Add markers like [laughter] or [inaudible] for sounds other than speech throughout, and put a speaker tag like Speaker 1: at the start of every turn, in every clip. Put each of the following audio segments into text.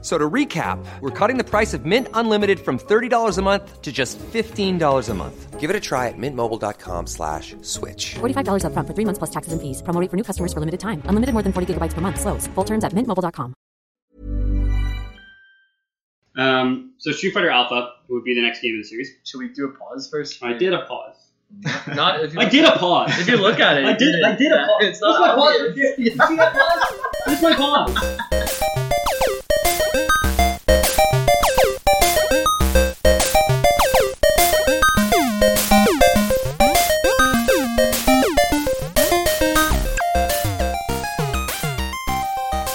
Speaker 1: So to recap, we're cutting the price of Mint Unlimited from $30 a month to just $15 a month. Give it a try at mintmobile.com slash switch.
Speaker 2: $45 upfront for three months plus taxes and fees. Promo rate for new customers for limited time. Unlimited more than 40 gigabytes per month. Slows. Full terms at mintmobile.com.
Speaker 3: Um, so Street Fighter Alpha would be the next game in the series.
Speaker 4: Should we do a pause first?
Speaker 3: I did a pause.
Speaker 4: Not if you
Speaker 3: I did a pause.
Speaker 4: If you look at it,
Speaker 3: I did. I did a pause.
Speaker 4: It's not
Speaker 3: That's my pause.
Speaker 4: obvious.
Speaker 3: You see that pause? That's my pause.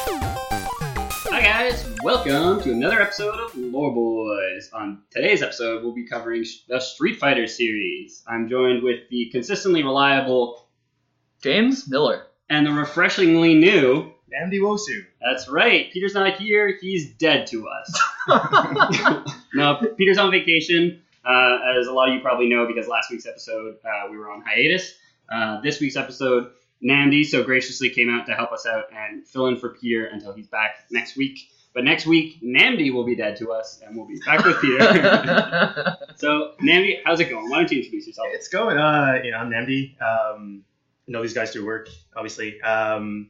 Speaker 3: Hi guys, welcome to another episode of Lore Boys. On today's episode, we'll be covering the Street Fighter series. I'm joined with the consistently reliable
Speaker 4: James
Speaker 3: [laughs]
Speaker 4: Miller.
Speaker 3: and the refreshingly new.
Speaker 5: Andy Wosu.
Speaker 3: That's right. Peter's not here. He's dead to us. no, Peter's on vacation, uh, as a lot of you probably know, because last week's episode uh, we were on hiatus. Uh, this week's episode, Namdi so graciously came out to help us out and fill in for Peter until he's back next week. But next week, Namdi will be dead to us, and we'll be back with
Speaker 6: [laughs]
Speaker 3: Peter.
Speaker 4: it's
Speaker 3: so, Namdi, how's it going? Why don't you introduce yourself?
Speaker 5: It's going. Uh, you know, I'm Namdi. Um, I know these guys through work, obviously. Um,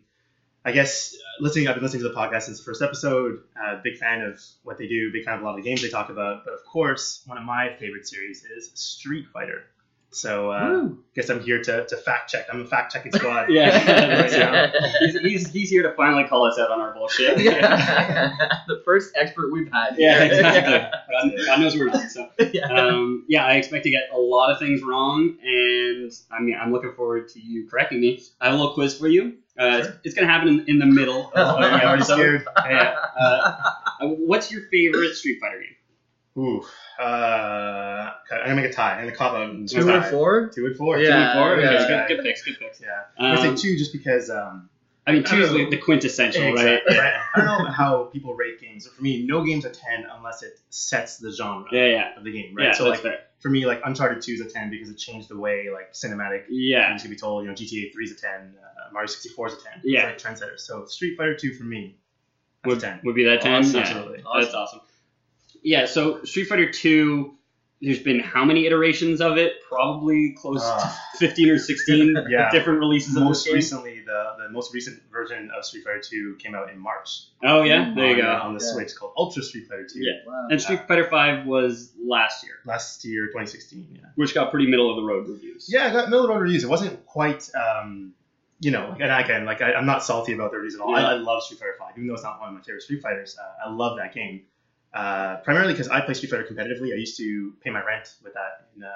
Speaker 5: I guess uh, listening, I've been listening to the podcast since the first episode. Uh, big fan of what they do. Big fan of a lot of the games they talk about. But of course, one of my favorite series is Street Fighter. So uh, I guess I'm here to, to fact check. I'm a fact checking
Speaker 3: [laughs]
Speaker 5: squad.
Speaker 3: Yeah.
Speaker 5: [laughs] right now.
Speaker 3: He's, he's, he's here to finally call us out on our
Speaker 6: [laughs]
Speaker 3: bullshit.
Speaker 4: the first expert we've had.
Speaker 5: [laughs]
Speaker 3: Yeah, exactly. God, God knows we're wrong. So, um, yeah, I expect to get a lot of things wrong, and I mean, I'm looking forward to you correcting me. I have a little quiz for you. Uh, it's-
Speaker 5: Sure.
Speaker 3: It's gonna happen in, in the middle. Of
Speaker 5: Oh, [laughs] yeah,
Speaker 3: our
Speaker 5: I'm
Speaker 3: episode.
Speaker 5: scared.
Speaker 3: Yeah. Uh, what's your favorite Street Fighter game?
Speaker 5: Ooh. Uh, okay, I'm gonna make a tie. I'm gonna cop out.
Speaker 4: [laughs]
Speaker 5: and
Speaker 4: Two
Speaker 5: tie.
Speaker 4: and four.
Speaker 5: Two and four.
Speaker 4: Yeah,
Speaker 3: Two and four? Okay,
Speaker 5: yeah.
Speaker 3: good, good picks. Good picks.
Speaker 5: Yeah. I'm
Speaker 3: Um,
Speaker 5: gonna say two just because. Um,
Speaker 3: I mean, two is
Speaker 5: I don't
Speaker 3: the,
Speaker 5: know.
Speaker 3: the quintessential, right?
Speaker 5: Exactly. I don't know how people rate games. For me, no game's a ten unless it sets the genre
Speaker 3: Yeah, yeah,
Speaker 5: of the game, right?
Speaker 3: yeah.
Speaker 5: so
Speaker 3: that's
Speaker 5: like
Speaker 3: fair.
Speaker 5: for me, like Uncharted Two is a ten because it changed the way like cinematic
Speaker 3: Yeah,
Speaker 5: things can be told. You know, GTA Three is a ten, uh, Mario sixty four is a ten.
Speaker 3: Yeah.
Speaker 5: it's like trendsetter. So Street Fighter Two for me, that's
Speaker 3: would,
Speaker 5: a ten.
Speaker 3: would be that ten.
Speaker 5: Awesome.
Speaker 3: Yeah.
Speaker 5: Absolutely.
Speaker 3: That's awesome. Yeah, so Street Fighter Two, there's been how many iterations of it? Probably close
Speaker 5: Ah.
Speaker 3: to fifteen or sixteen
Speaker 5: [laughs] Yeah.
Speaker 3: different releases of this
Speaker 5: Most
Speaker 3: game.
Speaker 5: recently, the, the most recent version of Street Fighter Two came out in March.
Speaker 3: Oh yeah, there you
Speaker 5: on,
Speaker 3: go.
Speaker 5: uh, On the
Speaker 4: Yeah.
Speaker 5: Switch called Ultra Street Fighter Two.
Speaker 3: Yeah.
Speaker 4: Wow.
Speaker 3: And Street Fighter Five was last year,
Speaker 5: Last year, 2016. Yeah.
Speaker 3: which got pretty middle of the road reviews.
Speaker 5: Yeah, I got middle road reviews. It wasn't quite, um, you know, like, and again, like I, I'm not salty about the reviews at all.
Speaker 3: Yeah.
Speaker 5: I, I love Street Fighter Five, even though it's not one of my favorite Street Fighters. Uh, I love that game, uh, primarily because I play Street Fighter competitively. I used to pay my rent with that in, uh,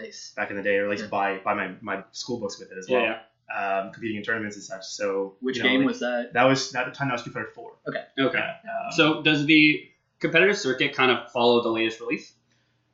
Speaker 4: Nice.
Speaker 5: back in the day, or at least
Speaker 4: Yeah.
Speaker 5: buy buy my, my school books with it as
Speaker 3: yeah.
Speaker 5: well,
Speaker 3: yeah.
Speaker 5: Um, competing in tournaments and such. So
Speaker 4: Which
Speaker 5: you know,
Speaker 4: game
Speaker 5: like,
Speaker 4: was that?
Speaker 5: that? Was at the time that was Street Fighter Four.
Speaker 3: Okay.
Speaker 5: Yeah, um,
Speaker 3: So does the competitive circuit kind of follow the latest release?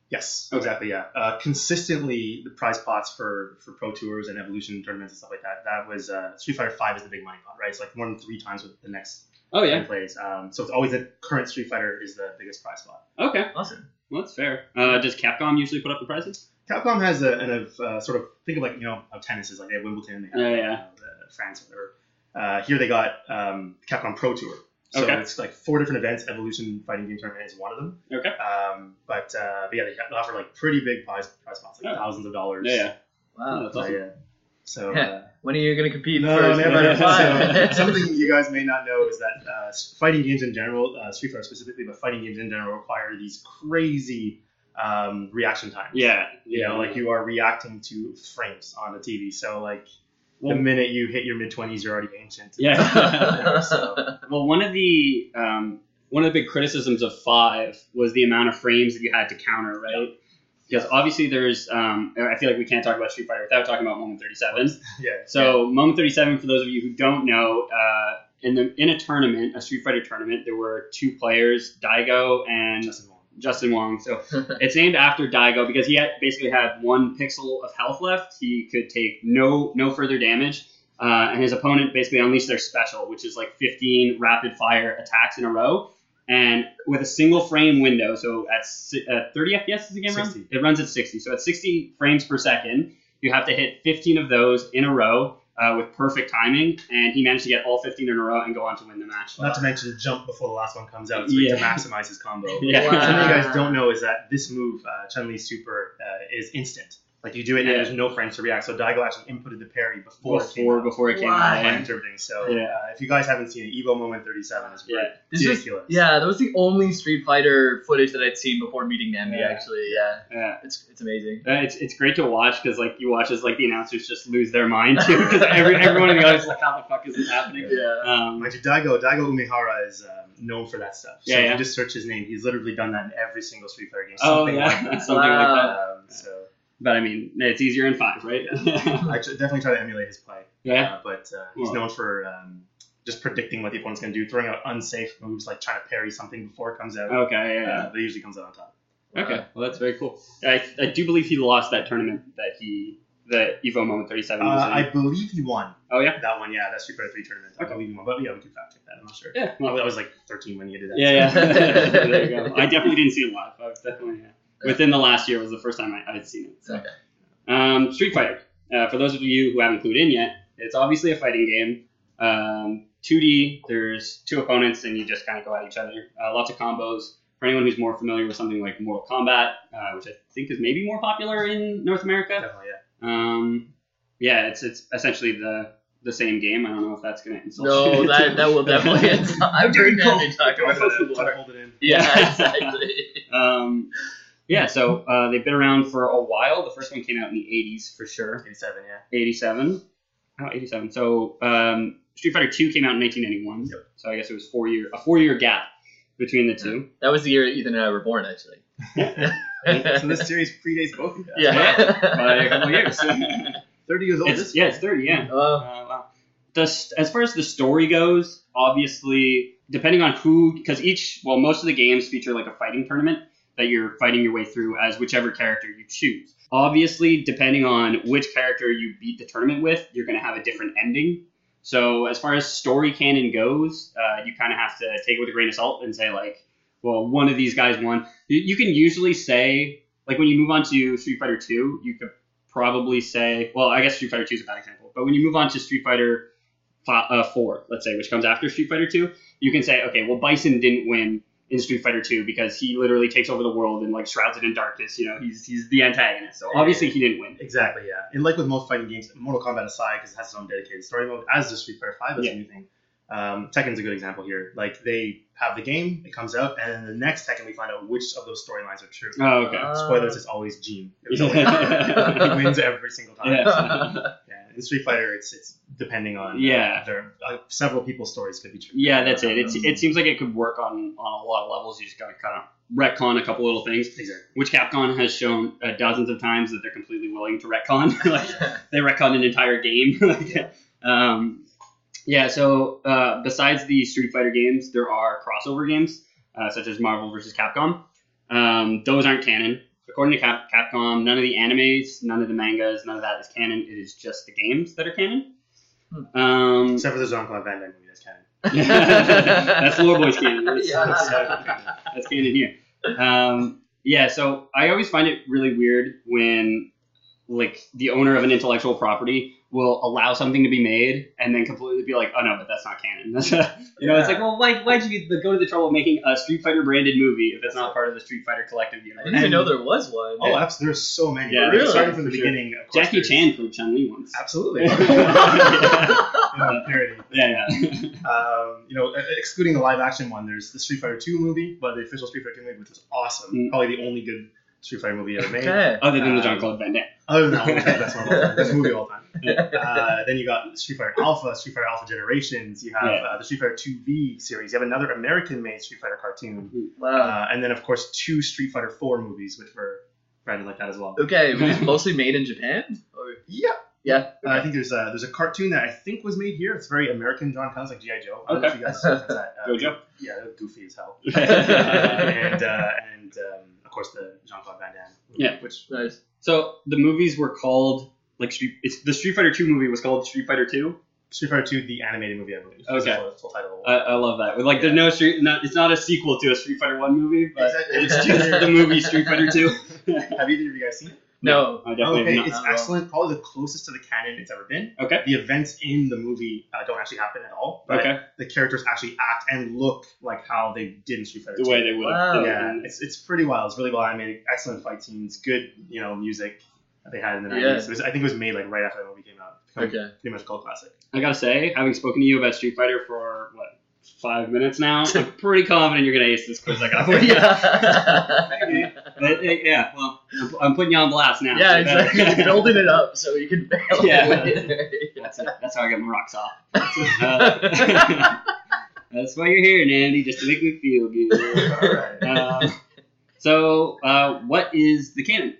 Speaker 5: Yes,
Speaker 3: Okay.
Speaker 5: exactly. Yeah, uh, consistently the prize pots for for pro tours and evolution tournaments and stuff like that. That was uh, Street Fighter Five is the big money pot, right? It's like more than three times what the next
Speaker 3: Oh
Speaker 5: yeah.
Speaker 3: yeah.
Speaker 5: plays. Um, so it's always the current Street Fighter is the biggest prize pot.
Speaker 3: Okay.
Speaker 4: Awesome.
Speaker 3: Well, that's fair. Uh, does Capcom usually put up the prices?
Speaker 5: Capcom has a, an of uh, sort of think of like you know how tennis is like they have Wimbledon, they have
Speaker 3: Yeah, yeah.
Speaker 5: you know, the France, whatever. Uh, here they got um, Capcom Pro Tour. So
Speaker 3: Okay.
Speaker 5: it's like four different events. Evolution Fighting Game Tournament is one of them.
Speaker 3: Okay.
Speaker 5: Um, but, uh, but yeah, they offer like pretty big prize, prize pots, like
Speaker 3: Yeah.
Speaker 5: thousands of dollars.
Speaker 3: Yeah. yeah.
Speaker 4: Wow.
Speaker 3: That's awesome.
Speaker 5: Yeah. So uh,
Speaker 4: Yeah. When are you gonna compete?
Speaker 5: no,
Speaker 4: first?
Speaker 3: [laughs]
Speaker 5: never.
Speaker 4: Five.
Speaker 5: [laughs] So, something you guys may not know is that uh, s- fighting games in general, uh, Street Fighter specifically, but fighting games in general require these crazy um, reaction times.
Speaker 3: Yeah.
Speaker 5: You know, like you are reacting to frames on the TV. So like the minute you hit your mid twenties, you're already ancient. [laughs]
Speaker 3: Yeah. [laughs]
Speaker 5: So-
Speaker 3: Well, one of the um, one of the big criticisms of five was the amount of frames that you had to counter, right? Because obviously there's, um, I feel like we can't talk about Street Fighter without talking about Moment 37.
Speaker 5: Yeah.
Speaker 3: So Moment 37, for those of you who don't know, uh, in the in a tournament, a Street Fighter tournament, there were two players, Daigo and
Speaker 5: Justin Wong.
Speaker 3: Justin Wong.
Speaker 5: [laughs]
Speaker 3: So it's named after Daigo because he had basically had one pixel of health left. He could take no no further damage. uh, and his opponent basically unleashed their special, which is like 15 rapid fire attacks in a row, and with a single frame window. So at si- uh, 30 FPS is the game runs.
Speaker 5: 60.
Speaker 3: It runs at 60. So at 60 frames per second, you have to hit 15 of those in a row uh, with perfect timing, and he managed to get all 15 in a row and go on to win the match.
Speaker 5: Not to mention jump before the last one comes out so he- to
Speaker 3: Yeah.
Speaker 5: maximize his combo.
Speaker 3: [laughs] Yeah.
Speaker 4: Wow.
Speaker 5: Something you guys don't know is that this move, uh, Chun Li's super, uh, is instant. Like you do it
Speaker 3: Yeah.
Speaker 5: and there's no frames to react. So Daigo actually inputted the parry before, it came
Speaker 3: before
Speaker 5: out.
Speaker 3: before it came
Speaker 4: Wow.
Speaker 3: out.
Speaker 5: That's why I'm
Speaker 3: yeah.
Speaker 5: interpreting. So
Speaker 3: Yeah.
Speaker 5: uh, if you guys haven't seen it, Evo Moment 37 is
Speaker 3: Yeah.
Speaker 4: This was-
Speaker 5: ridiculous.
Speaker 4: yeah, that was the only Street Fighter footage that I'd seen before meeting Nambi.
Speaker 3: Yeah.
Speaker 4: Actually, yeah,
Speaker 3: yeah.
Speaker 4: it's it's amazing.
Speaker 3: Uh, it's, it's great to watch because like you watch as like the announcers just lose their mind too because every, everyone in the audience is like how the fuck is this happening?
Speaker 4: Yeah.
Speaker 3: Um,
Speaker 5: Mind you, Daigo, Daigo Umehara is um, known for that stuff. So
Speaker 3: Yeah,
Speaker 5: if
Speaker 3: yeah.
Speaker 5: you just search his name, he's literally done that in every single Street Fighter game.
Speaker 3: oh
Speaker 5: Something
Speaker 3: yeah,
Speaker 5: like that.
Speaker 3: [laughs] something like that.
Speaker 5: Um, so
Speaker 3: But I mean, it's easier in five, right? [laughs]
Speaker 5: I tr- definitely try to emulate his play.
Speaker 3: yeah.
Speaker 5: Uh, but uh, he's
Speaker 3: Well.
Speaker 5: known for um, just predicting what the opponent's going to do, throwing out unsafe moves, like trying to parry something before it comes out.
Speaker 3: Okay. Oh, Yeah. yeah.
Speaker 5: Uh, but it usually comes out on top.
Speaker 3: Okay. Well, that's very cool. I, I do believe he lost that tournament that he the Evo Moment thirty
Speaker 5: Uh,
Speaker 3: seven was in.
Speaker 5: I believe he won
Speaker 3: oh yeah.
Speaker 5: that one. Yeah, that Street Fighter 3 tournament. I
Speaker 3: Okay.
Speaker 5: believe he won. But yeah, we can fact check that. I'm not sure.
Speaker 3: Yeah.
Speaker 5: Well, I was like 13 when he did that.
Speaker 3: Yeah,
Speaker 5: so-
Speaker 3: yeah. there you go. I definitely didn't see it live. I was definitely yeah. within the last year was the first time I, I had seen it. So.
Speaker 4: Okay.
Speaker 3: Um, Street Fighter. Uh, for those of you who haven't clued in yet, it's obviously a fighting game. Um, 2D. There's two opponents, and you just kind of go at each other. Uh, lots of combos. For anyone who's more familiar with something like Mortal Kombat, uh, which I think is maybe more popular in North America.
Speaker 5: Definitely, yeah.
Speaker 3: Um, yeah, it's it's essentially the the same game. I don't know if that's gonna insult.
Speaker 4: No,
Speaker 3: you.
Speaker 4: that
Speaker 3: [laughs]
Speaker 4: that will definitely. [laughs] I've heard Nambi talk
Speaker 5: Try
Speaker 4: about
Speaker 5: to-
Speaker 4: it
Speaker 5: try to
Speaker 4: before.
Speaker 5: hold it in.
Speaker 4: Yeah, [laughs] exactly.
Speaker 3: Um, yeah, so uh, they've been around for a while. The first one came out in the 80s for sure.
Speaker 5: 87, yeah.
Speaker 3: 87. Oh, 87. So um, Street Fighter 2 came out in 1991.
Speaker 5: Yep.
Speaker 3: So I guess it was four year a four year gap between the
Speaker 5: [laughs]
Speaker 3: two.
Speaker 4: That was the year Ethan and I were born, actually. [laughs]
Speaker 3: [laughs]
Speaker 5: so this series predates both of you guys.
Speaker 3: By a couple years.
Speaker 5: 30 years old.
Speaker 3: it's,
Speaker 5: this
Speaker 3: yeah, it's 30, yeah. Uh,
Speaker 4: Uh,
Speaker 3: wow. The, s- as far as the story goes, obviously, depending on who, because each, well, most of the games feature like a fighting tournament that you're fighting your way through as whichever character you choose. Obviously, depending on which character you beat the tournament with, you're going to have a different ending. So, as far as story canon goes, uh, you kind of have to take it with a grain of salt and say, like, well, one of these guys won. You, you can usually say, like, when you move on to Street Fighter 2, you could probably say, well, I guess Street Fighter 2 is a bad example, but when you move on to Street Fighter fi- uh, 4, let's say, which comes after Street Fighter 2, you can say, okay, well, Bison didn't win in Street Fighter 2 because he literally takes over the world and, like, shrouds it in darkness. You know, he's, he's the antagonist. So obviously he didn't win.
Speaker 5: Exactly, yeah. And like with most fighting games, Mortal Kombat aside, because it has its own dedicated story mode, as does Street Fighter Five, that's
Speaker 3: Yeah.
Speaker 5: a new thing. Um, Tekken's a good example here. Like they have the game, it comes out, and then the next Tekken, we find out which of those storylines are true.
Speaker 3: Oh, okay.
Speaker 4: Uh,
Speaker 5: Spoilers: It's always Gene. It was
Speaker 3: [laughs]
Speaker 5: always
Speaker 3: yeah.
Speaker 5: he wins every single time.
Speaker 3: Yeah.
Speaker 5: Yeah. In Street Fighter, it's it's depending on uh,
Speaker 3: Yeah.
Speaker 5: there uh, several people's stories could be true.
Speaker 3: Yeah, that's it. It's, it seems like it could work on, on a lot of levels. You just got to kind of retcon a couple little things.
Speaker 5: Exactly.
Speaker 3: which Capcom has shown uh, dozens of times that they're completely willing to retcon. [laughs] like they retcon an entire game. [laughs] like, um, yeah. So uh, besides the Street Fighter games, there are crossover games uh, such as Marvel vs. Capcom. Um, those aren't canon. According to Cap- Capcom, none of the animes, none of the mangas, none of that is canon. It is just the games that are canon. Um,
Speaker 5: Except for the Jean-Claude Van Damme movie, that's
Speaker 3: [laughs]
Speaker 5: canon.
Speaker 3: that's Lore Boys canon.
Speaker 4: [laughs]
Speaker 3: That's,
Speaker 4: Yeah.
Speaker 3: that's, uh, [laughs] that's canon here. Um, yeah, so I always find it really weird when, like, the owner of an intellectual property will allow something to be made and then completely be like, "Oh no, but that's not canon." [laughs] That's you know,
Speaker 4: Yeah.
Speaker 3: it's like, well, why why'd you go to the trouble of making a Street Fighter branded movie if it's not part of the Street Fighter collective
Speaker 4: [laughs] I
Speaker 3: universe?
Speaker 4: didn't even know there was one.
Speaker 5: Oh, absolutely. There's so many.
Speaker 3: Yeah,
Speaker 5: Right,
Speaker 4: really?
Speaker 5: Starting from the
Speaker 3: Sure.
Speaker 5: beginning. Of course,
Speaker 3: Jackie
Speaker 5: there's-
Speaker 3: Chan played Chun Li once.
Speaker 5: Absolutely.
Speaker 3: yeah,
Speaker 5: [laughs] Yeah, parody.
Speaker 3: [laughs] yeah.
Speaker 4: [laughs]
Speaker 5: um, you know, excluding the live action one, there's the Street Fighter 2 movie, but the official Street Fighter 2 movie, which was awesome.
Speaker 3: Mm.
Speaker 5: Probably the only good Street Fighter movie ever
Speaker 3: [laughs]
Speaker 5: made.
Speaker 4: okay.
Speaker 3: Other than the John Claude Van Damme.
Speaker 5: Other than that, one, that's the best one of all time. Best movie of all
Speaker 3: [laughs]
Speaker 5: time. Uh, then you got Street Fighter Alpha, Street Fighter Alpha Generations. You have
Speaker 3: Yeah.
Speaker 5: uh, the Street Fighter 2V series. You have another American-made Street Fighter cartoon,
Speaker 4: Wow.
Speaker 5: uh, and then of course two Street Fighter 4 movies, which were branded like that as well.
Speaker 4: Okay, it was mostly made in Japan? Or-
Speaker 5: Yeah.
Speaker 4: Yeah.
Speaker 5: Uh, I think there's a there's a cartoon that I think was made here. It's very American John Connors, like GI Joe. I don't know if
Speaker 3: Okay.
Speaker 5: you guys know that.
Speaker 3: [laughs]
Speaker 5: Uh,
Speaker 3: Gojo.
Speaker 5: Yeah, goofy
Speaker 3: [laughs]
Speaker 5: as hell.
Speaker 4: Uh, [laughs]
Speaker 5: and uh, and um, of course the Jean Claude Van Damme. movie,
Speaker 3: Yeah.
Speaker 5: Which
Speaker 4: Nice.
Speaker 3: So the movies were called like Street. It's the Street Fighter Two movie was called Street Fighter Two,
Speaker 5: Street Fighter Two, the animated movie, I believe. is
Speaker 3: Okay. Uh,
Speaker 5: the full, full title.
Speaker 3: I, I love that. Like, there's no street. Not, it's not a sequel to a Street Fighter One movie, but
Speaker 5: Exactly.
Speaker 3: it's just the movie Street Fighter
Speaker 5: [laughs]
Speaker 3: Two. [laughs]
Speaker 5: have either of you guys seen it?
Speaker 4: No.
Speaker 3: I definitely
Speaker 5: okay,
Speaker 3: have not.
Speaker 5: it's excellent. Probably the closest to the canon it's ever been.
Speaker 3: Okay.
Speaker 5: The events in the movie uh, don't actually happen at all, but
Speaker 3: Okay.
Speaker 5: the characters actually act and look like how they did in Street Fighter.
Speaker 3: The
Speaker 5: 2.
Speaker 3: way they would have.
Speaker 4: Wow.
Speaker 5: yeah, it's, it's pretty wild. It's really well animated. Excellent fight scenes. Good, you know, music that they had in the
Speaker 4: Yeah.
Speaker 5: nineties. I think it was made like right after that movie came out. It's become
Speaker 4: Okay. [laughs]
Speaker 5: Pretty much cult classic.
Speaker 3: I gotta say, having spoken to you about Street Fighter for what five minutes now,
Speaker 5: [laughs]
Speaker 3: I'm pretty confident you're gonna ace this quiz. I got for you.
Speaker 4: yeah.
Speaker 3: [laughs] But, uh, yeah, well, I'm, I'm putting you on blast now. [laughs]
Speaker 4: yeah,
Speaker 3: You better-
Speaker 4: exactly. Just building it up so you can [laughs] fail.
Speaker 3: Yeah.
Speaker 4: later.
Speaker 3: That's it. That's how I get my rocks off. Uh, [laughs] that's why you're here, Nandy, just to make me feel good. Uh, so, uh, what is the canon?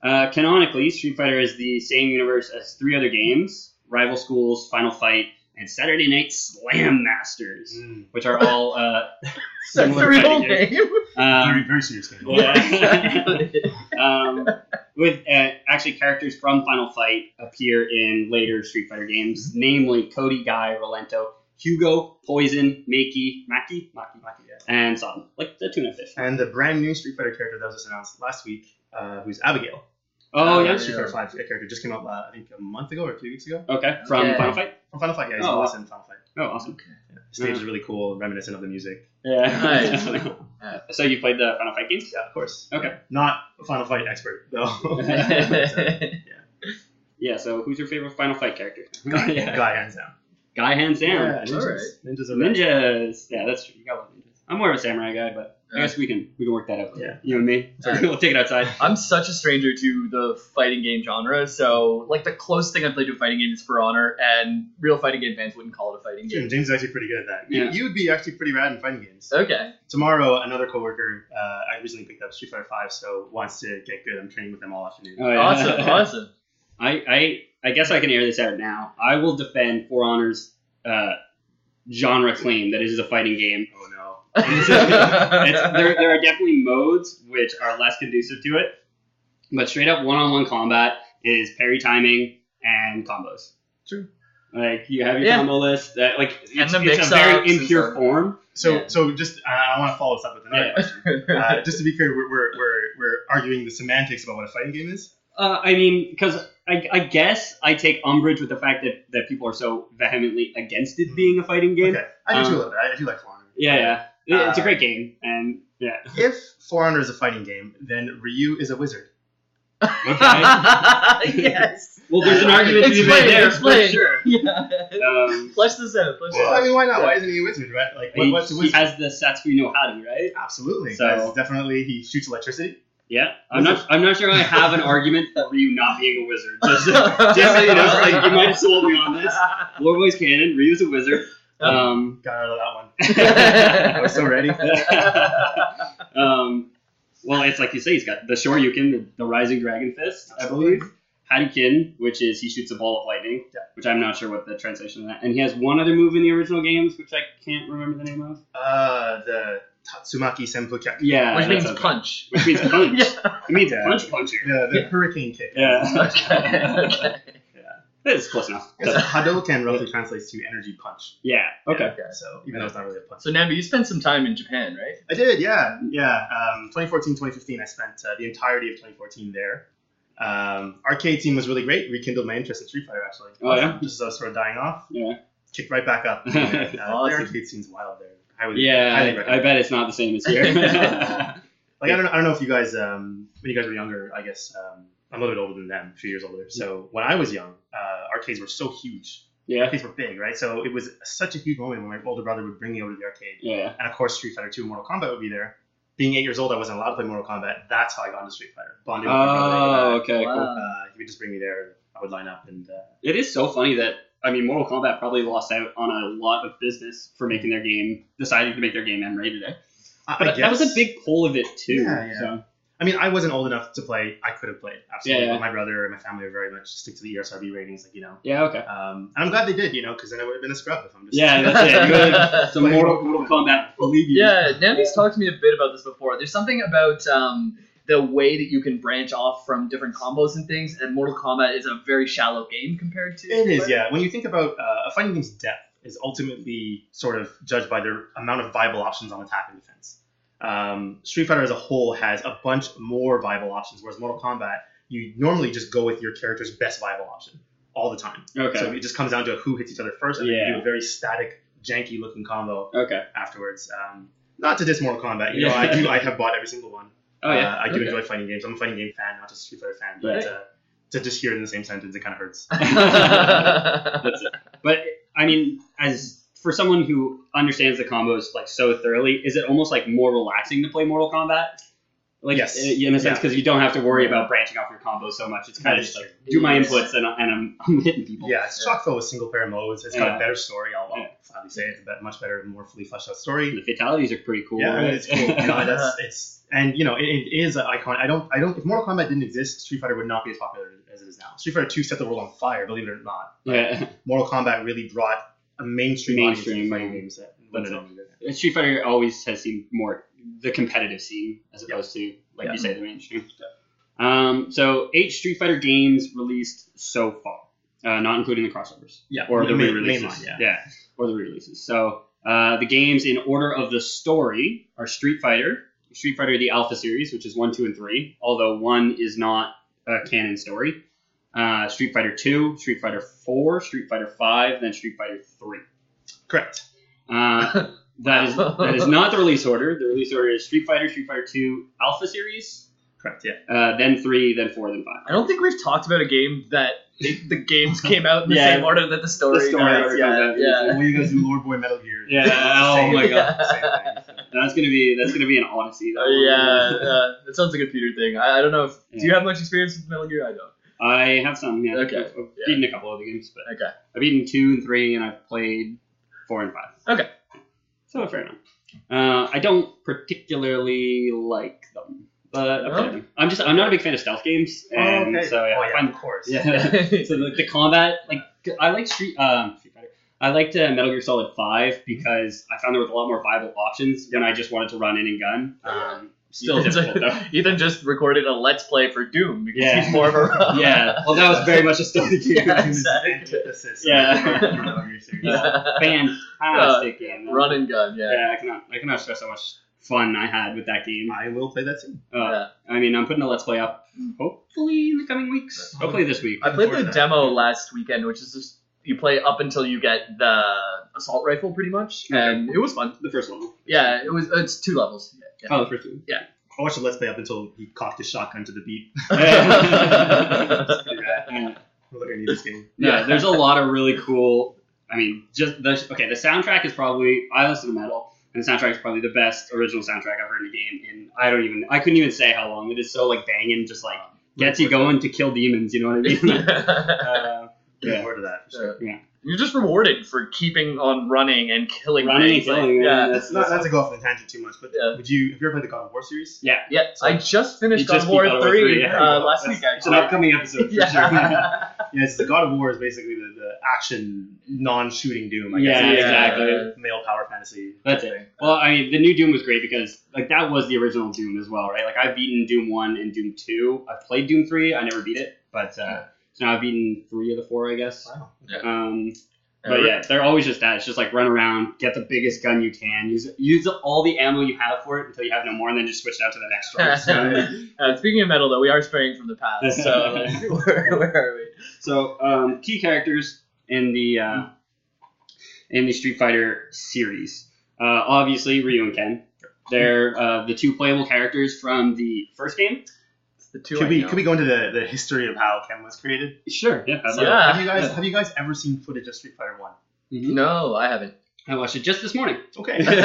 Speaker 3: Uh, canonically, Street Fighter is the same universe as three other games: Rival Schools, Final Fight, and Saturday Night Slam Masters,
Speaker 5: Mm.
Speaker 3: which are all uh,
Speaker 4: That's the
Speaker 3: similar
Speaker 4: real
Speaker 3: fighting games.
Speaker 4: name.
Speaker 5: very,
Speaker 3: Um,
Speaker 5: very serious game.
Speaker 3: yeah.
Speaker 4: Exactly.
Speaker 3: um, with uh, actually characters from Final Fight appear in later Street Fighter games, namely Cody, Guy, Rolento, Hugo, Poison, Makey, Maki, Maki, Maki, and Sodom, like the tuna fish.
Speaker 5: And the brand new Street Fighter character that was just announced last week, uh, who's Abigail.
Speaker 3: Oh
Speaker 4: Oh,
Speaker 3: yeah,
Speaker 5: The Street Fighter Five character just came out, uh, I think, a month ago or two weeks ago.
Speaker 3: okay, from
Speaker 4: Yeah.
Speaker 3: Final Fight.
Speaker 5: From Final Fight, yeah, he's
Speaker 3: Oh, wow.
Speaker 5: awesome. in Final Fight.
Speaker 3: Oh, awesome.
Speaker 5: The stage is really cool, reminiscent of the music.
Speaker 3: Yeah. [laughs]
Speaker 4: Nice.
Speaker 3: so you played the Final Fight games?
Speaker 5: Yeah, of course.
Speaker 3: Okay.
Speaker 5: Not a Final Fight expert
Speaker 3: [laughs]
Speaker 5: though. [laughs]
Speaker 4: [laughs]
Speaker 3: Yeah. So who's your favorite Final Fight character?
Speaker 5: Guy,
Speaker 3: [laughs] yeah.
Speaker 5: guy hands down.
Speaker 3: Guy hands down.
Speaker 5: Yeah, ninjas,
Speaker 4: alright.
Speaker 5: ninjas are ninja.
Speaker 3: Ninjas. Yeah, that's true. You got a lot of ninjas. I'm more of a samurai guy, but I
Speaker 4: Yeah.
Speaker 3: guess we can we can work that out. later.
Speaker 5: Yeah.
Speaker 3: You and me.
Speaker 4: Alright.
Speaker 3: [laughs] we'll take it outside.
Speaker 4: I'm such a stranger to the fighting game genre, so like the closest thing I played to a fighting game is For Honor, and real fighting game fans wouldn't call it a fighting game.
Speaker 5: James is actually pretty good at that.
Speaker 3: Yeah. Uh,
Speaker 5: You, you would be actually pretty rad in fighting games.
Speaker 4: Okay.
Speaker 5: Tomorrow, another coworker uh, I recently picked up Street Fighter Five, so wants to get good. I'm training with him all afternoon.
Speaker 3: Oh, yeah. [laughs]
Speaker 4: Awesome. Awesome.
Speaker 3: I, I I guess I can air this out now. I will defend For Honor's uh, genre claim that it is a fighting game.
Speaker 5: Oh no.
Speaker 3: [laughs]
Speaker 6: [laughs]
Speaker 3: It's, there, there are definitely modes which are less conducive to it, but straight up one-on-one combat is parry timing and combos.
Speaker 5: True.
Speaker 3: Like you have your
Speaker 4: Yeah.
Speaker 3: combo list. That, like it's,
Speaker 4: the
Speaker 3: it's a
Speaker 4: mix-ups
Speaker 3: very
Speaker 4: and
Speaker 3: impure
Speaker 4: stuff.
Speaker 3: form.
Speaker 5: So,
Speaker 4: Yeah.
Speaker 5: so just uh, I want to follow this up with another
Speaker 3: Yeah.
Speaker 5: question. [laughs] Uh, just to be clear, we're, we're, we're, we're arguing the semantics about what a fighting game is.
Speaker 3: Uh, I mean, because I, I guess I take umbrage with the fact that, that people are so vehemently against it being a fighting game.
Speaker 5: Hmm. Okay, I do too
Speaker 3: Um,
Speaker 5: a little bit. I do like Foreigner.
Speaker 3: Yeah, yeah. It- it's a
Speaker 5: Uh,
Speaker 3: great game, and
Speaker 5: [laughs]
Speaker 3: yeah.
Speaker 5: If Foreigner is a fighting game, then Ryu is a wizard.
Speaker 4: [laughs] yes.
Speaker 3: Well, there's an argument to be
Speaker 4: Explain,
Speaker 3: made there.
Speaker 4: explain.
Speaker 3: for Sure.
Speaker 4: Yeah.
Speaker 3: Um,
Speaker 4: Flesh this out. Flesh this
Speaker 5: Well, I
Speaker 4: out.
Speaker 5: mean, why not? Why isn't he a wizard? Right? Like, what,
Speaker 3: he,
Speaker 5: what's a
Speaker 3: he
Speaker 5: wizard?
Speaker 3: has the Satsui no Hadi, right?
Speaker 5: Absolutely.
Speaker 3: So-
Speaker 5: That's definitely he shoots electricity.
Speaker 3: Yeah. I'm not. I'm not sure I have an argument for Ryu not being a wizard. Just,
Speaker 5: [laughs]
Speaker 3: just
Speaker 4: Just
Speaker 3: so you know, like you might have sold me on this. Lord Boy's canon. Ryu's a wizard. Um,
Speaker 5: Got out of [laughs] that one. I
Speaker 4: [laughs] I
Speaker 5: was
Speaker 3: [laughs]
Speaker 5: so ready.
Speaker 3: um, well, it's like you say. He's got the Shoryuken, the, the Rising Dragon Fist, I believe. Hadikin, which is he shoots a ball of lightning,
Speaker 5: Yeah.
Speaker 3: which I'm not sure what the translation of that. And he has one other move in the original games, which I can't remember the name of.
Speaker 5: Uh, the Tatsumaki Senpukyaki.
Speaker 3: Yeah,
Speaker 4: Which
Speaker 3: that
Speaker 4: means
Speaker 3: sounds right.
Speaker 4: punch.
Speaker 3: Which means
Speaker 4: [laughs]
Speaker 3: punch.
Speaker 4: Yeah.
Speaker 3: It means
Speaker 5: Yeah.
Speaker 3: punch puncher.
Speaker 5: The, the hurricane kick.
Speaker 3: Yeah. [laughs]
Speaker 4: Okay.
Speaker 3: It's close enough.
Speaker 5: Yes, Hadouken roughly translates to energy punch.
Speaker 3: Yeah. Okay.
Speaker 4: Okay.
Speaker 5: So even though it's not really a punch.
Speaker 4: So Nambi, you spent some time in Japan, right?
Speaker 5: I did, yeah, yeah. Um, 2014, 2015, I spent uh, the entirety of 2014 there. Um, arcade team was really great. Rekindled my interest in Street Fighter, actually.
Speaker 3: Oh, yeah?
Speaker 5: Just as I was sort of dying off.
Speaker 3: Yeah.
Speaker 5: Kicked right
Speaker 3: [laughs]
Speaker 5: back up. And, uh,
Speaker 4: Awesome.
Speaker 5: Their arcade scene's wild there. I would, highly
Speaker 3: Yeah. I,
Speaker 5: recommend.
Speaker 3: bet it's not the same as [laughs] here.
Speaker 5: Like I don't, know, I don't know if you guys, um, when you guys were younger, I guess um, I'm a little bit older than them, a few years older. So when I was young, uh, arcades were so huge.
Speaker 3: yeah.
Speaker 5: Arcades were big, right? So it was such a huge moment when my older brother would bring me over to the arcade
Speaker 3: Yeah.
Speaker 5: and of course Street Fighter 2 and Mortal Kombat would be there. Being eight years old, I wasn't allowed to play Mortal Kombat. That's how I got into Street Fighter. Bonding with my brother.
Speaker 3: Oh, okay. Cool.
Speaker 4: Wow.
Speaker 5: Uh, he would just bring me there. I would line up, and uh,
Speaker 3: It is so funny that I mean, Mortal Kombat probably lost out on a lot of business for making their game, deciding to make their game M-rated. eh?
Speaker 5: I, I
Speaker 3: But that was a
Speaker 5: guess-
Speaker 3: big pull of it too.
Speaker 5: Yeah, yeah.
Speaker 3: So.
Speaker 5: I mean, I wasn't old enough to play. I could have played absolutely,
Speaker 3: Yeah, yeah.
Speaker 5: but my brother and my family were very much stick to the E ESRB ratings, like you know.
Speaker 3: Yeah. Okay.
Speaker 5: Um, and I'm glad they did, you know, because then I would have been a scrub if I'm just [laughs]
Speaker 3: Yeah, that's it. You gotta- Some
Speaker 5: Like-
Speaker 3: Mortal, Mortal Kombat. Believe you.
Speaker 4: Yeah, Nambi's talked to me a bit about this before. There's something about um, the way that you can branch off from different combos and things. And Mortal Kombat is a very shallow game compared to.
Speaker 5: It
Speaker 4: [laughs]
Speaker 5: is, yeah. When you think about uh, a fighting game's depth, is ultimately sort of judged by their amount of viable options on attack and defense. Um, Street Fighter as a whole has a bunch more viable options, whereas Mortal Kombat, you normally just go with your character's best viable option all the time.
Speaker 3: Okay.
Speaker 5: So it just comes down to who hits each other first, and then you
Speaker 3: Yeah.
Speaker 5: do a very static, janky looking combo
Speaker 3: Okay.
Speaker 5: afterwards. Um, not to diss Mortal Kombat, you know,
Speaker 3: Yeah.
Speaker 5: I do, I have bought every single one.
Speaker 3: Oh yeah.
Speaker 5: Uh, I do
Speaker 3: Okay.
Speaker 5: enjoy fighting games. I'm a fighting game fan, not just a Street Fighter fan. But
Speaker 3: Right.
Speaker 5: uh, to just hear it in the same sentence, it kind of hurts.
Speaker 3: [laughs] That's But I mean, as for someone who understands the combos like so thoroughly, is it almost like more relaxing to play Mortal Kombat? Like
Speaker 5: Yes.
Speaker 3: uh, in a sense,
Speaker 5: Yeah.
Speaker 3: because you don't have to worry about branching off your combos so much. It's kind
Speaker 5: That
Speaker 3: of
Speaker 5: is
Speaker 3: just like
Speaker 4: true.
Speaker 3: do my
Speaker 4: Yes.
Speaker 3: inputs and, I- and I'm, [laughs] I'm hitting people.
Speaker 5: Yeah, it's chock full with single player modes. It's got
Speaker 3: Yeah.
Speaker 5: a better story. I'll, I'll
Speaker 3: Yeah.
Speaker 5: gladly say it's a bet- much better, more fully fleshed out
Speaker 3: And the
Speaker 5: story.
Speaker 3: fatalities are pretty cool.
Speaker 5: Yeah,
Speaker 3: right?
Speaker 5: it's
Speaker 3: [laughs]
Speaker 5: cool. God, that's, it's and you know it, it is an icon. I don't, I don't. If Mortal Kombat didn't exist, Street Fighter would not be as popular as it is now. Street Fighter Two set the world on fire, believe it or not.
Speaker 3: yeah.
Speaker 5: Mortal Kombat really brought a mainstream,
Speaker 3: Mainstream,
Speaker 5: audience to
Speaker 3: yeah.
Speaker 5: fighting games that when
Speaker 3: That's
Speaker 5: it
Speaker 3: it.
Speaker 5: only did it.
Speaker 3: And Street Fighter always has seemed more the competitive scene as
Speaker 5: Yeah.
Speaker 3: opposed to, like
Speaker 5: Yeah.
Speaker 3: you say, the mainstream. Um, so eight Street Fighter games released so far, uh, not including the crossovers.
Speaker 5: Yeah,
Speaker 3: or the
Speaker 5: main-
Speaker 3: re-releases.
Speaker 5: mainline, yeah.
Speaker 3: or the re-releases. So uh, the games in order of the story are Street Fighter, Street Fighter the Alpha series, which is one, two, and three. Although one is not a canon story. Uh, Street Fighter Two, Street Fighter Four, Street Fighter Five, then Street Fighter Three.
Speaker 5: Correct.
Speaker 3: Uh, that is that is not the release order. The release order is Street Fighter, Street Fighter Two Alpha series,
Speaker 5: Correct. Yeah.
Speaker 3: uh, then three, then four, then
Speaker 6: [laughs]
Speaker 3: five.
Speaker 4: I don't think we've talked about a game that the, the games came out in the
Speaker 3: Yeah.
Speaker 4: same order that the story.
Speaker 3: The story
Speaker 4: does.
Speaker 3: order
Speaker 4: Yeah,
Speaker 3: comes out.
Speaker 4: yeah.
Speaker 5: Well, you guys do Lord Boy Metal Gear. [laughs]
Speaker 3: Yeah, oh my
Speaker 5: Same-
Speaker 4: God. [laughs]
Speaker 5: same thing.
Speaker 3: That's gonna be that's gonna be an
Speaker 6: [laughs]
Speaker 3: odyssey. that
Speaker 4: Uh,
Speaker 3: one.
Speaker 4: yeah, yeah, that sounds like a Peter thing. I, I don't know if do you
Speaker 3: Yeah.
Speaker 4: have much experience with Metal Gear? I don't.
Speaker 3: I have some. Yeah,
Speaker 4: Okay,
Speaker 3: I've, I've beaten a couple of the games, but
Speaker 4: Okay.
Speaker 3: I've beaten two and three, and I've played four and five.
Speaker 4: Okay.
Speaker 3: so fair enough. Uh, I don't particularly like them, but I've played them. I'm just I'm not a big fan of stealth games, and
Speaker 5: Oh, okay.
Speaker 3: so yeah,
Speaker 5: oh,
Speaker 3: I
Speaker 5: yeah, [laughs]
Speaker 3: find [laughs]
Speaker 5: of course.
Speaker 3: yeah. so like the combat, like I like Street um Street Fighter. I liked uh, Metal Gear Solid Five because I found there was a lot more viable options when I just wanted to run in and gun. Um, still
Speaker 4: Ethan's
Speaker 3: difficult
Speaker 6: [laughs]
Speaker 3: though.
Speaker 4: like- Ethan just recorded a Let's Play for Doom because
Speaker 3: Yeah.
Speaker 4: he's more of a
Speaker 3: [laughs] Yeah, well, that was very much a stealth
Speaker 6: [laughs]
Speaker 3: game.
Speaker 4: Yeah,
Speaker 5: It's the
Speaker 4: exactly.
Speaker 5: antithesis of
Speaker 3: Yeah.
Speaker 5: Lord Boy Metal
Speaker 3: [laughs]
Speaker 5: Gear series.
Speaker 3: Fantastic game. though.
Speaker 4: [laughs] run and gun. Yeah.
Speaker 3: Yeah, I cannot, I cannot stress how much fun I had with that game.
Speaker 5: I will play that soon.
Speaker 3: Uh,
Speaker 4: Yeah.
Speaker 3: I mean, I'm putting a Let's Play up hopefully in the coming weeks. Hopefully this week.
Speaker 4: I played the
Speaker 5: Fortnite.
Speaker 4: demo last weekend, which is just you play up until you get the assault rifle, pretty much, and it was fun.
Speaker 3: The first one.
Speaker 4: Yeah, it was. It's two levels. Yeah.
Speaker 3: Oh, the
Speaker 4: [laughs]
Speaker 3: first one.
Speaker 5: I watched the Let's Play up until he cocked his shotgun to the beat.
Speaker 3: Yeah. Yeah.
Speaker 5: I was like, I need this game.
Speaker 3: No, there's a lot of really cool. I mean, just the okay. The soundtrack is probably I listen to metal, and the soundtrack is probably the best original soundtrack I've heard in a game. And I don't even I couldn't even say how long it is. So like banging, just like gets you going to kill demons. You know what I
Speaker 4: [laughs]
Speaker 3: mean? uh,
Speaker 5: Looking
Speaker 3: yeah.
Speaker 5: forward to that. for sure.
Speaker 3: Yeah.
Speaker 4: You're just rewarded for keeping on running and killing.
Speaker 3: Running and
Speaker 4: things, like,
Speaker 3: killing.
Speaker 4: Yeah.
Speaker 3: Yeah.
Speaker 5: That's not, not to go off on a tangent too much, but
Speaker 4: Yeah.
Speaker 5: would you have you ever played the God of War series?
Speaker 3: yeah.
Speaker 4: Yeah, I just finished
Speaker 3: You just
Speaker 4: God of War
Speaker 3: beat God of War
Speaker 4: 3,
Speaker 3: three, yeah.
Speaker 4: uh, last
Speaker 5: That's-
Speaker 4: week,
Speaker 3: It's an
Speaker 4: actually.
Speaker 3: upcoming episode for sure.
Speaker 4: yeah. [laughs]
Speaker 5: [laughs] Yeah, it's the God of War is basically the, the action non-shooting Doom. I guess.
Speaker 3: Yeah,
Speaker 5: It's
Speaker 3: exactly.
Speaker 5: like uh, Male power fantasy.
Speaker 3: That's it. Well, I mean, the new Doom was great because like that was the original Doom as well, right? Like I've beaten Doom one and Doom two. I've played Doom three. I never beat it, but uh, so now I've beaten three of the four, I guess.
Speaker 5: Wow.
Speaker 3: Um, but yeah, they're always just that. It's just like run around, get the biggest gun you can, use use all the ammo you have for it until you have no more, and then just switch it out to the next
Speaker 5: [laughs]
Speaker 3: one. So,
Speaker 4: [laughs] Uh, speaking of metal, though, we are straying from the past, so [laughs] where, where are we?
Speaker 3: So um, key characters in the uh, in the Street Fighter series, uh, obviously Ryu and Ken. They're uh, the two playable characters from the first game.
Speaker 4: It's the two
Speaker 5: Could
Speaker 4: I
Speaker 5: we
Speaker 4: know.
Speaker 5: could we go into the, the history of how Ken was created?
Speaker 3: Sure. Yeah. I'd love
Speaker 4: Yeah.
Speaker 5: Have you guys have you guys ever seen footage of Street Fighter One?
Speaker 3: it.
Speaker 4: No, I haven't.
Speaker 3: I watched it just this morning.
Speaker 5: Okay. Street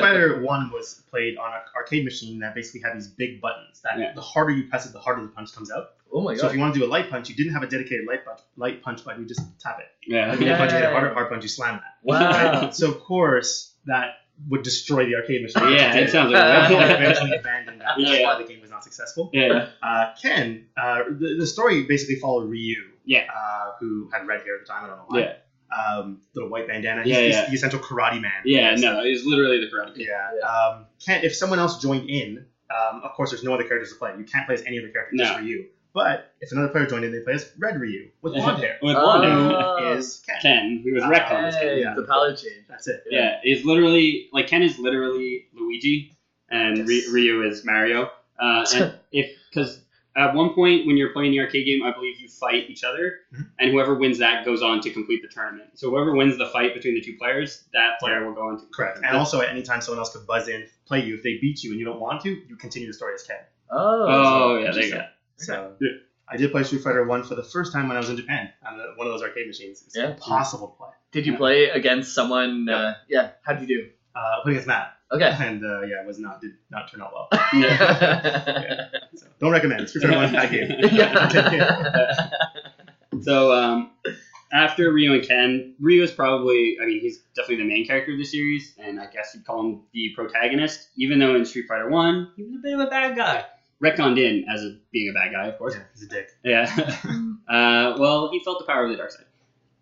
Speaker 5: Fighter One was played on an arcade machine that basically had these big buttons that
Speaker 3: Yeah.
Speaker 5: the harder you press it, the harder the punch comes out.
Speaker 4: Oh my
Speaker 5: So
Speaker 3: [laughs]
Speaker 5: if
Speaker 4: god.
Speaker 5: you want to do a light punch, you didn't have a dedicated light punch, light punch button. You just tap it.
Speaker 3: Yeah.
Speaker 5: If you hit a punch, you hit a
Speaker 4: Yeah.
Speaker 5: harder hard punch, you slam that.
Speaker 4: Wow.
Speaker 3: Oh.
Speaker 5: Right? So of course that would destroy the arcade machine.
Speaker 3: [laughs] Yeah. It sounds
Speaker 5: That's why
Speaker 3: [laughs]
Speaker 5: I [laughs]
Speaker 3: like
Speaker 5: eventually abandoned that. That's
Speaker 3: Yeah.
Speaker 5: why the game was not successful.
Speaker 3: Yeah.
Speaker 5: Uh, Ken, uh, the, the story basically followed Ryu,
Speaker 3: Yeah.
Speaker 5: uh, who had red hair at the time. I don't know why.
Speaker 3: Yeah.
Speaker 5: Um, little white bandana. He's,
Speaker 3: Yeah,
Speaker 5: he's
Speaker 3: yeah.
Speaker 5: the essential karate man.
Speaker 3: Yeah. No, it's literally the Karate Kid.
Speaker 5: Yeah. Um, Ken, if someone else joined in, Um, of course, there's no other characters to play. You can't play as any other character, just
Speaker 3: No.
Speaker 5: Ryu. But if another player joined in, they play as Red Ryu with
Speaker 3: [laughs]
Speaker 5: blonde hair.
Speaker 3: With blonde
Speaker 5: Um,
Speaker 3: hair.
Speaker 4: Oh.
Speaker 5: is Ken.
Speaker 3: Ken, who was wrecked on this game.
Speaker 4: Hey,
Speaker 5: yeah.
Speaker 4: The palette change.
Speaker 5: That's it.
Speaker 3: Yeah, is literally like Ken is literally Luigi, and Ry-
Speaker 5: Yes.
Speaker 3: Ryu is Mario. Uh,
Speaker 5: [laughs]
Speaker 3: and if because at one point when you're playing the arcade game, I believe you fight each other,
Speaker 5: Mhm.
Speaker 3: and whoever wins that goes on to complete the tournament. So whoever wins the fight between the two players, that player will go on to complete
Speaker 5: Correct.
Speaker 3: the
Speaker 5: And also, at any time someone else could buzz in, play you. If they beat you and you don't want to, you continue the story as Ken.
Speaker 4: Oh,
Speaker 3: Oh yeah, there you go.
Speaker 5: So
Speaker 3: Yeah.
Speaker 5: I did play Street Fighter One for the first time when I was in Japan on the- one of those arcade machines. It's
Speaker 4: Yeah.
Speaker 5: impossible to play.
Speaker 4: Did you play against someone? Uh, yeah. How'd you do?
Speaker 5: Uh, playing as Matt,
Speaker 4: Okay. [laughs]
Speaker 5: and uh, yeah, it was not did not turn out
Speaker 3: [laughs]
Speaker 5: well.
Speaker 3: Yeah.
Speaker 5: So don't recommend Street Fighter One.
Speaker 3: [laughs]
Speaker 5: Bad game. Yeah.
Speaker 3: So um, after Ryu and Ken, Ryu is probably, I mean, he's definitely the main character of the series, and I guess you'd call him the protagonist, even though in Street Fighter 1, he was a bit of a bad guy. Reckoned in as a, being a bad guy, of course.
Speaker 5: Yeah, he's a dick.
Speaker 3: Yeah. [laughs] uh, well, he felt the power of the dark side.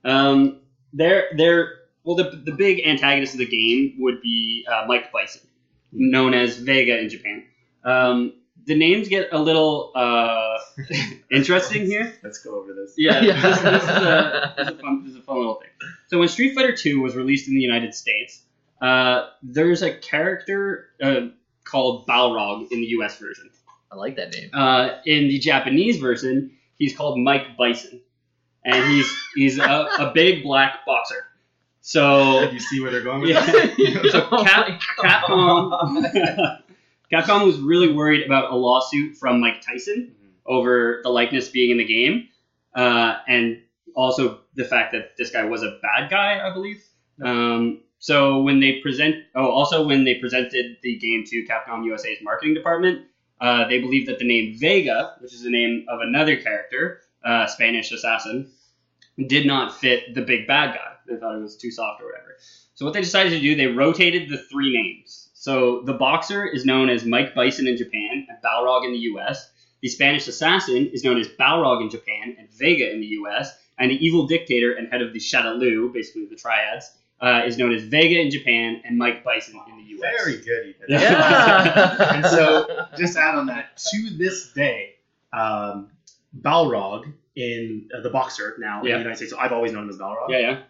Speaker 3: Um, they're, they're, well, the, the big antagonist of the game would be uh, Mike Bison, known as Vega in Japan. Um, the names get a little uh, [laughs] interesting here.
Speaker 5: Let's go over this.
Speaker 3: Yeah,
Speaker 4: Yeah.
Speaker 3: This, this is a, this, is a fun, this is a fun little thing. So when Street Fighter II was released in the United States, uh, there's a character uh, called Balrog in the U.S. version.
Speaker 4: I like that name. [laughs]
Speaker 3: Uh, in the Japanese version, he's called Mike Bison, and he's he's a, a big black boxer.
Speaker 5: [laughs]
Speaker 3: So
Speaker 5: You see where they're going with
Speaker 3: yeah.
Speaker 5: that?
Speaker 3: So
Speaker 4: Oh
Speaker 3: Cap, Capcom, [laughs] Capcom was really worried about a lawsuit from Mike Tyson over the likeness being in the game, uh, and also the fact that this guy was a bad guy, I believe. Um, so when they present, oh, also when they presented the game to Capcom USA's marketing department, uh, they believed that the name Vega, which is the name of another character, uh, Spanish assassin, did not fit the big bad guy. They thought it was too soft or whatever. So what they decided to do, they rotated the three names. So the boxer is known as Mike Bison in Japan and Balrog in the U.S. The Spanish assassin is known as Balrog in Japan and Vega in the U.S. And the evil dictator and head of the Shadaloo, basically the triads, uh, is known as Vega in Japan and Mike Bison in the U.S.
Speaker 5: [laughs] Very good. Ethan.
Speaker 3: Yeah.
Speaker 4: Yeah.
Speaker 5: And so,
Speaker 3: [laughs]
Speaker 5: just add on that, to this day, um, Balrog in uh, the boxer now in
Speaker 3: Yeah.
Speaker 5: the United States. So I've always known him as Balrog.
Speaker 3: Yeah, yeah,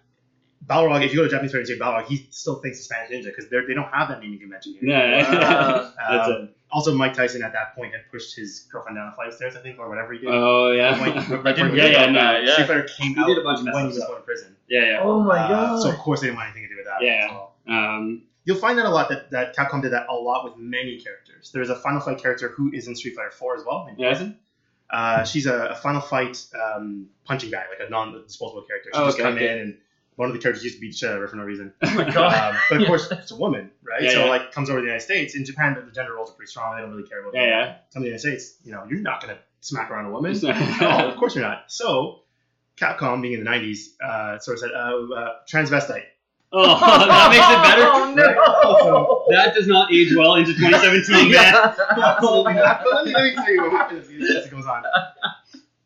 Speaker 5: Balrog. If you go to a Japanese restaurant and say Balrog, he still thinks it's Spanish ninja because they don't have that naming convention here.
Speaker 3: yeah.
Speaker 4: Wow.
Speaker 3: [laughs] That's
Speaker 5: Um, also, Mike Tyson at that point had pushed his girlfriend down a flight of stairs, I think, or whatever he did.
Speaker 3: oh
Speaker 5: At
Speaker 3: yeah.
Speaker 5: that point,
Speaker 3: [laughs]
Speaker 5: right
Speaker 4: I didn't
Speaker 5: before he
Speaker 3: yeah,
Speaker 5: was
Speaker 3: yeah,
Speaker 5: out,
Speaker 3: no,
Speaker 5: Street
Speaker 4: yeah.
Speaker 5: Fighter came
Speaker 3: He
Speaker 5: out
Speaker 3: did a bunch of mess
Speaker 5: when he
Speaker 3: ups
Speaker 5: was
Speaker 3: up.
Speaker 5: going to prison.
Speaker 3: Yeah,
Speaker 4: [laughs] Oh my
Speaker 5: Uh,
Speaker 4: god.
Speaker 5: so of course they didn't want anything to do with that.
Speaker 3: Yeah.
Speaker 5: at all.
Speaker 3: yeah. Um,
Speaker 5: You'll find that a lot that, that Capcom did that a lot with many characters. There's a Final Fight character who is in Street Fighter 4 as well.
Speaker 3: yeah. isn't-
Speaker 5: Uh, she's a, a Final Fight um, punching bag, like a non-disposable character. She
Speaker 3: Oh,
Speaker 5: just
Speaker 3: okay,
Speaker 5: come
Speaker 3: okay.
Speaker 5: in and one of the characters used to beat each other for
Speaker 3: [laughs]
Speaker 5: no reason.
Speaker 4: oh my god.
Speaker 5: Um, but of course, it's a woman, right?
Speaker 3: Yeah,
Speaker 5: so
Speaker 3: yeah.
Speaker 5: like comes over to the United States. In Japan, the- the gender roles are pretty strong. They don't really care about.
Speaker 3: Yeah,
Speaker 5: that.
Speaker 3: yeah.
Speaker 5: Come to the United States, you know, you're not gonna smack around a woman.
Speaker 3: [laughs]
Speaker 5: [laughs] no, of
Speaker 3: yeah.
Speaker 5: course you're not. So, Capcom, being in the '90s, uh, sort of said, uh, uh, transvestite.
Speaker 3: [laughs] oh, that makes it
Speaker 4: [laughs]
Speaker 3: better.
Speaker 4: Oh
Speaker 5: So-
Speaker 4: no.
Speaker 3: [laughs] That does not age well into [laughs] 2017, man.
Speaker 5: Absolutely not. But let me, let me tell you what happens as it goes on.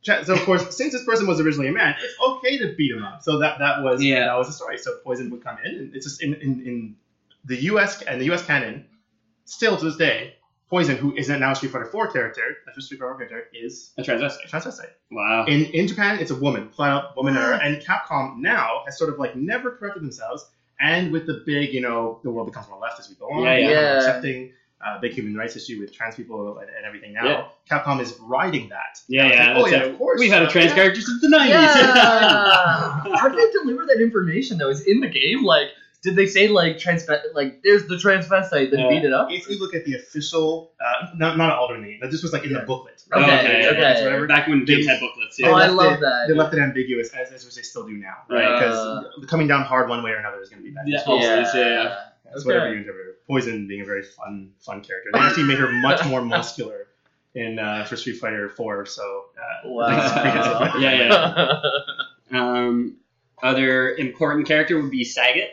Speaker 5: Tra- So of course, since this person was originally a man, it's okay to beat him up. So that that was
Speaker 3: Yeah.
Speaker 5: that was the story. So Poison would come in, and it's just in, in, in the U.S. and the U.S. canon, still to this day, Poison, who is now a Street Fighter Four character, that's a Street Fighter 4 character, is
Speaker 3: A
Speaker 5: a
Speaker 3: transvestite.
Speaker 5: transvestite.
Speaker 3: Wow.
Speaker 5: In in Japan, it's a woman, flat out woman error. And Capcom now has sort of like never corrected themselves. And with the big, you know, the world becomes more left as we go on,
Speaker 3: Yeah, yeah.
Speaker 5: become more
Speaker 4: Yeah.
Speaker 5: accepting uh, big human rights issue with trans people and, and everything now.
Speaker 3: Yeah.
Speaker 5: Capcom is riding that.
Speaker 3: Yeah,
Speaker 5: It's
Speaker 3: yeah.
Speaker 5: like, oh
Speaker 3: that's
Speaker 5: yeah,
Speaker 3: it.
Speaker 5: of course.
Speaker 3: We've had a trans
Speaker 5: Yeah.
Speaker 3: character since the 90s. [laughs]
Speaker 4: Yeah. How did they deliver that information though? Is it in the game? Like, did they say like transvest like there's the transvestite then
Speaker 3: Yeah.
Speaker 4: beat it up?
Speaker 5: If you look at the official, uh, not not alternate, this was like in the
Speaker 4: Yeah.
Speaker 5: booklet.
Speaker 3: Oh, okay,
Speaker 4: Okay.
Speaker 5: Whatever,
Speaker 4: Okay.
Speaker 5: whatever.
Speaker 3: Back when games
Speaker 5: They-
Speaker 3: had booklets.
Speaker 4: Oh,
Speaker 3: Yeah. [laughs]
Speaker 4: I
Speaker 5: left
Speaker 4: love
Speaker 5: it-
Speaker 4: that.
Speaker 5: They left it ambiguous, as, as which they still do now, right?
Speaker 3: Right.
Speaker 5: Because
Speaker 4: Uh.
Speaker 5: coming down hard one way or another is going to be bad.
Speaker 3: Yeah. Oh, it's, yeah.
Speaker 4: yeah.
Speaker 5: That's
Speaker 4: Okay.
Speaker 5: whatever you interpret. her. Poison being a very fun, fun character. They actually made her much more muscular in uh, for Street Fighter Four. So uh,
Speaker 4: Wow.
Speaker 5: that's pretty good.
Speaker 3: Yeah, yeah. Um, other important character would be Sagat.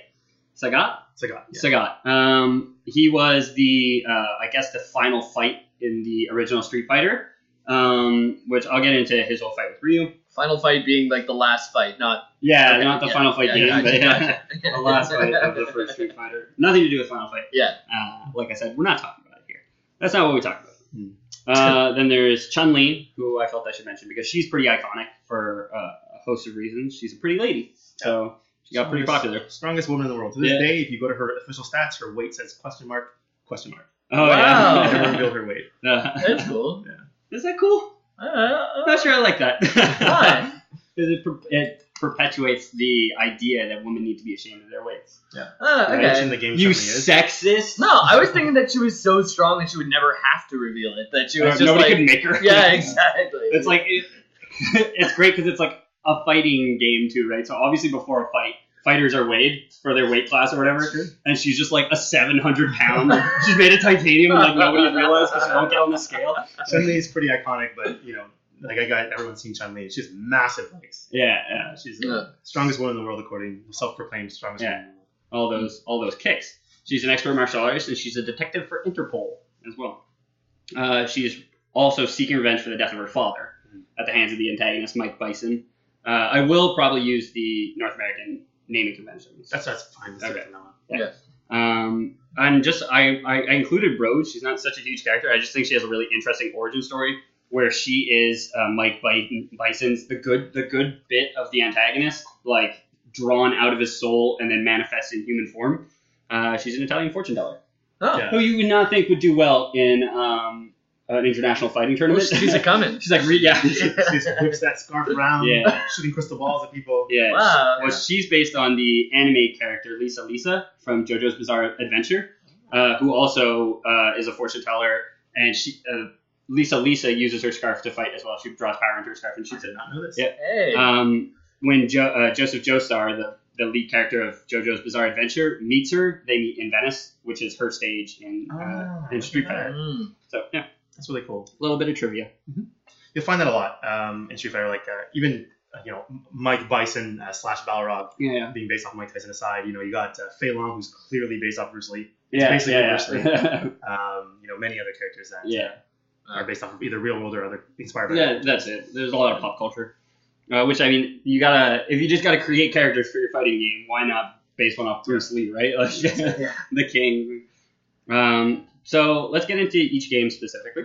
Speaker 3: Sagat?
Speaker 5: So I got- yeah.
Speaker 3: Sagat. Um, he was the, uh, I guess, the final fight in the original Street Fighter, um, which I'll get into his whole fight with Ryu.
Speaker 4: [laughs] Final fight being like the last fight, not
Speaker 3: Yeah,
Speaker 4: Okay,
Speaker 3: not the
Speaker 4: yeah,
Speaker 3: final fight
Speaker 4: yeah,
Speaker 3: game,
Speaker 4: gotcha,
Speaker 3: but yeah, [laughs]
Speaker 4: gotcha. [laughs]
Speaker 3: the last fight of the first Street Fighter. Nothing to do with Final Fight.
Speaker 4: Yeah.
Speaker 3: Uh, like I said, we're not talking about it here. That's not what we talked about.
Speaker 5: Hmm.
Speaker 3: Uh, then there's Chun Li, who I felt I should mention because she's pretty iconic for uh, a host of reasons. She's a pretty lady, so she got pretty
Speaker 5: Strongest-
Speaker 3: popular.
Speaker 5: Strongest woman in the world. To this
Speaker 3: Yeah.
Speaker 5: day, if you go to her official stats, her weight says question mark, question mark.
Speaker 3: Oh
Speaker 4: Wow.
Speaker 5: They never
Speaker 3: yeah.
Speaker 5: revealed her weight.
Speaker 3: [laughs] Uh,
Speaker 4: That's cool.
Speaker 3: is that cool?
Speaker 4: Uh, uh,
Speaker 3: I'm not sure I like that.
Speaker 4: Why?
Speaker 3: [laughs] Because it, per- it perpetuates the idea that women need to be ashamed of their weights.
Speaker 4: uh,
Speaker 5: Right? It's in
Speaker 4: okay.
Speaker 5: the game
Speaker 3: You
Speaker 5: Chun-Li is.
Speaker 3: sexist!
Speaker 4: No, I was thinking that she was so strong that she would never have to reveal it. That she
Speaker 3: Uh,
Speaker 4: was just
Speaker 3: nobody
Speaker 4: like,
Speaker 3: could make her.
Speaker 4: [laughs]
Speaker 3: [laughs]
Speaker 4: yeah, exactly.
Speaker 3: It's like it, [laughs] it's great because it's like a fighting game too, right? So obviously before a fight, fighters are weighed for their weight class or whatever, and she's just like a seven hundred pound. [laughs] she's made of titanium, and like nobody realized because she won't get on the scale.
Speaker 5: Chun Li is pretty iconic, but you know, like I got everyone's seen Chun Li. She's massive legs.
Speaker 3: Yeah, yeah,
Speaker 5: Yeah, she's
Speaker 4: Yeah.
Speaker 5: the strongest woman in the world, according self-proclaimed strongest.
Speaker 3: Yeah.
Speaker 5: woman in the world.
Speaker 3: all those all those kicks. She's an expert martial artist, and she's a detective for Interpol as well. Uh, she is also seeking revenge for the death of her father at the hands of the antagonist Mike Bison. Uh, I will probably use the North American naming conventions.
Speaker 5: That's that's fine. That's
Speaker 3: Okay.
Speaker 5: okay. From now
Speaker 3: yeah. Um, and just I, I, I included Rose. She's not such a huge character. I just think she has a really interesting origin story where she is uh, Mike Bison, Bison's the good the good bit of the antagonist, like drawn out of his soul and then manifests in human form. Uh, she's an Italian fortune teller
Speaker 4: oh,
Speaker 5: Yeah.
Speaker 3: who you would not think would do well in um, an international fighting
Speaker 4: well,
Speaker 3: tournament.
Speaker 4: she's
Speaker 3: [laughs]
Speaker 4: a coming.
Speaker 3: she's like re-
Speaker 4: [laughs]
Speaker 3: yeah
Speaker 5: on. She she just whips that scarf around,
Speaker 3: Yeah.
Speaker 5: shooting crystal balls at people.
Speaker 3: yeah.
Speaker 4: Wow.
Speaker 3: Well, she's based on the anime character Lisa Lisa from JoJo's Bizarre Adventure, uh, who also uh, is a fortune teller. And she, uh, Lisa Lisa uses her scarf to fight as well. She draws power into her scarf and
Speaker 5: She
Speaker 3: shoots it.
Speaker 5: did not know this.
Speaker 3: Yeah.
Speaker 4: Hey.
Speaker 3: Um, when jo- uh, Joseph Joestar, the, the lead character of JoJo's Bizarre Adventure, meets her, they meet in Venice, which is her stage in,
Speaker 6: Oh.
Speaker 5: Ah,
Speaker 3: uh,
Speaker 5: look
Speaker 3: in
Speaker 5: at
Speaker 3: Street
Speaker 5: that.
Speaker 3: Fighter.
Speaker 4: Mm.
Speaker 3: So, yeah,
Speaker 5: That's really cool.
Speaker 3: a little bit of trivia.
Speaker 5: You'll find that a lot um, in Street Fighter, like uh, even uh, you know Mike Bison uh, slash Balrog
Speaker 3: Yeah.
Speaker 5: being based off Mike Tyson aside. You know you got uh, Fei Long, who's clearly based off Bruce Lee.
Speaker 3: Yeah,
Speaker 5: basically
Speaker 3: yeah,
Speaker 5: Bruce Lee.
Speaker 3: yeah. [laughs]
Speaker 5: Um, you know many other characters that
Speaker 3: yeah.
Speaker 5: are based off of either real world or other inspired by.
Speaker 3: Yeah, that's it. There's a lot of pop culture, uh, which I mean, you gotta if you just gotta create characters for your fighting game, why not base one off Bruce Lee, right? [laughs] Like
Speaker 4: Yeah.
Speaker 3: the king. Um, so let's get into each game specifically.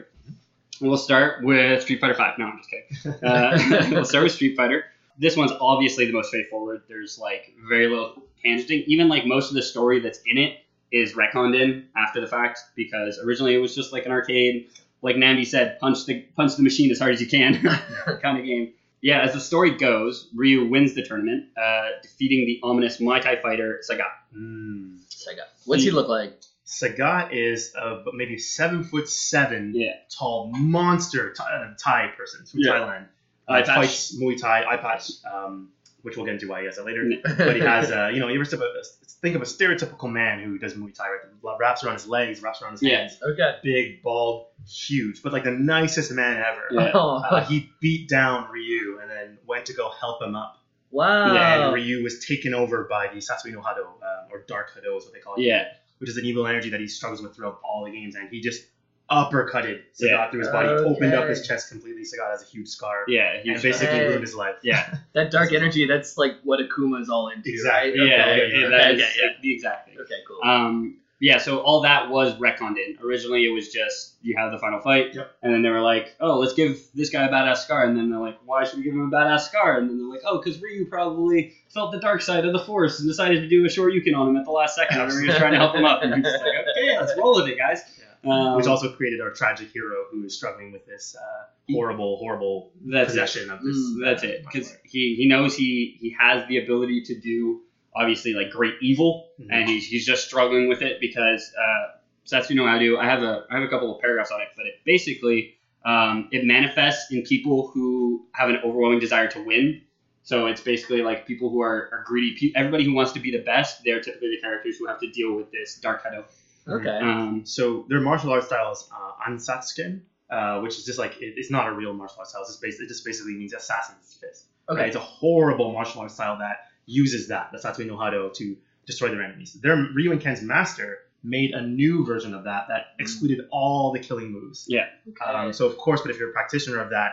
Speaker 3: We'll start with Street Fighter Five. No, I'm just kidding. Uh, [laughs] we'll start with Street Fighter. This one's obviously the most straightforward. There's like very little tangenting. Even like most of the story that's in it is retconned in after the fact because originally it was just like an arcade, like Nambi said, punch the punch the machine as hard as you can [laughs] kind of game. Yeah, as the story goes, Ryu wins the tournament, uh, defeating the ominous Muay Thai fighter Sagat.
Speaker 5: Mm.
Speaker 4: Sega. What's he look like? [laughs]
Speaker 5: Sagat is a maybe seven foot seven
Speaker 3: Yeah.
Speaker 5: tall monster Thai, uh, Thai person from
Speaker 3: Yeah.
Speaker 5: Thailand.
Speaker 3: Eye
Speaker 5: Uh,
Speaker 3: patch.
Speaker 5: fights Muay Thai, eye patch, um, which we'll get into why he has that later.
Speaker 3: Yeah.
Speaker 5: But
Speaker 3: [laughs]
Speaker 5: he has, uh, you know, you ever think of a- think of a stereotypical man who does Muay Thai, right? Wraps around his legs, wraps around his
Speaker 3: Yeah.
Speaker 5: hands,
Speaker 4: okay.
Speaker 5: big, bald, huge, but like the nicest man ever.
Speaker 3: Yeah.
Speaker 4: [laughs] Oh,
Speaker 5: Uh, he beat down Ryu and then went to go help him up.
Speaker 4: wow.
Speaker 5: And Ryu was taken over by the Sasui no Hado, uh, or Dark Hado is what they call it
Speaker 3: Yeah,
Speaker 5: which is an evil energy that he struggles with throughout all the games, and he just uppercutted Sagat
Speaker 3: Yeah.
Speaker 5: through his body, opened up
Speaker 4: Okay.
Speaker 5: his chest completely. Sagat has a huge scar,
Speaker 3: yeah,
Speaker 5: and
Speaker 3: he's
Speaker 5: basically
Speaker 4: Okay.
Speaker 5: ruined his life.
Speaker 3: Yeah.
Speaker 4: that dark energy, that's like what Akuma's all into.
Speaker 5: Exactly.
Speaker 4: Right?
Speaker 3: yeah,
Speaker 4: Okay.
Speaker 3: yeah,
Speaker 4: okay,
Speaker 3: that is
Speaker 4: okay, yeah.
Speaker 3: the exact thing.
Speaker 4: Okay, cool.
Speaker 3: Um, yeah, so all that was retconned in. Originally, it was just you have the final fight,
Speaker 5: Yep.
Speaker 3: and then they were like, "Oh, let's give this guy a badass scar," and then they're like, "Why should we give him a badass scar?" And then they're like, "Oh, because Ryu probably felt the dark side of the Force and decided to do a shoryuken on him at the last second when we were trying to help him up." And he's
Speaker 5: [laughs]
Speaker 3: just like, "Okay, let's roll with it, guys." Um,
Speaker 5: Which also created our tragic hero who is struggling with this uh, horrible, horrible
Speaker 3: that's it.
Speaker 5: possession of this.
Speaker 4: Mm,
Speaker 3: That's
Speaker 5: uh,
Speaker 3: it,
Speaker 5: mind
Speaker 3: because
Speaker 5: wipe.
Speaker 3: he, he knows he, he has the ability to do obviously like great evil,
Speaker 5: Mhm.
Speaker 3: and he's, he's just struggling with it because uh, Satsuno no Hado. I have a I have a couple of paragraphs on it, but it basically um, it manifests in people who have an overwhelming desire to win. So it's basically like people who are, are greedy. Pe- everybody who wants to be the best, they're typically the characters who have to deal with this dark hado.
Speaker 4: okay.
Speaker 3: Um,
Speaker 5: So their martial arts style is uh, Ansatsuken, uh, which is just like it, it's not a real martial arts style. It's just basi- it just basically means assassin's fist.
Speaker 4: okay.
Speaker 5: Right? It's a horrible martial arts style that uses that, the Satsui no Hado, to destroy their enemies. Their Ryu and Ken's master made a new version of that that
Speaker 3: Mm-hmm.
Speaker 5: excluded all the killing moves.
Speaker 4: okay.
Speaker 5: Um, so of course, but if you're a practitioner of that,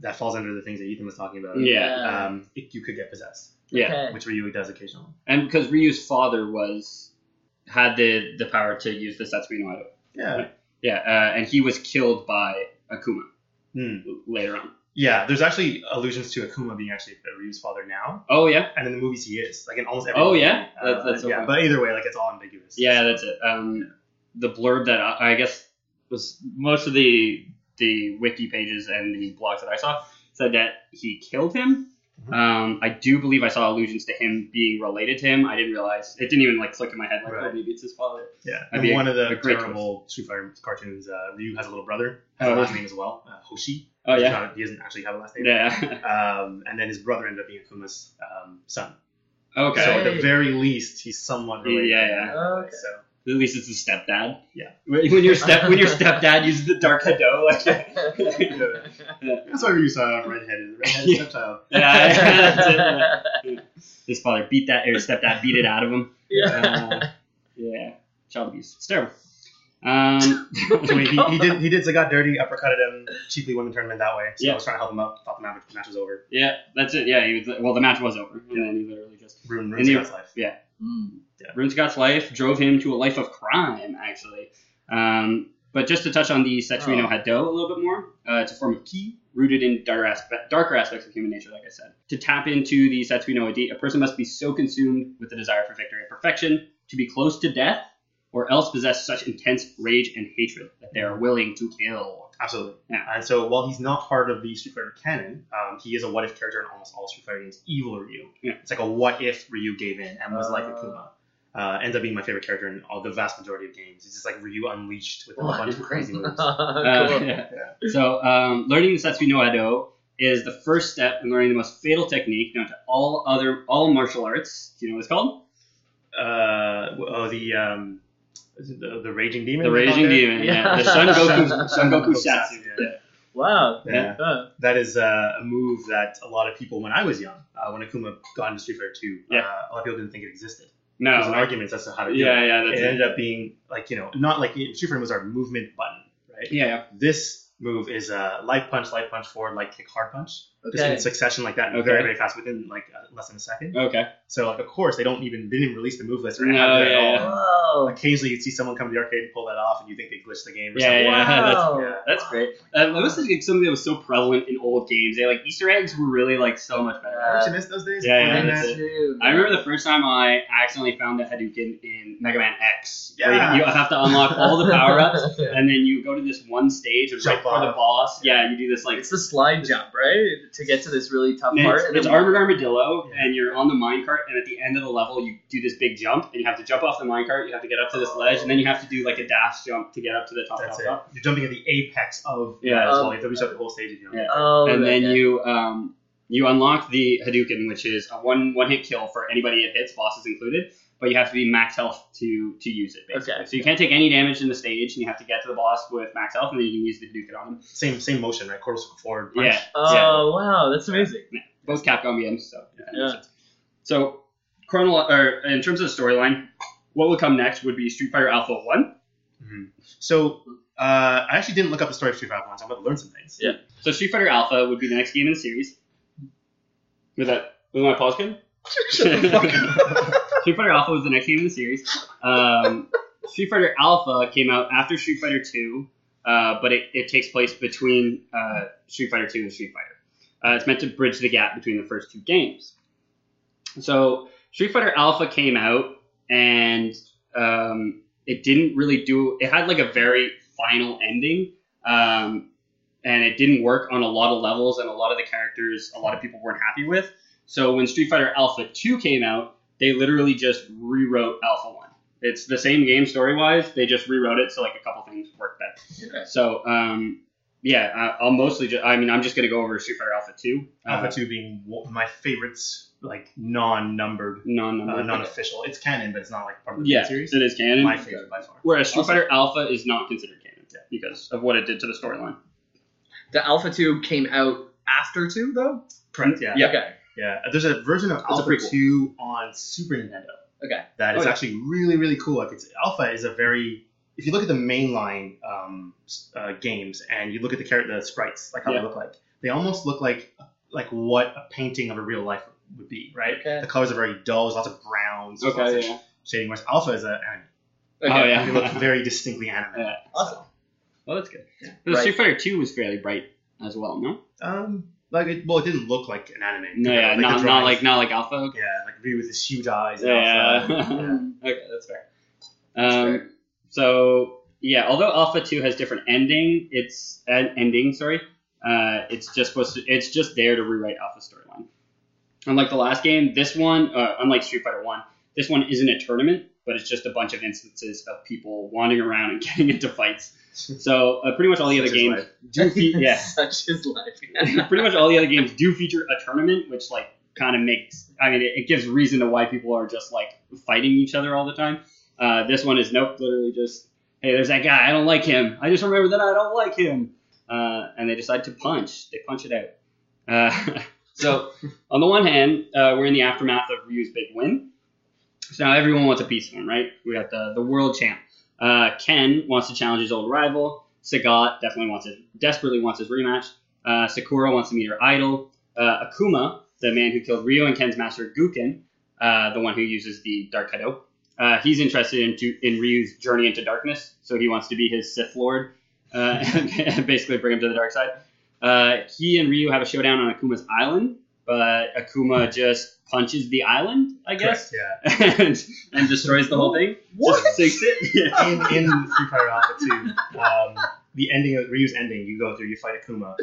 Speaker 5: that falls under the things that Ethan was talking about.
Speaker 3: yeah,
Speaker 5: Um, it, you could get possessed,
Speaker 3: yeah.
Speaker 4: Okay.
Speaker 5: which Ryu does occasionally.
Speaker 3: and because Ryu's father was had the the power to use the Satsui no Hado.
Speaker 5: Yeah.
Speaker 3: Yeah, uh, and he was killed by Akuma
Speaker 5: Hmm.
Speaker 3: later on.
Speaker 5: Yeah, there's actually allusions to Akuma being actually Ryu's father now,
Speaker 3: Oh yeah,
Speaker 5: and in the movies he is like in almost every.
Speaker 3: oh
Speaker 5: movie.
Speaker 3: yeah,
Speaker 5: Uh,
Speaker 3: that, that's so
Speaker 5: yeah.
Speaker 3: cool.
Speaker 5: But either way, like it's all ambiguous.
Speaker 3: Yeah, that's it. Um, the blurb that I, I guess was most of the the wiki pages and the blogs that I saw said that he killed him.
Speaker 5: Mhm.
Speaker 3: Um, I do believe I saw allusions to him being related to him. I didn't realize it didn't even like click in my head like
Speaker 5: Right.
Speaker 3: oh maybe it's his father.
Speaker 5: Yeah,
Speaker 3: That'd
Speaker 5: and
Speaker 3: be a-
Speaker 5: one of
Speaker 3: a
Speaker 5: the
Speaker 3: great
Speaker 5: terrible Street Fighter cartoons, uh, Ryu has a little brother,
Speaker 3: Oh,
Speaker 5: has a last
Speaker 3: yeah.
Speaker 5: name as well, uh, Hoshi.
Speaker 3: Oh
Speaker 5: He's
Speaker 3: yeah,
Speaker 5: not- he doesn't actually have a last name.
Speaker 3: yeah.
Speaker 5: Um, and then his brother ended up being Akuma's um, son.
Speaker 3: [laughs] okay,
Speaker 5: So at
Speaker 4: Hey.
Speaker 5: the very least, he's somewhat related.
Speaker 3: Yeah, yeah.
Speaker 4: Okay.
Speaker 5: So
Speaker 3: at least it's his stepdad.
Speaker 5: Yeah.
Speaker 3: When when your step when your stepdad uses the dark hado like. [laughs]
Speaker 5: that's why Ryu saw redheaded, redheaded
Speaker 3: Yeah.
Speaker 5: stepchild.
Speaker 3: Yeah, that's it, yeah. [laughs] His father beat that, or his stepdad beat it out of him. [laughs]
Speaker 4: yeah.
Speaker 3: Uh, yeah, child abuse. It's terrible. Um, [laughs]
Speaker 5: So he, he, he did he did got dirty, uppercutted him, cheaply won the tournament that way. So
Speaker 3: Yeah.
Speaker 5: I was trying to help him up. Thought the match, match was over.
Speaker 3: yeah, that's it. Yeah, he was, well, the match was over, and then he literally just
Speaker 5: Ruined
Speaker 3: And
Speaker 5: Rune's
Speaker 3: he-
Speaker 5: life.
Speaker 4: Mm.
Speaker 3: ruined Scott's life, drove him to a life of crime, actually. Um, but just to touch on the Setsuino
Speaker 4: Oh.
Speaker 3: Hado a little bit more, uh, it's a form of ki rooted in dar- aspe- darker aspects of human nature, like I said. To tap into the Setsuino Hado, a person must be so consumed with the desire for victory and perfection to be close to death, or else possess such intense rage and hatred that they are willing to kill.
Speaker 5: Absolutely.
Speaker 3: Yeah.
Speaker 5: And so while he's not part of the Street Fighter canon, um, he is a what if character in almost all Street Fighter games. Evil Ryu.
Speaker 3: Yeah.
Speaker 5: It's like a what if Ryu gave in and was like
Speaker 4: Uh.
Speaker 5: Akuma. Uh, ends up being my favorite character in all the vast majority of games. It's just like Ryu unleashed with a
Speaker 3: Oh,
Speaker 4: What?
Speaker 3: [laughs]
Speaker 5: bunch
Speaker 4: [laughs]
Speaker 5: of crazy moves.
Speaker 3: Uh,
Speaker 4: cool.
Speaker 3: [laughs] yeah. So, um, learning the Setsuino Ado is the first step in learning the most fatal technique known to all other all martial arts. Do you know what it's called?
Speaker 5: Uh, oh, the um, is it the, the Raging Demon.
Speaker 3: The
Speaker 5: they call
Speaker 3: Raging
Speaker 5: it?
Speaker 3: Demon, yeah.
Speaker 4: Yeah.
Speaker 3: The Son Goku, Son
Speaker 5: Mm-hmm. Son
Speaker 3: Goku
Speaker 5: Goku
Speaker 3: Satsu.
Speaker 5: Satsu,
Speaker 3: Yeah.
Speaker 5: yeah.
Speaker 4: Wow.
Speaker 5: Yeah.
Speaker 4: Huh.
Speaker 5: That is uh, a move that a lot of people, when I was young, uh, when Akuma got into Street Fighter 2,
Speaker 3: Yeah.
Speaker 5: uh, a lot of people didn't think it existed.
Speaker 3: No.
Speaker 5: There's an
Speaker 3: I-
Speaker 5: argument as to how to do
Speaker 3: Yeah,
Speaker 5: it.
Speaker 3: yeah, that's
Speaker 5: It
Speaker 3: it.
Speaker 5: ended up being like, you know, not like Street Fighter was our movement button, right?
Speaker 3: Yeah, yeah.
Speaker 5: This move is uh, light punch, light punch forward, light kick, hard punch. Just
Speaker 4: Okay.
Speaker 5: in succession like that,
Speaker 3: Okay.
Speaker 5: very, very fast within like uh, less than a second.
Speaker 3: Okay.
Speaker 5: So, like, of course, they don't even, didn't even release the move list or
Speaker 3: No,
Speaker 5: anything at
Speaker 3: yeah,
Speaker 5: all.
Speaker 3: yeah.
Speaker 4: Whoa.
Speaker 5: Occasionally, you'd see someone come to the arcade and pull that off, and you think they glitched the game or
Speaker 3: Yeah,
Speaker 5: something.
Speaker 3: yeah, that's-
Speaker 4: Wow.
Speaker 5: yeah.
Speaker 3: That's great. Um, that was like something that was so prevalent in old games. They like Easter eggs were really like so much better.
Speaker 4: Yeah.
Speaker 5: Don't you miss those days?
Speaker 3: Yeah,
Speaker 5: Before
Speaker 3: yeah,
Speaker 5: Internet?
Speaker 3: that's it.
Speaker 4: Dude.
Speaker 3: I remember the first time I accidentally found the Hadouken in Mega Man X. where
Speaker 5: Yeah.
Speaker 3: You, you have to unlock all the power ups,
Speaker 4: [laughs]
Speaker 3: and then you go to this one stage and right
Speaker 5: Jump
Speaker 3: before the
Speaker 5: off.
Speaker 3: boss. Yeah, you do this like
Speaker 4: It's the slide jump, right? To get to this really tough
Speaker 3: And
Speaker 4: part.
Speaker 3: it's,
Speaker 4: and
Speaker 3: it's
Speaker 4: then-
Speaker 3: armored armadillo,
Speaker 5: Yeah.
Speaker 3: and you're on the minecart, and at the end of the level, you do this big jump, and you have to jump off the minecart, you have to get up to this ledge, and then you have to do like a dash jump to get up to the top.
Speaker 5: That's
Speaker 3: top,
Speaker 5: it.
Speaker 3: top.
Speaker 5: You're jumping at the apex of
Speaker 3: Yeah.
Speaker 5: yeah. as
Speaker 4: Um,
Speaker 5: well. You have to reach out the whole stage. if You know.
Speaker 3: Yeah.
Speaker 4: Oh,
Speaker 3: and
Speaker 4: that-
Speaker 3: then
Speaker 4: yeah.
Speaker 3: you um, you unlock the Hadouken, which is a one one hit kill for anybody it hits, bosses included. But you have to be max health to to use it. Basically.
Speaker 4: Okay.
Speaker 3: So you can't take any damage in the stage, and you have to get to the boss with max health, and then you can use the Hadouken on him.
Speaker 5: Same same motion, right? Quarter circle forward. Punch.
Speaker 3: Yeah.
Speaker 4: Oh wow, that's amazing.
Speaker 3: both Capcom games. So yeah.
Speaker 4: Yeah.
Speaker 3: So chronolo- or in terms of the storyline, what would come next would be Street Fighter Alpha One.
Speaker 5: Mhm. So uh, I actually didn't look up the story of Street Fighter once. I'm about to learn some things.
Speaker 4: Yeah.
Speaker 3: So Street Fighter Alpha would be the next game in the series. With that, was my pause good? [laughs] Street Fighter Alpha was the next game in the series. Um, Street Fighter Alpha came out after Street Fighter Two, uh, but it, it takes place between uh, Street Fighter Two and Street Fighter. Uh, it's meant to bridge the gap between the first two games. So Street Fighter Alpha came out, and um, it didn't really do. It had like a very final ending, um, and it didn't work on a lot of levels, and a lot of the characters, a lot of people weren't happy with. So when Street Fighter Alpha Two came out, they literally just rewrote Alpha One. It's the same game story wise. They just rewrote it so like a couple things worked better. So um, yeah, I, I'll mostly. Ju- I mean, I'm just gonna go over Street Fighter Alpha Two. Uh,
Speaker 5: Alpha Two being one of my favorites, like non-numbered,
Speaker 3: non
Speaker 5: uh, non-official. It's canon, but it's not like part of the
Speaker 3: Mm-hmm. Yeah,
Speaker 5: series.
Speaker 3: it is canon.
Speaker 5: My favorite by far.
Speaker 3: Whereas Street
Speaker 4: Also-
Speaker 3: Fighter Alpha is not considered canon because of what it did to the storyline.
Speaker 4: The Alpha Two came out after two though.
Speaker 5: Correct. Yeah.
Speaker 3: Yeah.
Speaker 4: Okay.
Speaker 5: Yeah. There's a version of
Speaker 3: a
Speaker 5: Alpha
Speaker 3: prequel.
Speaker 5: Two on Super Nintendo.
Speaker 4: Okay.
Speaker 5: that is
Speaker 3: Oh, yeah.
Speaker 5: actually really really cool. Like it's Alpha is a very if you look at the mainline um, s- uh, games and you look at the character the sprites like how
Speaker 3: Yeah.
Speaker 5: they look like they almost look like like what a painting of a real life would be right.
Speaker 4: Okay.
Speaker 5: The colors are very dull. There's lots of browns. there's lots of
Speaker 3: yeah.
Speaker 5: Shading whereas Alpha is a anime.
Speaker 4: Okay.
Speaker 3: Oh yeah.
Speaker 5: They look very distinctly anime.
Speaker 3: Yeah.
Speaker 4: Awesome.
Speaker 3: Well, that's good. The
Speaker 4: Right.
Speaker 3: Street Fighter Two was fairly bright as well. No,
Speaker 5: Um, like it, well, it didn't look like an anime.
Speaker 3: no, yeah,
Speaker 5: Like the
Speaker 3: not, not
Speaker 5: drawings.
Speaker 3: like not like Alpha. Okay.
Speaker 5: yeah, like me with his huge eyes. and
Speaker 3: Yeah. [laughs]
Speaker 5: all that.
Speaker 3: okay, that's fair.
Speaker 4: That's
Speaker 3: um,
Speaker 4: fair.
Speaker 3: So yeah, although Alpha Two has different ending, it's an ending. Sorry, uh, it's just supposed to. It's just there to rewrite Alpha storyline. Unlike the last game, this one, uh, unlike Street Fighter One, this one isn't a tournament, but it's just a bunch of instances of people wandering around and [laughs] getting into fights. So uh, pretty much all the other
Speaker 5: Such is
Speaker 3: games,
Speaker 5: life.
Speaker 3: do fe- [laughs] [laughs]
Speaker 4: [laughs]
Speaker 3: yeah,
Speaker 4: Such is
Speaker 3: [laughs]
Speaker 4: life.
Speaker 3: pretty much all the other games do feature a tournament, which like kind of makes. I mean, it, it gives reason to why people are just like fighting each other all the time. Uh, this one is nope, literally just hey, there's that guy. I don't like him. I just remember that I don't like him. Uh, and they decide to punch. They punch it out. Uh, [laughs] so on the one hand, uh, we're in the aftermath of Ryu's big win. So now everyone wants a piece of him, right? We got the the world champ. Uh, Ken wants to challenge his old rival. Sagat definitely wants it, desperately wants his rematch. Uh, Sakura wants to meet her idol. Uh, Akuma, the man who killed Ryo and Ken's master Guken, uh, the one who uses the Dark Kaido, uh, he's interested in, in Ryu's journey into darkness, so he wants to be his Sith Lord, uh, [laughs] and basically bring him to the dark side. Uh, he and Ryu have a showdown on Akuma's island, but Akuma just punches the island, I guess,
Speaker 5: Correct,
Speaker 3: [laughs]
Speaker 5: yeah.
Speaker 3: and, and destroys the whole thing.
Speaker 4: What?
Speaker 3: Just sinks it. [laughs] Yeah.
Speaker 4: [laughs]
Speaker 5: In in Free Fire Alpha Two, um, the ending of Ryu's ending, you go through, you fight Akuma,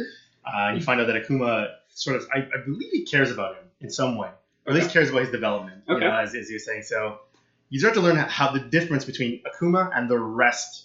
Speaker 5: uh, you find out that Akuma sort of, I, I believe, he cares about him in some way, or at least cares about his development.
Speaker 3: Okay.
Speaker 5: You know, as, as you were saying, so you start to learn how the difference between Akuma and the rest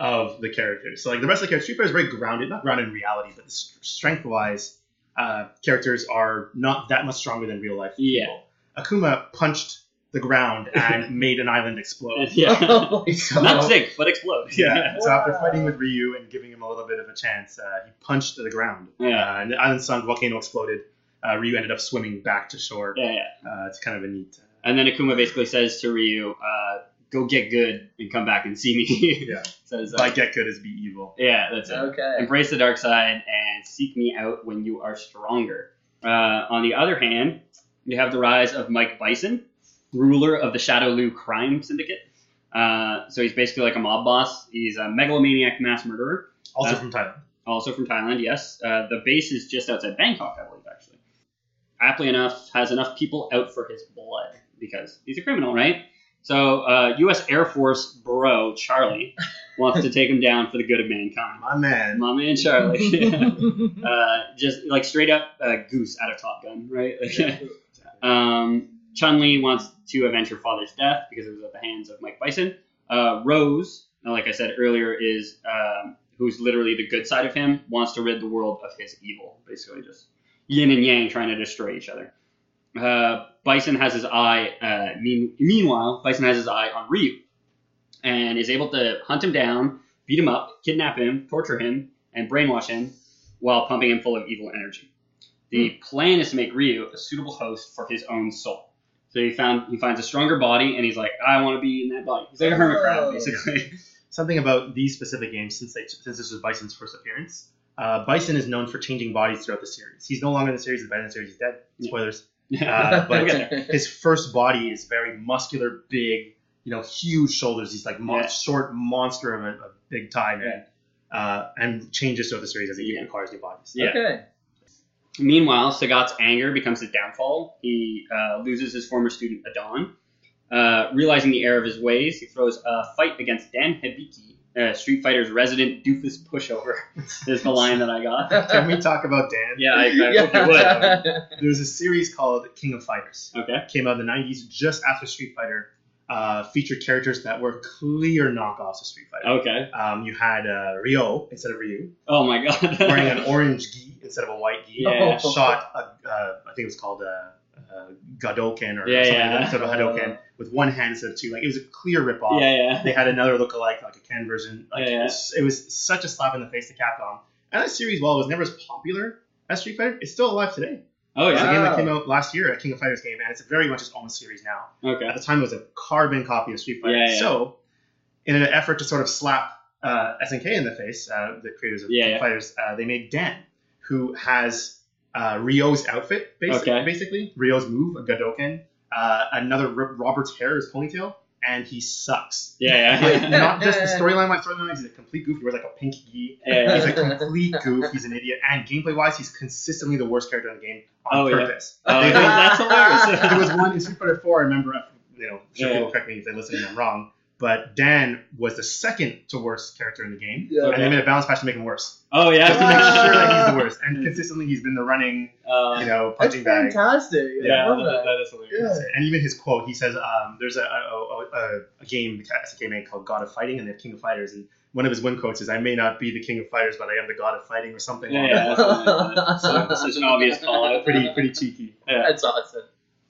Speaker 5: of the characters. So like the rest of the characters, Street Fighter is very grounded, not grounded in reality, but strength wise, uh, characters are not that much stronger than real life
Speaker 3: Yeah.
Speaker 5: people. Akuma punched the ground
Speaker 3: [laughs]
Speaker 5: and made an island explode.
Speaker 3: yeah.
Speaker 4: Oh my
Speaker 5: So-
Speaker 3: Not sink, but explode.
Speaker 5: [laughs] yeah. So after fighting with Ryu and giving him a little bit of a chance, uh, he punched to the ground.
Speaker 3: Yeah.
Speaker 5: Uh, and the island sunk, volcano exploded. Uh, Ryu ended up swimming back to shore.
Speaker 3: [laughs] Yeah, yeah.
Speaker 5: Uh, it's kind of a neat.
Speaker 3: And then Akuma basically says to Ryu, uh, "Go get good and come back and see me." [laughs]
Speaker 5: Yeah.
Speaker 3: says, uh,
Speaker 5: By get good is be evil.
Speaker 3: yeah, that's it.
Speaker 4: Okay.
Speaker 3: Embrace the dark side and seek me out when you are stronger. Uh, on the other hand, you have the rise of Mike Bison, ruler of the Shadow Lu crime syndicate. Uh, so he's basically like a mob boss. He's a megalomaniac mass murderer
Speaker 5: Also
Speaker 3: Uh,
Speaker 5: from Thailand.
Speaker 3: also from Thailand, yes. Uh, the base is just outside Bangkok, I believe, actually. Aptly enough, has enough people out for his blood because he's a criminal, right? So, uh, U.S. Air Force bro Charlie wants to take him down for the good of mankind.
Speaker 5: My man.
Speaker 3: Mama and Charlie, [laughs] uh, just like straight up uh, goose out of Top Gun, right? [laughs] um, Chun Li wants to avenge her father's death because it was at the hands of Mike Bison. Uh, Rose, uh, like I said earlier, is um, who's literally the good side of him, wants to rid the world of his evil. Basically, just yin and yang trying to destroy each other. Uh, Bison has his eye. Uh, mean, meanwhile, Bison has his eye on Ryu, and is able to hunt him down, beat him up, kidnap him, torture him, and brainwash him while pumping him full of evil energy. The plan is to make Ryu a suitable host for his own soul. So he found he finds a stronger body, and he's like, I want to be in that body. He's like a hermit crab,
Speaker 4: Oh.
Speaker 3: basically. [laughs]
Speaker 5: Something about these specific games, since they, since this was Bison's first appearance, uh, Bison is known for changing bodies throughout the series. He's no longer in the series. The Bison series is dead.
Speaker 3: [laughs]
Speaker 5: Spoilers. Uh, but
Speaker 3: We'll
Speaker 4: [laughs]
Speaker 3: get
Speaker 5: his first body is very muscular, big, you know, huge shoulders. He's like mon-
Speaker 3: Yeah.
Speaker 5: short monster of a, a big tie man, uh, and changes throughout the series as he
Speaker 3: Yeah.
Speaker 5: acquires new bodies.
Speaker 3: Yeah.
Speaker 4: Okay.
Speaker 3: Meanwhile, Sagat's anger becomes his downfall. He uh, loses his former student, Adon. Uh, realizing the error of his ways, he throws a fight against Dan Hibiki, uh, Street Fighter's resident doofus pushover, [laughs] is the line that I got.
Speaker 5: Uh, Can
Speaker 3: [laughs]
Speaker 5: we talk about Dan?
Speaker 3: Yeah, I, I hope you would.
Speaker 5: There's a series called King of Fighters.
Speaker 3: Okay.
Speaker 5: It came out in the 90s, just after Street Fighter. Uh, featured characters that were clear knockoffs of Street Fighter.
Speaker 3: Okay.
Speaker 5: Um, you had uh, Ryo instead of Ryu,
Speaker 3: Oh my god. [laughs]
Speaker 5: wearing an orange gi instead of a white gi.
Speaker 3: Yeah.
Speaker 5: shot a, uh, I think it was called a, uh Godoken or
Speaker 3: Yeah, yeah.
Speaker 5: something like that, instead of a Hadoken with one hand instead of two. Like it was a clear ripoff.
Speaker 3: Yeah, yeah.
Speaker 5: They had another lookalike, like a Ken version. Like
Speaker 3: Yeah, yeah.
Speaker 5: It, was, it was such a slap in the face to Capcom. And that series, while it was never as popular as Street Fighter, it's still alive today.
Speaker 3: Oh
Speaker 5: It's a
Speaker 3: yeah.
Speaker 5: game that
Speaker 4: Wow.
Speaker 5: came out last year, a King of Fighters game, and it's very much its own series now
Speaker 3: Okay.
Speaker 5: at the time it was a carbon copy of Street Fighter.
Speaker 3: Yeah, yeah.
Speaker 5: So, in an effort to sort of slap uh, SNK in the face, uh, the creators of
Speaker 3: Yeah,
Speaker 5: Street
Speaker 3: yeah.
Speaker 5: Fighters, uh, they made Dan, who has uh, Ryo's outfit, basically,
Speaker 3: Okay.
Speaker 5: basically Ryo's move, a Godoken, uh, another R- Robert Harris ponytail, and
Speaker 3: [laughs]
Speaker 5: he sucks.
Speaker 3: Yeah,
Speaker 5: [laughs]
Speaker 3: yeah.
Speaker 5: Like, not just the storyline wise, storyline wise, he's a complete goof. He wears like a pink gi.
Speaker 3: Yeah.
Speaker 5: He's a complete goof. He's an idiot. And gameplay wise, he's consistently the worst character in the game on
Speaker 3: Oh, yeah.
Speaker 5: purpose.
Speaker 3: Oh,
Speaker 5: They-
Speaker 3: yeah.
Speaker 5: they-
Speaker 3: that's [laughs]
Speaker 5: [laughs] there
Speaker 3: hilarious.
Speaker 5: was one in Street Fighter Four. I remember, uh, you know, sure
Speaker 3: Yeah.
Speaker 5: people correct me if they listen and I'm wrong, but Dan was the second to worst character in the game,
Speaker 4: Yeah.
Speaker 5: and they made a balance patch to make
Speaker 3: [laughs]
Speaker 5: him worse,
Speaker 3: oh yeah.
Speaker 5: just to make sure
Speaker 3: [laughs]
Speaker 5: that he's the worst.
Speaker 3: Yeah.
Speaker 5: And consistently, he's been the running,
Speaker 3: Uh,
Speaker 5: you know,
Speaker 4: That's
Speaker 5: punching bag.
Speaker 4: fantastic. I
Speaker 3: yeah,
Speaker 4: love
Speaker 3: that-
Speaker 4: that.
Speaker 3: that is hilarious.
Speaker 5: That's it. And even his quote, he says, um, "There's a, a, a, a game, SK man called God of Fighting, and they have King of Fighters." And one of his win quotes is, "I may not be the King of Fighters, but I am the God of Fighting," or something.
Speaker 3: Yeah,
Speaker 5: like
Speaker 3: yeah.
Speaker 5: that.
Speaker 3: that's hilarious. So- such an obvious call out.
Speaker 5: Pretty, pretty cheeky.
Speaker 3: Yeah.
Speaker 4: That's awesome.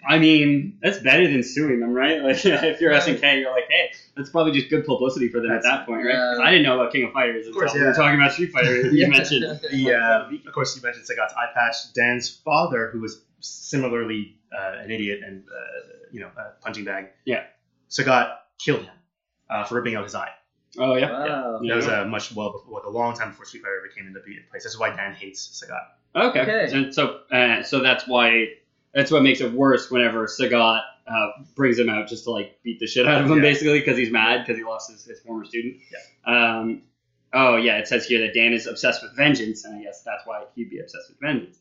Speaker 3: I mean, that's better than suing them, right? [laughs] Like, if you're SNK, you're like, hey, that's probably just good publicity for them at that point, right? 'Cause I didn't know about King of Fighters.
Speaker 5: course,
Speaker 3: until We were
Speaker 5: yeah.
Speaker 3: talking about Street Fighter.
Speaker 6: [laughs]
Speaker 3: You
Speaker 4: Yeah.
Speaker 3: mentioned.
Speaker 4: [laughs]
Speaker 5: The, uh, of course, you mentioned Sagat's eye patch. Dan's father, who was similarly uh, an idiot and uh, you know a punching bag.
Speaker 3: Yeah.
Speaker 5: Sagat killed him uh, for ripping out his eye.
Speaker 3: Oh yeah.
Speaker 4: Wow.
Speaker 5: That was uh, much well before, a long time before Street Fighter ever came into be- place. That's why Dan hates Sagat.
Speaker 3: Okay.
Speaker 4: Okay.
Speaker 3: And so, uh, so that's why that's what makes it worse whenever Sagat uh, brings him out just to like beat the shit out of him,
Speaker 5: Yeah.
Speaker 3: basically, because he's mad because he lost his, his former student. Yeah. Um. Oh yeah, it says here that Dan is obsessed with vengeance, and I guess that's why he'd be obsessed with vengeance.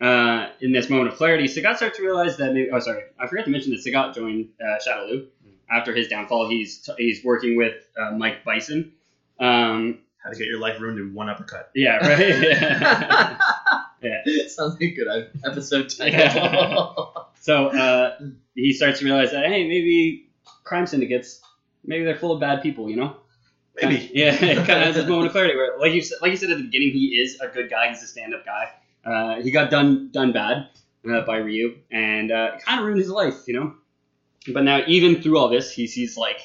Speaker 3: Uh, in this moment of clarity, Sagat starts to realize that maybe. Oh, sorry, I forgot to mention that Sagat joined uh, Shadaloo after his downfall. He's he's working with uh, Mike Bison. Um,
Speaker 5: How to get your life ruined in one uppercut.
Speaker 3: yeah, right. [laughs]
Speaker 6: [laughs]
Speaker 3: [laughs] Yeah.
Speaker 4: [laughs] Sounds like a good episode title.
Speaker 3: So uh, he starts to realize that hey, maybe crime syndicates, maybe they're full of bad people, you know?
Speaker 5: Maybe.
Speaker 3: Yeah, [laughs] it kind of has this moment of clarity where, like you said, like you said at the beginning, he is a good guy. He's a stand-up guy. Uh, he got done done bad uh, by Ryu, and uh, kind of ruined his life, you know. But now, even through all this, he sees like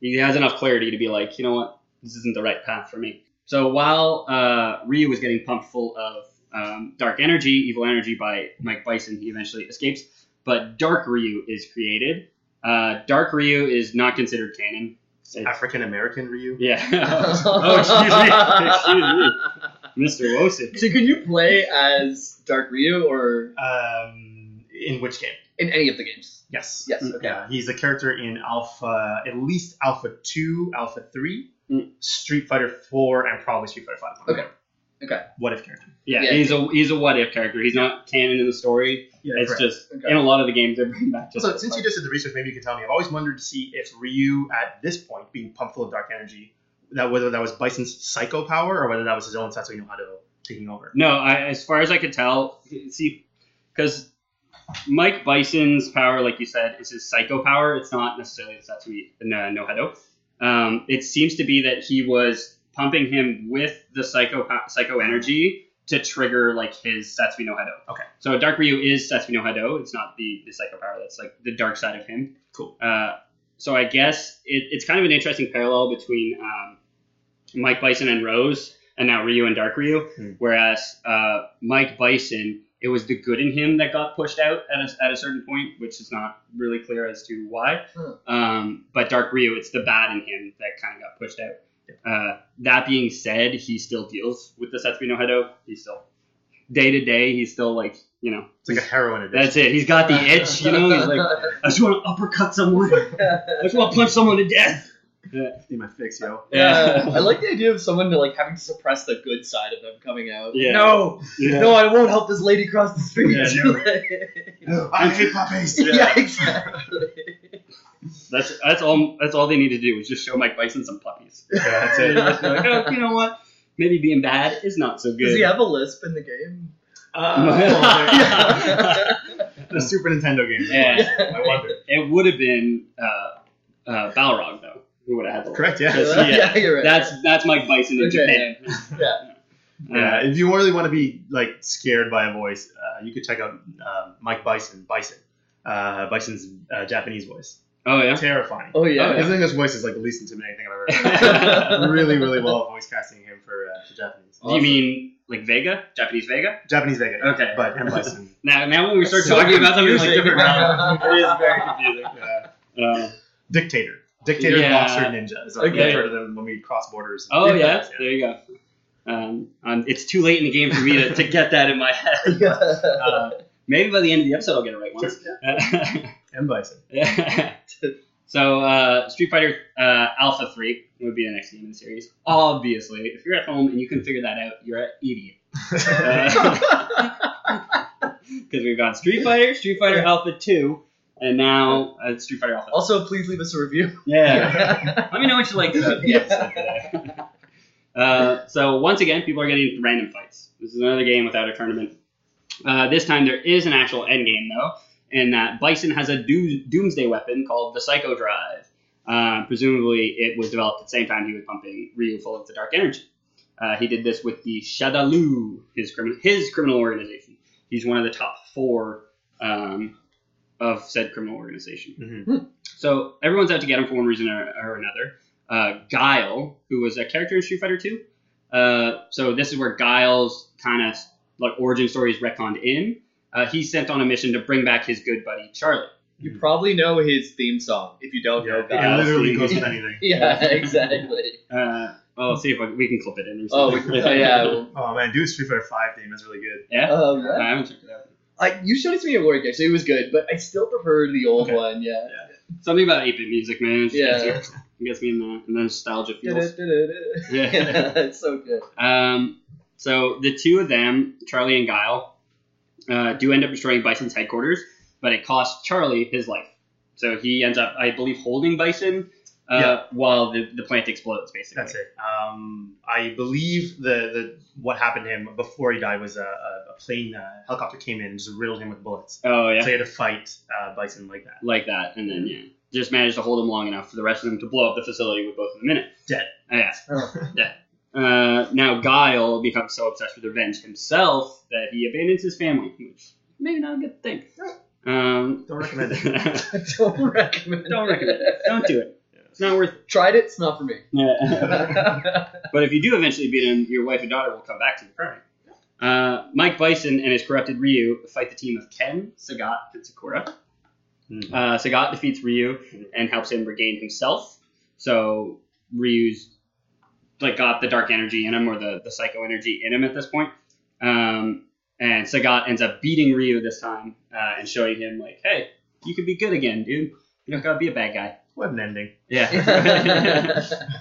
Speaker 3: he has enough clarity to be like, you know what, this isn't the right path for me. So while uh, Ryu was getting pumped full of um, dark energy, evil energy by Mike Bison, he eventually escapes. But Dark Ryu is created. Uh, Dark Ryu is not considered canon. It's-
Speaker 5: African American Ryu.
Speaker 3: [laughs] yeah. oh, [laughs] excuse me. Excuse me. Mr. Wilson.
Speaker 4: [laughs] So can you play as Dark Ryu or
Speaker 5: Um, in which game?
Speaker 4: in any of the games?
Speaker 5: Yes.
Speaker 4: Yes, okay.
Speaker 5: Yeah, he's a character in Alpha, at least Alpha Two, Alpha Three,
Speaker 3: Mm.
Speaker 5: Street Fighter Four, and probably Street Fighter Five.
Speaker 4: Okay. Okay.
Speaker 5: What if character?
Speaker 3: Yeah,
Speaker 4: Yeah.
Speaker 3: he's a he's a what if character. He's not canon in the story.
Speaker 5: Yeah,
Speaker 3: It's just
Speaker 4: Okay.
Speaker 3: in a lot of the games they're bringing back. Just
Speaker 5: So since you just did the research, maybe you can tell me. I've always wondered to see if Ryu, at this point, being pumped full of dark energy, that whether that was Bison's psycho power or whether that was his own Satsui no Hado taking over.
Speaker 3: no, I, as far as I could tell, see, because Mike Bison's power, like you said, is his psycho power. It's not necessarily the Satsui no no Hado. Um, it seems to be that he was pumping him with the psycho po- psycho energy to trigger like his Satsui no Hado.
Speaker 5: Okay.
Speaker 3: So Dark Ryu is Satsui no Hado. It's not the the psycho power. That's like the dark side of him.
Speaker 5: Cool.
Speaker 3: Uh, so I guess it, it's kind of an interesting parallel between um, Mike Bison and Rose, and now Ryu and Dark Ryu.
Speaker 5: Hmm.
Speaker 3: Whereas uh, Mike Bison, it was the good in him that got pushed out at a, at a certain point, which is not really clear as to why.
Speaker 4: Hmm.
Speaker 3: Um, but Dark Ryu, it's the bad in him that kind of got pushed out. Uh, that being said, he still deals with the Setsumi no Hedo. He's still day to day. He's still like you know.
Speaker 5: It's like a heroin addiction.
Speaker 3: That's it. He's got the itch, you know.
Speaker 4: [laughs]
Speaker 3: He's like, I just want to uppercut someone. I just want to punch someone to death.
Speaker 5: Be my fix, yo.
Speaker 4: yeah. I like the idea of someone like having to suppress the good side of them coming out.
Speaker 3: Yeah.
Speaker 4: No,
Speaker 3: Yeah.
Speaker 6: [laughs]
Speaker 4: no, I won't help this lady cross the street. [laughs]
Speaker 5: Yeah, [gasps] I hate puppies.
Speaker 4: Yeah, exactly.
Speaker 3: That's that's all. That's all they need to do is just show Mike Bison some puppies.
Speaker 5: Yeah, that's
Speaker 3: And
Speaker 5: it.
Speaker 3: just be like, oh, you know what? Maybe being bad is not so
Speaker 4: Does
Speaker 3: good.
Speaker 4: he have a lisp in the game?
Speaker 5: Uh, [laughs] the Super Nintendo game.
Speaker 3: Yeah.
Speaker 5: I wonder.
Speaker 3: It would have been uh, uh, Balrog though. Who would have had the
Speaker 5: Correct. Yeah.
Speaker 4: [laughs]
Speaker 3: Yes.
Speaker 4: yeah.
Speaker 3: Yeah.
Speaker 4: you're right.
Speaker 3: That's that's Mike Bison in
Speaker 4: Okay.
Speaker 3: Japan. Uh,
Speaker 4: yeah.
Speaker 5: Yeah, Uh, if you really want to be like scared by a voice, uh, you could check out um Mike Bison. Bison, uh, Bison's uh, Japanese voice,
Speaker 3: Oh yeah.
Speaker 5: terrifying.
Speaker 4: Oh yeah.
Speaker 3: Oh,
Speaker 5: His English voice is like the least intimidating thing I've ever
Speaker 4: yeah.
Speaker 3: [laughs]
Speaker 5: heard. really, really well voice casting him for, uh, for Japanese.
Speaker 3: Do you mean like Vega, Japanese Vega?
Speaker 5: Japanese Vega?
Speaker 3: Okay.
Speaker 5: but M
Speaker 3: [laughs]
Speaker 5: Bison.
Speaker 3: Now, now when we start
Speaker 4: So
Speaker 3: talking about something like
Speaker 4: confusing.
Speaker 3: different, it is very confusing.
Speaker 5: Yeah.
Speaker 3: [laughs] Uh,
Speaker 5: Dictator, dictator,
Speaker 3: Yeah.
Speaker 5: boxer, ninja. Is what we
Speaker 4: Okay.
Speaker 5: refer to them when we cross borders.
Speaker 3: oh yeah, there you go. Um, um, it's too late in the game for me to, to get that in my head. [laughs] Uh, maybe by the end of the episode, I'll get it right once.
Speaker 5: M Bison.
Speaker 3: Yeah. [laughs] So uh, Street Fighter uh, Alpha 3 would be the next game in the series. Obviously, if you're at home and you can figure that out, you're an idiot. [laughs] Because we've got Street Fighter, Street Fighter Alpha 2, and now uh, Street Fighter Alpha.
Speaker 4: [laughs] also, please leave us a review.
Speaker 3: Yeah. Let me know what you liked about the
Speaker 4: Yeah.
Speaker 3: episode today. [laughs] Uh, so once again, people are getting into random fights. This is another game without a tournament. Uh, this time there is an actual end game though, and that Bison has a do- doomsday weapon called the Psycho Drive. Uh, presumably, it was developed at the same time he was pumping Ryu full of the dark energy. Uh, he did this with the Shadaloo, his criminal his criminal organization. He's one of the top four um, of said criminal organization.
Speaker 5: Mhm.
Speaker 3: So everyone's out to get him for one reason or, or another. Uh, Guile, who was a character in Street Fighter 2. Uh, so this is where Guile's kind of like origin story is retconned in. Uh, he's sent on a mission to bring back his good buddy Charlie.
Speaker 4: [laughs] You probably know his theme song if you don't
Speaker 5: Yeah,
Speaker 4: know
Speaker 5: it
Speaker 4: that. [laughs]
Speaker 3: [laughs]
Speaker 5: literally goes with anything.
Speaker 4: Yeah, exactly.
Speaker 3: Uh, well, let's see if I, we can clip it in. Or
Speaker 4: Oh,
Speaker 3: something.
Speaker 4: we- oh,
Speaker 3: [laughs]
Speaker 4: yeah.
Speaker 5: Oh man, dude, Street Fighter Five theme is really good.
Speaker 3: yeah.
Speaker 4: Um,
Speaker 3: I haven't checked it out.
Speaker 4: I, you showed it to me at work, actually. It was good, but I still prefer the old
Speaker 5: Okay.
Speaker 4: one, yeah.
Speaker 3: Something about 8-bit music, man. It just
Speaker 4: Yeah.
Speaker 3: Gets, it gets me in the, in the nostalgia feels.
Speaker 4: Da-da-da-da-da.
Speaker 3: yeah.
Speaker 4: [laughs] it's so good. [laughs]
Speaker 3: Um, so the two of them, Charlie and Guile, uh, do end up destroying Bison's headquarters, but it costs Charlie his life. So he ends up, I believe, holding Bison uh,
Speaker 5: Yeah.
Speaker 3: while the, the plant explodes, basically.
Speaker 5: That's it. Um, I believe the, the what happened to him before he died was a, a, a plane uh, helicopter came in and just riddled him with bullets.
Speaker 3: Oh, yeah.
Speaker 5: So he had to fight uh, Bison like that.
Speaker 3: like that. And then, yeah. Just managed to hold him long enough for the rest of them to blow up the facility with both of them in it. Oh,
Speaker 5: Dead. Oh.
Speaker 3: Yeah. [laughs]
Speaker 5: [laughs]
Speaker 3: Uh, now Guile becomes so obsessed with revenge himself that he abandons his family, which maybe not a good thing. Um,
Speaker 5: Don't [laughs] recommend it.
Speaker 3: [laughs]
Speaker 4: I don't recommend
Speaker 3: Don't recommend
Speaker 4: it.
Speaker 3: don't do it. It's not worth
Speaker 4: Tried it, it's not for
Speaker 3: [laughs]
Speaker 4: me.
Speaker 3: it. But if you do eventually beat him, your wife and daughter will come back to you. Right. Uh, Mike Bison and his corrupted Ryu fight the team of Ken, Sagat, and Sakura.
Speaker 5: Mhm.
Speaker 3: Uh, Sagat defeats Ryu and helps him regain himself. So Ryu's like got the dark energy in him or the, the psycho energy in him at this point. Um, and Sagat ends up beating Ryu this time uh, and showing him like, hey, you could be good again, dude. You don't gotta be a bad guy.
Speaker 5: What an ending.
Speaker 3: Yeah. [laughs]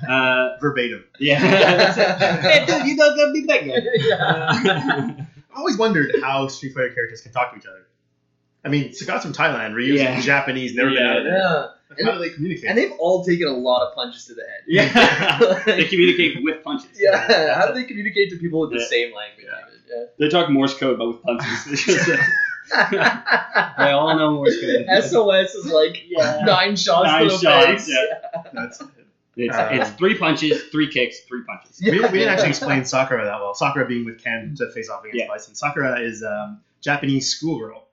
Speaker 3: uh,
Speaker 5: Verbatim.
Speaker 3: yeah.
Speaker 6: [laughs]
Speaker 3: hey, dude, you don't gotta be that guy.
Speaker 4: [laughs] yeah.
Speaker 5: I've always wondered how Street Fighter characters can talk to each other. I mean, Sagat's from Thailand. Ryu's
Speaker 3: Yeah.
Speaker 5: Japanese. Never been
Speaker 3: Yeah.
Speaker 5: out of there.
Speaker 4: yeah.
Speaker 5: How do they communicate?
Speaker 4: And they've all taken a lot of punches to the head.
Speaker 3: yeah. they communicate with punches.
Speaker 4: [laughs] Yeah, how do they communicate to people with the
Speaker 3: Yeah.
Speaker 4: same language?
Speaker 3: They talk Morse code, but
Speaker 4: [laughs]
Speaker 3: with punches. [laughs]
Speaker 4: Yeah.
Speaker 3: they all know Morse code.
Speaker 4: SOS is like
Speaker 3: Yeah.
Speaker 4: nine shots
Speaker 3: Nine
Speaker 4: to the
Speaker 3: shots,
Speaker 4: face.
Speaker 3: yeah.
Speaker 5: That's-
Speaker 3: It's,
Speaker 5: Um,
Speaker 4: Uh.
Speaker 3: it's three punches, three kicks, three punches.
Speaker 5: we, we didn't actually explain Sakura that well. Sakura being with Ken to face off against
Speaker 3: Mm-hmm. Yeah.
Speaker 5: Bison. Sakura is um, Japanese schoolgirl.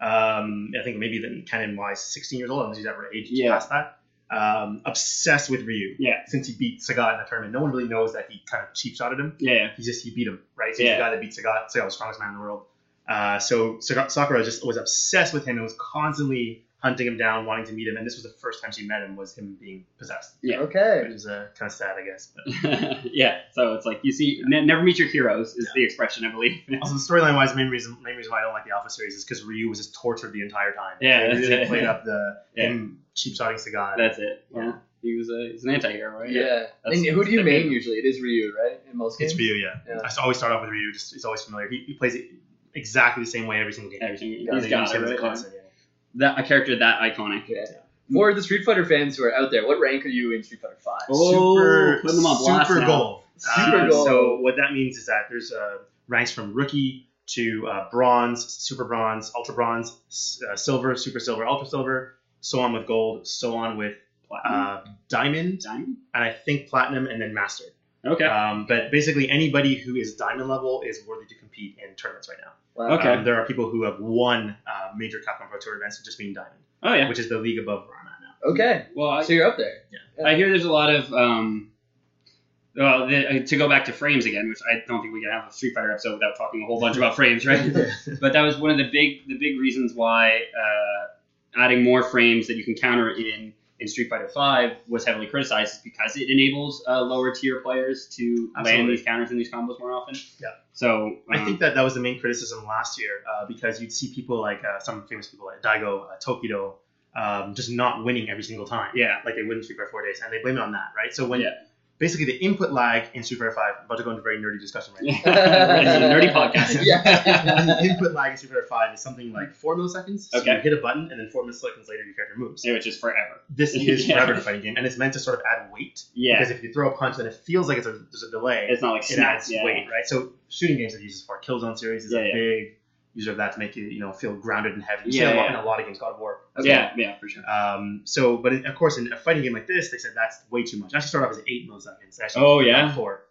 Speaker 5: Um, I think maybe then Ken and Y is 16 years old, unless she's ever aged
Speaker 3: Yeah.
Speaker 5: past that. Um, obsessed with Ryu.
Speaker 3: Yeah.
Speaker 5: Since he beat Sagat in the tournament, no one really knows that he kind of cheap shotted him.
Speaker 3: Yeah.
Speaker 5: He just he beat him, right? So he's
Speaker 3: Yeah.
Speaker 5: the guy that beat Sagat. Sagat was the strongest man in the world. Uh, so Sagat, Sakura just was obsessed with him and was constantly hunting him down, wanting to meet him. And this was the first time she met him was him being possessed,
Speaker 4: Okay.
Speaker 5: which is uh, kind of sad, I guess. But
Speaker 3: yeah. [laughs] So it's like, you see, ne- never meet your heroes is the expression, I believe. [laughs]
Speaker 5: also, the storyline wise, main reason main reason why I don't like the Alpha series is because Ryu was just tortured the entire time.
Speaker 3: Yeah,
Speaker 5: they
Speaker 3: that's
Speaker 5: really
Speaker 3: it.
Speaker 5: played up the
Speaker 3: Yeah.
Speaker 5: him cheap shotting Sagat.
Speaker 3: That's it. Yeah. He was a, he's an anti hero, right?
Speaker 4: Yeah.
Speaker 3: That's-
Speaker 4: and who do you
Speaker 3: that's
Speaker 4: main
Speaker 3: okay.
Speaker 4: usually? It is Ryu, right? In most games.
Speaker 5: it's Ryu, yeah.
Speaker 4: Yeah.
Speaker 5: I s- always start off with Ryu. Just he's always familiar. He, he plays it exactly the same way every single game.
Speaker 3: Everything.
Speaker 5: Yeah,
Speaker 3: he's
Speaker 5: they
Speaker 3: got
Speaker 5: use
Speaker 3: it,
Speaker 5: him as a
Speaker 3: right?
Speaker 5: constant, yeah.
Speaker 3: That, a character that iconic.
Speaker 4: Yeah. For the Street Fighter fans who are out there, what rank are you in Street Fighter Five?
Speaker 3: Oh.
Speaker 5: super,
Speaker 3: putting them on blast
Speaker 5: super
Speaker 3: now.
Speaker 5: gold.
Speaker 4: Super
Speaker 5: Uh,
Speaker 4: gold.
Speaker 5: So what that means is that there's uh, ranks from rookie to uh, bronze, super bronze, ultra bronze, s- uh, silver, super silver, ultra silver, so on with gold, so on with
Speaker 3: Platinum.
Speaker 5: uh, diamond,
Speaker 3: Diamond?
Speaker 5: and I think platinum, and then master.
Speaker 3: Okay.
Speaker 4: Uh,
Speaker 5: Um, but basically, anybody who is diamond level is worthy to compete in tournaments right now.
Speaker 4: Wow.
Speaker 3: Okay.
Speaker 5: Um, there are people who have won uh, major Capcom Pro Tour events just being diamond,
Speaker 3: oh, yeah.
Speaker 5: which is the league above where I'm at now.
Speaker 4: Okay.
Speaker 3: Well, I,
Speaker 4: So you're up there.
Speaker 3: I hear there's a lot of um, well, the, uh, to go back to frames again, which I don't think we can have a Street Fighter episode without talking a whole bunch about frames,
Speaker 5: [laughs]
Speaker 3: right? but that was one of the big the big reasons why uh, adding more frames that you can counter in in Street Fighter Five was heavily criticized is because it enables uh, lower tier players to land
Speaker 5: Absolutely.
Speaker 3: these counters and these combos more often.
Speaker 5: Yeah.
Speaker 3: So um, [laughs]
Speaker 5: I think that that was the main criticism last year uh, because you'd see people like uh, some famous people like Daigo uh, Tokido um, just not winning every single time.
Speaker 3: Yeah.
Speaker 5: Like they wouldn't Street Fighter 4 days, and they blame it on that, right? So when
Speaker 3: Yeah.
Speaker 5: basically the input lag in Street Fighter 5, I'm about to go into a very nerdy
Speaker 3: [laughs]
Speaker 5: discussion right now.
Speaker 3: nerdy
Speaker 5: [laughs]
Speaker 3: podcast. [laughs]
Speaker 5: And the
Speaker 4: Yeah.
Speaker 5: input lag in Street Fighter 5 is something like 4 milliseconds. So
Speaker 3: Okay.
Speaker 5: you hit a button, and then 4 milliseconds later, your character moves.
Speaker 3: Which is forever. [laughs]
Speaker 5: This is
Speaker 3: Yeah.
Speaker 5: forever in a fighting game, and it's meant to sort of add weight.
Speaker 3: Yeah.
Speaker 5: Because if you throw a punch, then it feels like it's a, there's a delay.
Speaker 3: It's not like
Speaker 5: it adds
Speaker 3: snaps. Yeah.
Speaker 5: weight, right? So shooting games that uses for Killzone series is
Speaker 3: Yeah,
Speaker 5: a
Speaker 3: yeah.
Speaker 5: big user of that to make you you know feel grounded and heavy. You
Speaker 3: Yeah,
Speaker 5: see that a lot
Speaker 3: yeah.
Speaker 5: in a lot of games, God of War.
Speaker 3: Yeah, yeah, for sure.
Speaker 5: Um, so, but of course, in a fighting game like this, they said that's way too much. I actually started off as eight milliseconds. Actually,
Speaker 3: Oh, yeah?
Speaker 5: four.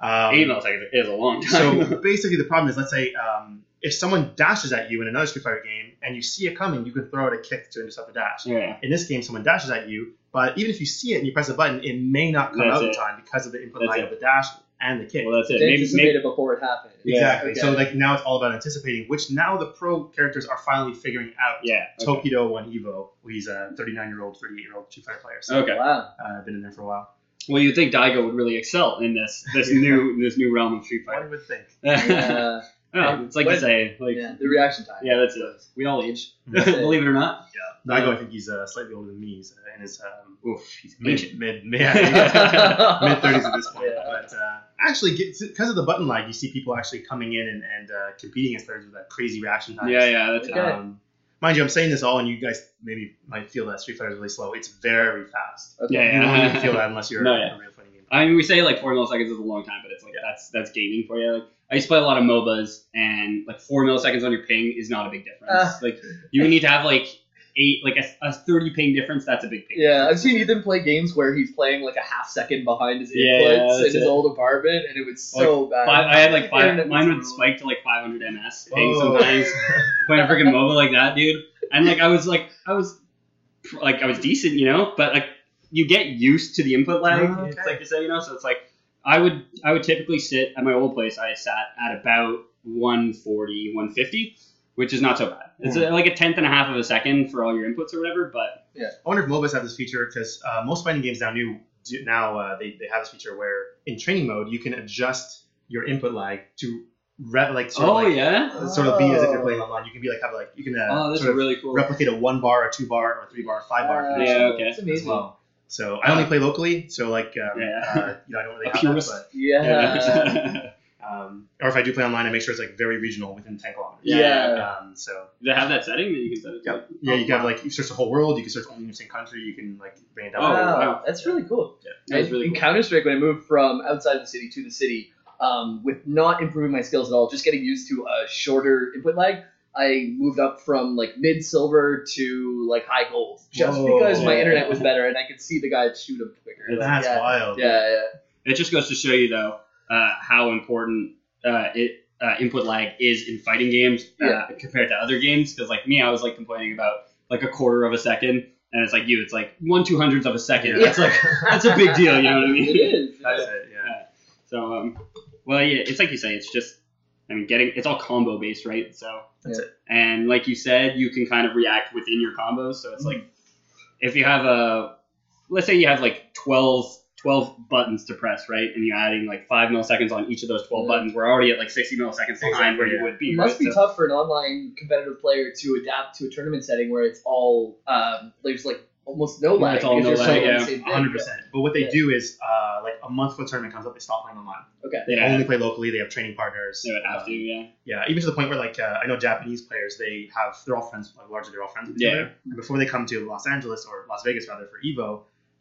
Speaker 5: Um,
Speaker 3: Eight milliseconds is a long [laughs] time.
Speaker 5: so basically, the problem is, let's say um, if someone dashes at you in another Street Fighter game, and you see it coming, you can throw out a kick to intercept the dash.
Speaker 3: yeah.
Speaker 5: In this game, someone dashes at you, but even if you see it and you press a button, it may not come
Speaker 3: That's
Speaker 5: out in
Speaker 3: it.
Speaker 5: time because of the input
Speaker 3: That's
Speaker 5: lag
Speaker 3: it.
Speaker 5: of the dash and the kick.
Speaker 3: Well, that's it.
Speaker 4: They
Speaker 3: Maybe,
Speaker 4: anticipated
Speaker 3: maybe,
Speaker 4: it before it happened.
Speaker 3: Yeah.
Speaker 5: exactly.
Speaker 4: Okay.
Speaker 5: So like now it's all about anticipating, which now the pro characters are finally figuring out.
Speaker 3: yeah. Okay.
Speaker 5: Tokido One Evo, he's a 39 year old, 38 year old Street Fighter player. So
Speaker 3: okay.
Speaker 4: Wow.
Speaker 5: uh, been in there for a while.
Speaker 3: Well, you'd think Daigo would really excel in this this new this new realm of Street Fighter.
Speaker 5: One would think.
Speaker 3: [laughs]
Speaker 4: Yeah.
Speaker 3: Oh, it's like you
Speaker 4: What-
Speaker 3: say, like yeah, [laughs]
Speaker 4: yeah. The reaction [laughs] time.
Speaker 3: that's it. We all [laughs] age,
Speaker 5: That's
Speaker 4: it.
Speaker 3: believe it or not.
Speaker 5: Daigo, I think he's uh, slightly older than me. He's uh, in his um,
Speaker 3: Oof, he's ancient.
Speaker 5: mid mid [laughs] mid
Speaker 3: [laughs]
Speaker 5: thirties at this point.
Speaker 4: Yeah.
Speaker 5: But uh, actually, because of the button lag, you see people actually coming in and, and uh, competing against players with that crazy reaction time.
Speaker 3: Yeah, yeah, that's it.
Speaker 4: Okay.
Speaker 5: Um, mind you, I'm saying this all, and you guys maybe might feel that Street Fighter is really slow. It's very fast.
Speaker 4: Okay.
Speaker 3: Yeah,
Speaker 5: You
Speaker 3: yeah.
Speaker 5: don't even feel that unless you're
Speaker 3: No, yeah.
Speaker 5: a real fighting game.
Speaker 3: I mean, we say like four milliseconds is a long time, but it's like that's that's gaming for you. Like, I used to play a lot of MOBAs, and like four milliseconds on your ping is not a big difference.
Speaker 4: Ah.
Speaker 3: like you need to have like eight, like a, a thirty ping difference. That's a big ping.
Speaker 4: Yeah, I've seen Ethan play games where he's playing like a half second behind his
Speaker 3: Yeah, yeah,
Speaker 4: inputs
Speaker 3: that's
Speaker 4: in his
Speaker 3: it.
Speaker 4: old apartment, and it was so bad.
Speaker 3: Five, I had like
Speaker 4: Internet was
Speaker 3: five. Mine would
Speaker 4: brutal.
Speaker 3: spike to like 500 ms ping
Speaker 5: Whoa. [laughs]
Speaker 3: sometimes. Playing a freaking MOBA like that, dude. And like I was like I was like I was decent, you know. But like you get used to the input lag.
Speaker 5: Okay.
Speaker 3: It's like you say, you know. So it's like I would I would typically sit at my old place. I sat at about 140, 150, which is not so bad. It's uh like a tenth and a half of a second for all your inputs or whatever. But
Speaker 5: I wonder if MOBAs have this feature because uh, most fighting games now new do, now uh, they, they have this feature where in training mode you can adjust your input lag to re- like sort
Speaker 3: oh
Speaker 5: of like,
Speaker 3: yeah,
Speaker 5: uh, sort of be as if you're playing online. You can be like have like you can uh,
Speaker 3: oh that's
Speaker 5: sort of
Speaker 3: really cool.
Speaker 5: replicate a one bar, a two bar, or a three bar, a five bar
Speaker 4: Uh,
Speaker 5: connection
Speaker 3: Yeah, okay.
Speaker 4: It's
Speaker 5: as
Speaker 4: amazing.
Speaker 5: well. So I only play locally, so like um,
Speaker 3: Yeah.
Speaker 5: uh, you know I don't really
Speaker 3: A
Speaker 5: have
Speaker 3: purist.
Speaker 5: that,
Speaker 4: Yeah. [laughs] Yeah.
Speaker 3: Yeah.
Speaker 5: but, um, or if I do play online, I make sure it's like very regional within ten kilometers.
Speaker 3: Yeah.
Speaker 5: Um, so
Speaker 3: Do [laughs] they have that setting that you can set it to? Oh,
Speaker 5: Yep. yeah, you can have like you search the whole world, you can search only the same country, you can like bring it down.
Speaker 3: Oh,
Speaker 4: wow.
Speaker 3: wow.
Speaker 4: That's really cool.
Speaker 3: That was really
Speaker 4: in
Speaker 3: cool.
Speaker 4: Counter Strike, when I moved from outside the city to the city, um, with not improving my skills at all, just getting used to a shorter input lag, I moved up from like mid silver to like high gold, just
Speaker 5: Whoa.
Speaker 4: because my
Speaker 3: Yeah.
Speaker 4: internet was better and I could see the guy shoot him quicker.
Speaker 5: That's
Speaker 4: yeah.
Speaker 5: wild.
Speaker 4: Yeah, yeah.
Speaker 3: It just goes to show you, though, uh, how important uh, it uh, input lag is in fighting games uh,
Speaker 4: Yeah.
Speaker 3: compared to other games. Because like me, I was like complaining about like a quarter of a second, and it's like you, it's like one two hundredths of a second.
Speaker 5: Yeah.
Speaker 3: That's like that's a big deal. You know what I
Speaker 4: It
Speaker 3: mean? [laughs]
Speaker 4: is.
Speaker 5: That's it, yeah.
Speaker 3: So, um, well, yeah, it's like you say, it's just. I mean, getting it's all combo based, right? So
Speaker 5: That's
Speaker 4: Yeah.
Speaker 5: it.
Speaker 3: And like you said, you can kind of react within your combos. So it's like if you have a, let's say you have like 12, 12 buttons to press, right? And you're adding like five milliseconds on each of those 12
Speaker 4: Yeah.
Speaker 3: buttons. We're already at like 60 milliseconds behind
Speaker 5: Exactly,
Speaker 3: where you
Speaker 5: yeah.
Speaker 3: would be.
Speaker 4: It must
Speaker 3: right?
Speaker 4: be
Speaker 3: So-
Speaker 4: tough for an online competitive player to adapt to a tournament setting where it's all um, there's like almost no
Speaker 3: Yeah,
Speaker 4: lag.
Speaker 3: it's all
Speaker 4: because
Speaker 3: no
Speaker 4: you're
Speaker 3: lag,
Speaker 4: so on the
Speaker 3: yeah,
Speaker 4: same thing.
Speaker 5: hundred percent. But what they
Speaker 4: Yeah.
Speaker 5: do is, uh, like a month before the tournament comes up, they stop playing online.
Speaker 4: Okay.
Speaker 5: They
Speaker 3: Yeah.
Speaker 5: only play locally. They have training partners.
Speaker 3: They would have
Speaker 5: Um,
Speaker 3: to, yeah.
Speaker 5: Yeah, even to the point where, like, uh, I know Japanese players, they have they're all friends. Like, largely, they're all friends with each
Speaker 3: Yeah.
Speaker 5: other. And before they come to Los Angeles or Las Vegas, rather for Evo,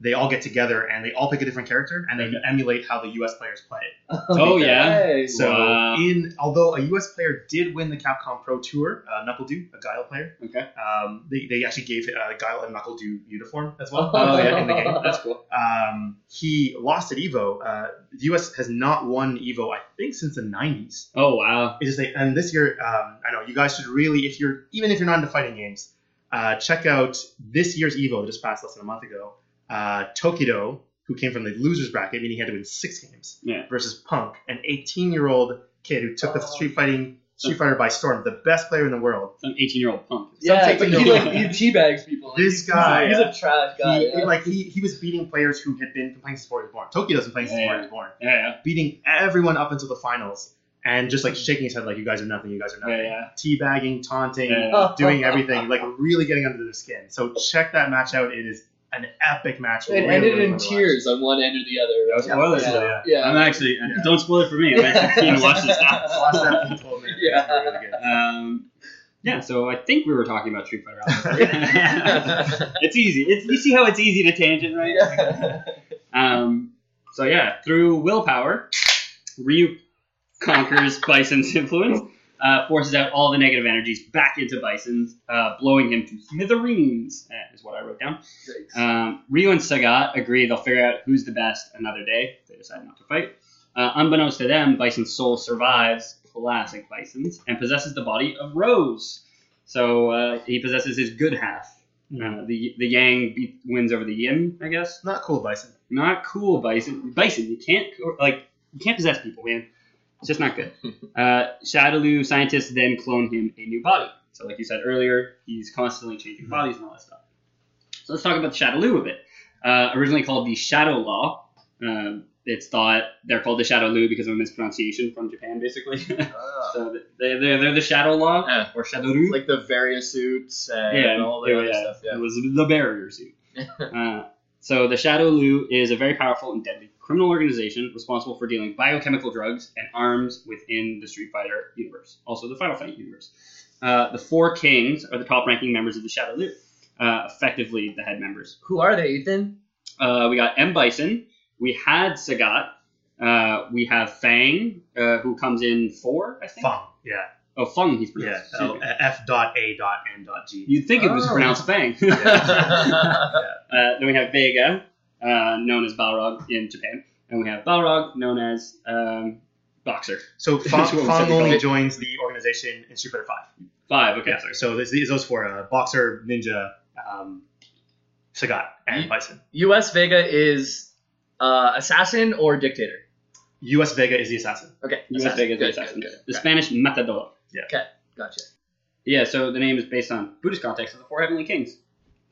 Speaker 5: they all get together and they all pick a different character and they
Speaker 3: Okay.
Speaker 5: emulate how the U.S. players play.
Speaker 3: Oh, yeah.
Speaker 4: Okay.
Speaker 5: So,
Speaker 3: Wow.
Speaker 5: in although a U.S. player did win the Capcom Pro Tour, uh, Knuckle Dew, a Guile player,
Speaker 3: Okay.
Speaker 5: um, they, they actually gave uh, Guile a Knuckle Dew uniform as well
Speaker 4: Oh,
Speaker 5: uh,
Speaker 4: yeah.
Speaker 5: [laughs] in the game.
Speaker 3: That's cool.
Speaker 5: Um, he lost at Evo. Uh, the U.S. has not won Evo, I think, since the '90s.
Speaker 3: Oh, wow.
Speaker 5: It's just like, and this year, um, I know you guys should really, if you're even if you're not into fighting games, uh, check out this year's Evo that just passed less than a month ago. Uh, Tokido, who came from the losers bracket, meaning he had to win six games,
Speaker 3: Yeah.
Speaker 5: versus Punk, an 18 year old kid who took the
Speaker 4: Oh.
Speaker 5: street fighting Street Fighter by storm, the best player in the world.
Speaker 3: Some 18 year old punk.
Speaker 4: [laughs] Yeah,
Speaker 5: Sometimes
Speaker 4: but
Speaker 5: you
Speaker 4: he
Speaker 5: know-
Speaker 4: like he teabags people. Like,
Speaker 5: This
Speaker 4: he's-
Speaker 5: guy,
Speaker 4: he's
Speaker 3: yeah.
Speaker 4: a trash guy.
Speaker 5: He,
Speaker 4: yeah.
Speaker 5: he- like he, he was beating players who had been complaining since before he was born. Tokyo doesn't play
Speaker 3: [laughs]
Speaker 5: since
Speaker 3: Yeah.
Speaker 5: before he was born.
Speaker 3: Yeah,
Speaker 5: beating everyone up until the finals. and just like shaking his head like you guys are nothing, you guys are nothing.
Speaker 3: Yeah, yeah.
Speaker 5: Teabagging, taunting,
Speaker 3: Yeah.
Speaker 4: [laughs]
Speaker 5: doing everything, like really getting under their skin. So check that match out. It is an epic match.
Speaker 4: It
Speaker 5: Really,
Speaker 4: ended
Speaker 5: really
Speaker 4: in
Speaker 5: fun to watch.
Speaker 4: tears on one end or the
Speaker 5: No
Speaker 4: other.
Speaker 5: spoilers,
Speaker 4: yeah.
Speaker 5: yeah.
Speaker 3: I'm actually don't spoil it for me. I'm actually keen to watch
Speaker 4: [laughs]
Speaker 3: this
Speaker 6: [laughs]
Speaker 3: now.
Speaker 5: Watch that in 12 minutes.
Speaker 4: Yeah.
Speaker 5: Really good.
Speaker 3: Um, yeah, so I think we were talking about Street Fighter. Alpha. [laughs] it's easy. It's, you see how it's easy to tangent, right? Um, so yeah, through willpower, Ryu conquers Bison's influence, uh, forces out all the negative energies back into Bison's, uh, blowing him to smithereens. eh, Is what I wrote down. Um, Ryu and Sagat agree they'll figure out who's the best another day. They decide not to fight. Uh, unbeknownst to them, Bison's soul survives, classic Bison's, and possesses the body of Rose. So uh, he possesses his good half. Uh, the the Yang beat, wins over the Yin, I guess.
Speaker 5: It's not cool, Bison.
Speaker 3: Not cool, Bison. Bison, you can't like you can't possess people, man. It's just not good. Uh, Shadaloo scientists then clone him a new body. So, like you said earlier, he's constantly changing bodies and all that stuff. So let's talk about Shadaloo a bit. Uh, originally called the Shadow Law. Um it's thought they're called the Shadaloo because of a mispronunciation from Japan, basically. [laughs] so they're, they're, they're the Shadow Law
Speaker 6: [laughs] Yeah.
Speaker 3: or Shadaloo
Speaker 6: like the various suits and all that
Speaker 3: it
Speaker 6: other
Speaker 3: was-
Speaker 6: stuff.
Speaker 3: It
Speaker 6: Yeah.
Speaker 3: was the barrier
Speaker 6: [laughs]
Speaker 3: suit. uh, so the Shadow Lu is a very powerful and deadly criminal organization responsible for dealing biochemical drugs and arms within the Street Fighter universe, also the Final Fight universe. Uh, the four kings are the top-ranking members of the Shadow Lu, uh, effectively the head members.
Speaker 6: Who are they, [laughs] Ethan?
Speaker 3: Uh, we got M Bison. We had Sagat. Uh, we have Fang, uh, who comes in four, I think.
Speaker 5: Fung. Yeah.
Speaker 3: Oh, Fung, he's
Speaker 5: Yeah.
Speaker 3: pronounced.
Speaker 5: L- F dot A dot N dot G.
Speaker 3: You'd think it was
Speaker 6: Oh.
Speaker 3: pronounced Fang. [laughs] Uh, then we have Vega, uh, known as Balrog in Japan, and we have Balrog, known as um, Boxer. [laughs]
Speaker 5: So Fung,
Speaker 3: That's what we
Speaker 5: Fung
Speaker 3: said we call
Speaker 5: only
Speaker 3: it.
Speaker 5: joins the organization in Street Fighter Five.
Speaker 3: Five. Okay,
Speaker 5: Yeah.
Speaker 3: sorry.
Speaker 5: So there's these those four: uh, Boxer, Ninja, um, Sagat, and
Speaker 6: Ye-
Speaker 5: Bison.
Speaker 6: U.S. Vega is uh, assassin or dictator.
Speaker 5: U.S. Vega is the assassin.
Speaker 6: Okay,
Speaker 3: U.S.
Speaker 6: assassin.
Speaker 3: Vega is the
Speaker 6: Good,
Speaker 3: assassin.
Speaker 6: good, good.
Speaker 3: The
Speaker 6: Okay,
Speaker 3: Spanish Matador.
Speaker 6: Gotcha.
Speaker 3: Yeah. So the name is based on Buddhist context of the four heavenly kings.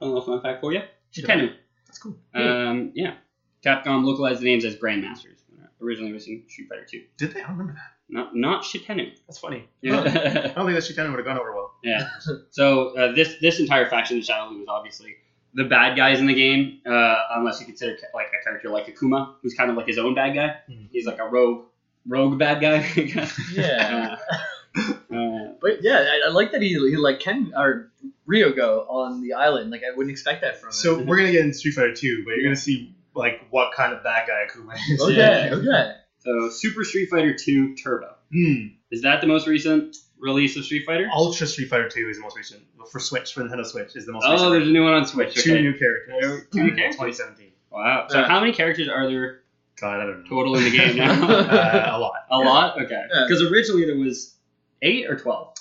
Speaker 3: A little fun fact for you. Shitenu.
Speaker 6: That's cool.
Speaker 3: Um, yeah. Capcom localized the names as Grandmasters. Originally releasing Street Fighter Two.
Speaker 5: Did they? I don't remember that.
Speaker 3: Not not Shitenu.
Speaker 5: That's funny. Huh.
Speaker 3: Yeah.
Speaker 5: I don't think that Shitano would have gone over well.
Speaker 3: Yeah. So uh, this this entire faction of Shadow Loom is obviously the bad guys in the game, uh, unless you consider ca- like a character like Akuma, who's kind of like his own bad guy.
Speaker 5: Mhm.
Speaker 3: He's like a rogue rogue bad guy. [laughs]
Speaker 6: Yeah.
Speaker 3: uh, uh,
Speaker 6: [laughs] But yeah, I, I like that he, he like Ken or Ryogo on the island. Like I wouldn't expect that from him.
Speaker 5: So we're gonna get in Street Fighter Two, but you're gonna see like what kind of bad guy Akuma is.
Speaker 6: [laughs] okay,
Speaker 3: Yeah.
Speaker 6: okay.
Speaker 3: so Super Street Fighter Two Turbo
Speaker 5: [laughs] Hmm.
Speaker 3: is that the most recent release of Street Fighter?
Speaker 5: Ultra Street Fighter Two is the most recent for Switch for Nintendo Switch is the most
Speaker 3: Oh, there's a
Speaker 5: recent.
Speaker 3: new one on Switch.
Speaker 5: two
Speaker 3: Okay.
Speaker 5: new characters.
Speaker 3: Two new characters.
Speaker 5: 2017.
Speaker 3: Wow. So
Speaker 6: Yeah.
Speaker 3: how many characters are there
Speaker 5: God, I don't know.
Speaker 3: total in the game now?
Speaker 5: Uh, a lot.
Speaker 3: a lot. Okay.
Speaker 6: Yeah.
Speaker 3: Because originally there was eight or twelve.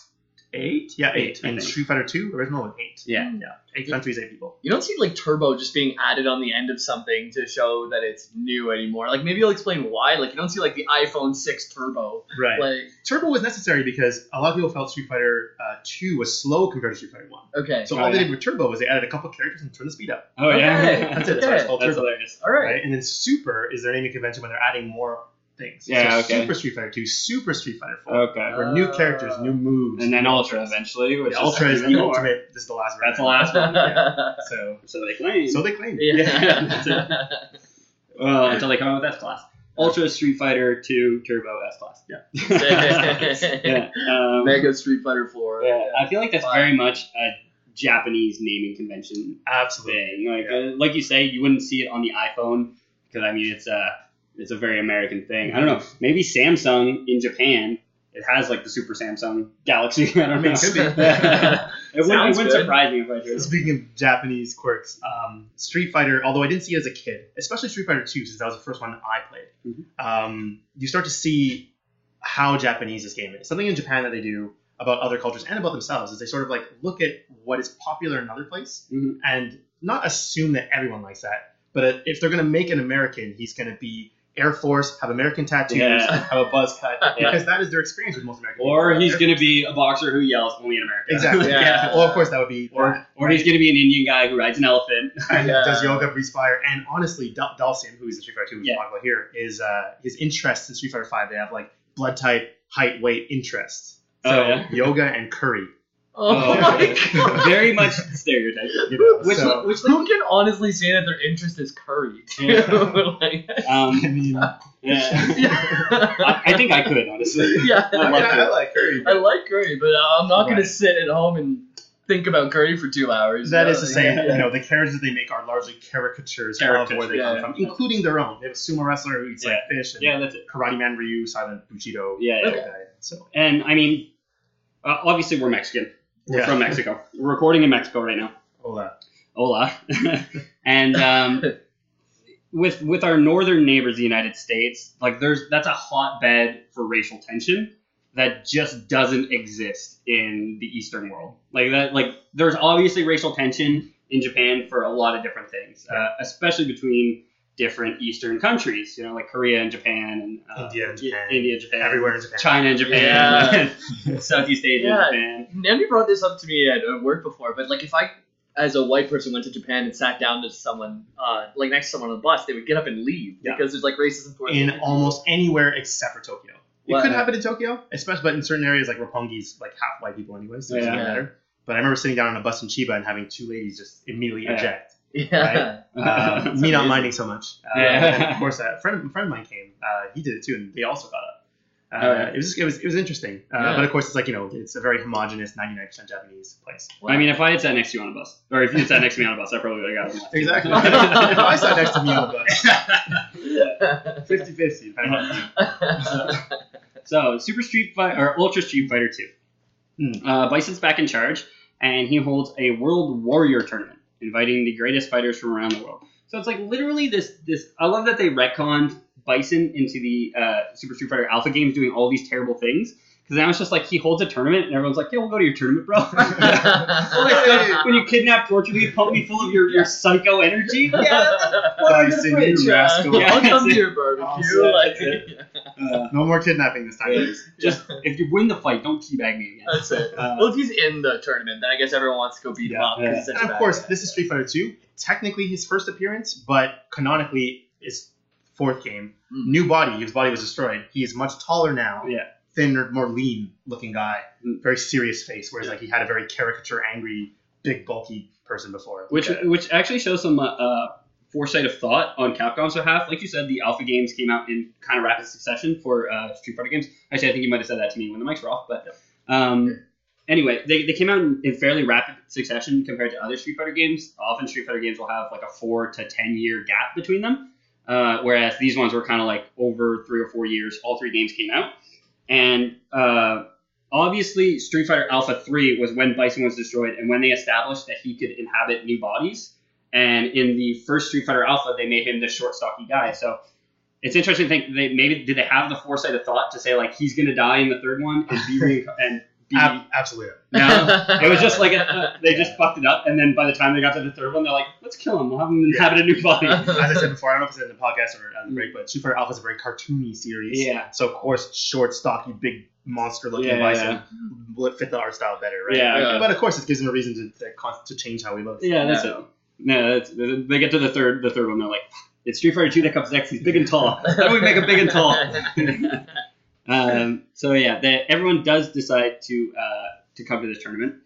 Speaker 5: Eight? Yeah, eight.
Speaker 3: Eight, I
Speaker 5: And
Speaker 3: think.
Speaker 5: Street Fighter Two original was eight.
Speaker 3: Yeah.
Speaker 5: Eight countries, eight people.
Speaker 6: You don't see like turbo just being added on the end of something to show that it's new anymore. Like maybe you'll explain why. Like you don't see like the iPhone six turbo.
Speaker 5: Right.
Speaker 6: Like
Speaker 5: Turbo was necessary because a lot of people felt Street Fighter uh, Two was slow compared to Street Fighter One.
Speaker 6: okay,
Speaker 5: So
Speaker 3: Oh,
Speaker 5: all they
Speaker 3: yeah.
Speaker 5: did with Turbo was they added a couple characters and turned the speed up.
Speaker 3: Oh yeah.
Speaker 5: That's it. That's why it's
Speaker 3: [laughs]
Speaker 5: called
Speaker 3: That's
Speaker 5: Turbo.
Speaker 3: hilarious.
Speaker 6: all right.
Speaker 5: Right? And then Super is their naming convention when they're adding more things.
Speaker 3: Yeah,
Speaker 5: So
Speaker 3: okay.
Speaker 5: Super Street Fighter Two, Super Street Fighter Four.
Speaker 3: Okay.
Speaker 5: Or new characters, new moves.
Speaker 3: And then
Speaker 5: new
Speaker 3: Ultra
Speaker 5: options.
Speaker 3: eventually, which
Speaker 5: Yeah, Ultra is
Speaker 3: even
Speaker 5: the
Speaker 3: more.
Speaker 5: ultimate. This is the last.
Speaker 3: That's the
Speaker 5: version.
Speaker 3: last
Speaker 5: [laughs]
Speaker 3: one. yeah.
Speaker 6: [laughs]
Speaker 5: So,
Speaker 3: So they claim.
Speaker 5: so they claim.
Speaker 6: Yeah.
Speaker 3: Yeah, that's well, until they come out with S Class. Ultra Street Fighter 2 Turbo S Class. Yeah. [laughs] yeah. Um,
Speaker 6: Mega Street Fighter Four.
Speaker 3: yeah. I feel like that's
Speaker 6: Fine.
Speaker 3: very much a Japanese naming convention
Speaker 5: Absolutely.
Speaker 3: thing. Like, uh, like you say, you wouldn't see it on the iPhone because I mean it's a it's a very American thing. I don't know. Maybe Samsung in Japan it has like the Super Samsung Galaxy. [laughs] I don't
Speaker 5: I
Speaker 3: know.
Speaker 5: mean, it could be.
Speaker 3: it wouldn't, it
Speaker 6: Sounds
Speaker 3: wouldn't
Speaker 6: good.
Speaker 3: surprise me if I did.
Speaker 5: Speaking of Japanese quirks, um, Street Fighter, although I didn't see it as a kid, especially Street Fighter 2, since that was the first one I played,
Speaker 3: Mm-hmm.
Speaker 5: um, you start to see how Japanese this game is. Something in Japan that they do about other cultures and about themselves is they sort of like look at what is popular in another place
Speaker 3: Mhm.
Speaker 5: and not assume that everyone likes that, but if they're going to make an American, he's going to be Air Force, have American tattoos,
Speaker 3: Yeah.
Speaker 5: have a buzz cut,
Speaker 3: [laughs] Yeah.
Speaker 5: because that is their experience with most Americans.
Speaker 3: Or he's
Speaker 5: Air
Speaker 3: gonna be a boxer who yells only in America. [laughs]
Speaker 5: Exactly.
Speaker 6: Yeah.
Speaker 5: Yeah. Well, of course, that would be.
Speaker 3: Or, or he's gonna be an Indian guy who rides an elephant.
Speaker 6: [laughs]
Speaker 5: and
Speaker 6: Yeah.
Speaker 5: does yoga, breathes fire, and honestly, Dal- Dalsim, who is the Street Fighter Two we
Speaker 3: Yeah.
Speaker 5: talk about here, is uh, his interest in Street Fighter Five. They have like blood type, height, weight, interest.
Speaker 3: Oh,
Speaker 5: So
Speaker 3: yeah?
Speaker 5: yoga and curry.
Speaker 3: [laughs]
Speaker 6: Oh,
Speaker 3: Oh,
Speaker 6: my
Speaker 3: okay.
Speaker 6: god.
Speaker 3: Very much the stereotype. [laughs]
Speaker 5: You know,
Speaker 6: Which,
Speaker 5: so,
Speaker 6: which who can honestly say that their interest is curry? too? [laughs] Like,
Speaker 5: [laughs] I
Speaker 3: Um,
Speaker 5: mean,
Speaker 3: yeah.
Speaker 6: yeah.
Speaker 3: I, I think I could honestly.
Speaker 6: yeah.
Speaker 3: I like
Speaker 5: yeah, I
Speaker 3: it.
Speaker 5: like curry.
Speaker 6: I like curry, but I'm not going
Speaker 5: Right.
Speaker 6: to sit at home and think about curry for two hours.
Speaker 5: That
Speaker 6: No,
Speaker 5: is to say,
Speaker 6: yeah.
Speaker 5: you know, the characters they make are largely caricatures of where they
Speaker 6: Caricatures, yeah.
Speaker 5: come from, including their own. They have a sumo wrestler who eats like fish, and
Speaker 3: Yeah, that's it.
Speaker 5: Karate Man Ryu, Silent Bushido,
Speaker 3: Yeah, yeah.
Speaker 5: that guy. So
Speaker 3: And I mean, uh, obviously we're Mexican. We're
Speaker 5: Yeah.
Speaker 3: from Mexico. We're recording in Mexico right now.
Speaker 5: hola.
Speaker 3: Hola. [laughs] and um, with with our northern neighbors, the United States, like there's that's a hotbed for racial tension that just doesn't exist in the Eastern world. Like that, like there's obviously racial tension in Japan for a lot of different things, uh, especially between different Eastern countries. You know, like Korea and Japan, and uh,
Speaker 5: India and Japan.
Speaker 3: India, Japan,
Speaker 5: Everywhere in Japan.
Speaker 3: China and Japan, [laughs] Southeast Asia
Speaker 6: Yeah.
Speaker 3: and Japan.
Speaker 6: Nandi brought this up to me at at work before, but like if I, as a white person, went to Japan and sat down to someone, uh, like next to someone on the bus, they would get up and leave
Speaker 5: Yeah.
Speaker 6: because there's like racism for
Speaker 5: in almost anywhere except for Tokyo. It
Speaker 6: Wow.
Speaker 5: could happen in Tokyo, especially, but in certain areas like Roppongi's like half white people anyway, so it doesn't
Speaker 3: Yeah.
Speaker 5: matter. But I remember sitting down on a bus in Chiba and having two ladies just immediately
Speaker 3: Yeah.
Speaker 5: eject.
Speaker 6: [laughs] Yeah.
Speaker 3: [laughs]
Speaker 5: Uh, me not minding so much. Uh,
Speaker 3: Yeah. [laughs]
Speaker 5: And of course, a friend, a friend of mine came. Uh, he did it too, and they also got up. Uh,
Speaker 3: Oh, yeah.
Speaker 5: It was it was it was interesting. Uh,
Speaker 6: Yeah.
Speaker 5: But of course, it's like you know, it's a very homogenous, ninety nine percent Japanese place.
Speaker 3: I mean, if I had sat next to you on a bus, or if you had sat next to me on a bus, I probably would have got it.
Speaker 5: Exactly. [laughs] I sat next to me
Speaker 3: [laughs]
Speaker 5: on the bus.
Speaker 6: Yeah.
Speaker 5: 50-50, depending on you.
Speaker 3: So Super Street Fighter or Ultra Street Fighter Two,
Speaker 5: Hmm.
Speaker 3: uh, Bison's back in charge, and he holds a World Warrior tournament, inviting the greatest fighters from around the world. So it's like literally this this. I love that they retconned Bison into the uh, Super Street Fighter Alpha games, doing all these terrible things. Because now it's just like he holds a tournament, and everyone's like, "Yeah, we'll go to your tournament, bro."
Speaker 6: Oh
Speaker 3: All that
Speaker 5: [laughs]
Speaker 3: stuff, [laughs] when you kidnap, torture me, pump me full of your, your psycho energy.
Speaker 6: [laughs]
Speaker 5: Bison, you rascal.
Speaker 3: Yeah.
Speaker 6: I'll come
Speaker 3: [laughs]
Speaker 6: to your barbecue.
Speaker 5: Awesome.
Speaker 6: Like,
Speaker 3: Uh,
Speaker 5: No more kidnapping this time. please.
Speaker 3: just if you win the fight, don't teabag me again.
Speaker 6: [laughs] That's it.
Speaker 3: Uh,
Speaker 6: well, if he's in the tournament, then I guess everyone wants to go beat him
Speaker 5: Yeah.
Speaker 6: up. 'cause
Speaker 3: Yeah.
Speaker 6: he's such a
Speaker 5: And of
Speaker 6: bad
Speaker 5: course,
Speaker 6: guy. [laughs]
Speaker 5: this is Street Fighter 2, technically his first appearance, but canonically his fourth game.
Speaker 6: Mm.
Speaker 5: New body, his body was destroyed. He is much taller now.
Speaker 3: Hmm. Yeah.
Speaker 5: Thinner, more lean looking guy.
Speaker 3: Mm.
Speaker 5: Very serious face, whereas like he had a very caricature, angry, big, bulky person before.
Speaker 3: which
Speaker 5: Like, uh,
Speaker 3: which actually shows some uh, uh, foresight of thought on Capcom's behalf. Like you said, the Alpha games came out in kind of rapid succession for uh, Street Fighter games. Actually, I think you might have said that to me when the mics were off. But um, anyway, they, they came out in, in fairly rapid succession compared to other Street Fighter games. Often Street Fighter games will have like a four to ten year gap between them, uh, whereas these ones were kind of like over three or four years. All three games came out, and uh, obviously Street Fighter Alpha 3 was when Bison was destroyed and when they established that he could inhabit new bodies. And in the first Street Fighter Alpha, they made him this short, stocky guy. So it's interesting to think they maybe did they have the foresight of thought to say like he's gonna die in the third one and be re- and be
Speaker 5: ab- absolutely.
Speaker 3: [laughs] no. It was just
Speaker 6: [laughs]
Speaker 3: like a, they just fucked it up, and then by the time they got to the third one, they're like, "Let's kill him. We'll have him inhabit a new body."
Speaker 5: As
Speaker 3: [laughs]
Speaker 5: I said before, I don't know if it's in the podcast or on the break, but Street Fighter Alpha is a very cartoony series.
Speaker 3: Yeah.
Speaker 5: So of course, short, stocky, big monster looking
Speaker 3: Yeah, yeah,
Speaker 5: bison would fit the art style better, right?
Speaker 3: Yeah,
Speaker 6: Yeah.
Speaker 5: But of course, it gives him a reason to, to, con- to change how he looks.
Speaker 3: Yeah, that's it. No, that's, they get to the third, the third one. They're like, "It's Street Fighter Two that comes next. He's big and tall. How do we make him big and tall?" um, so yeah, that everyone does decide to uh, to come to this tournament.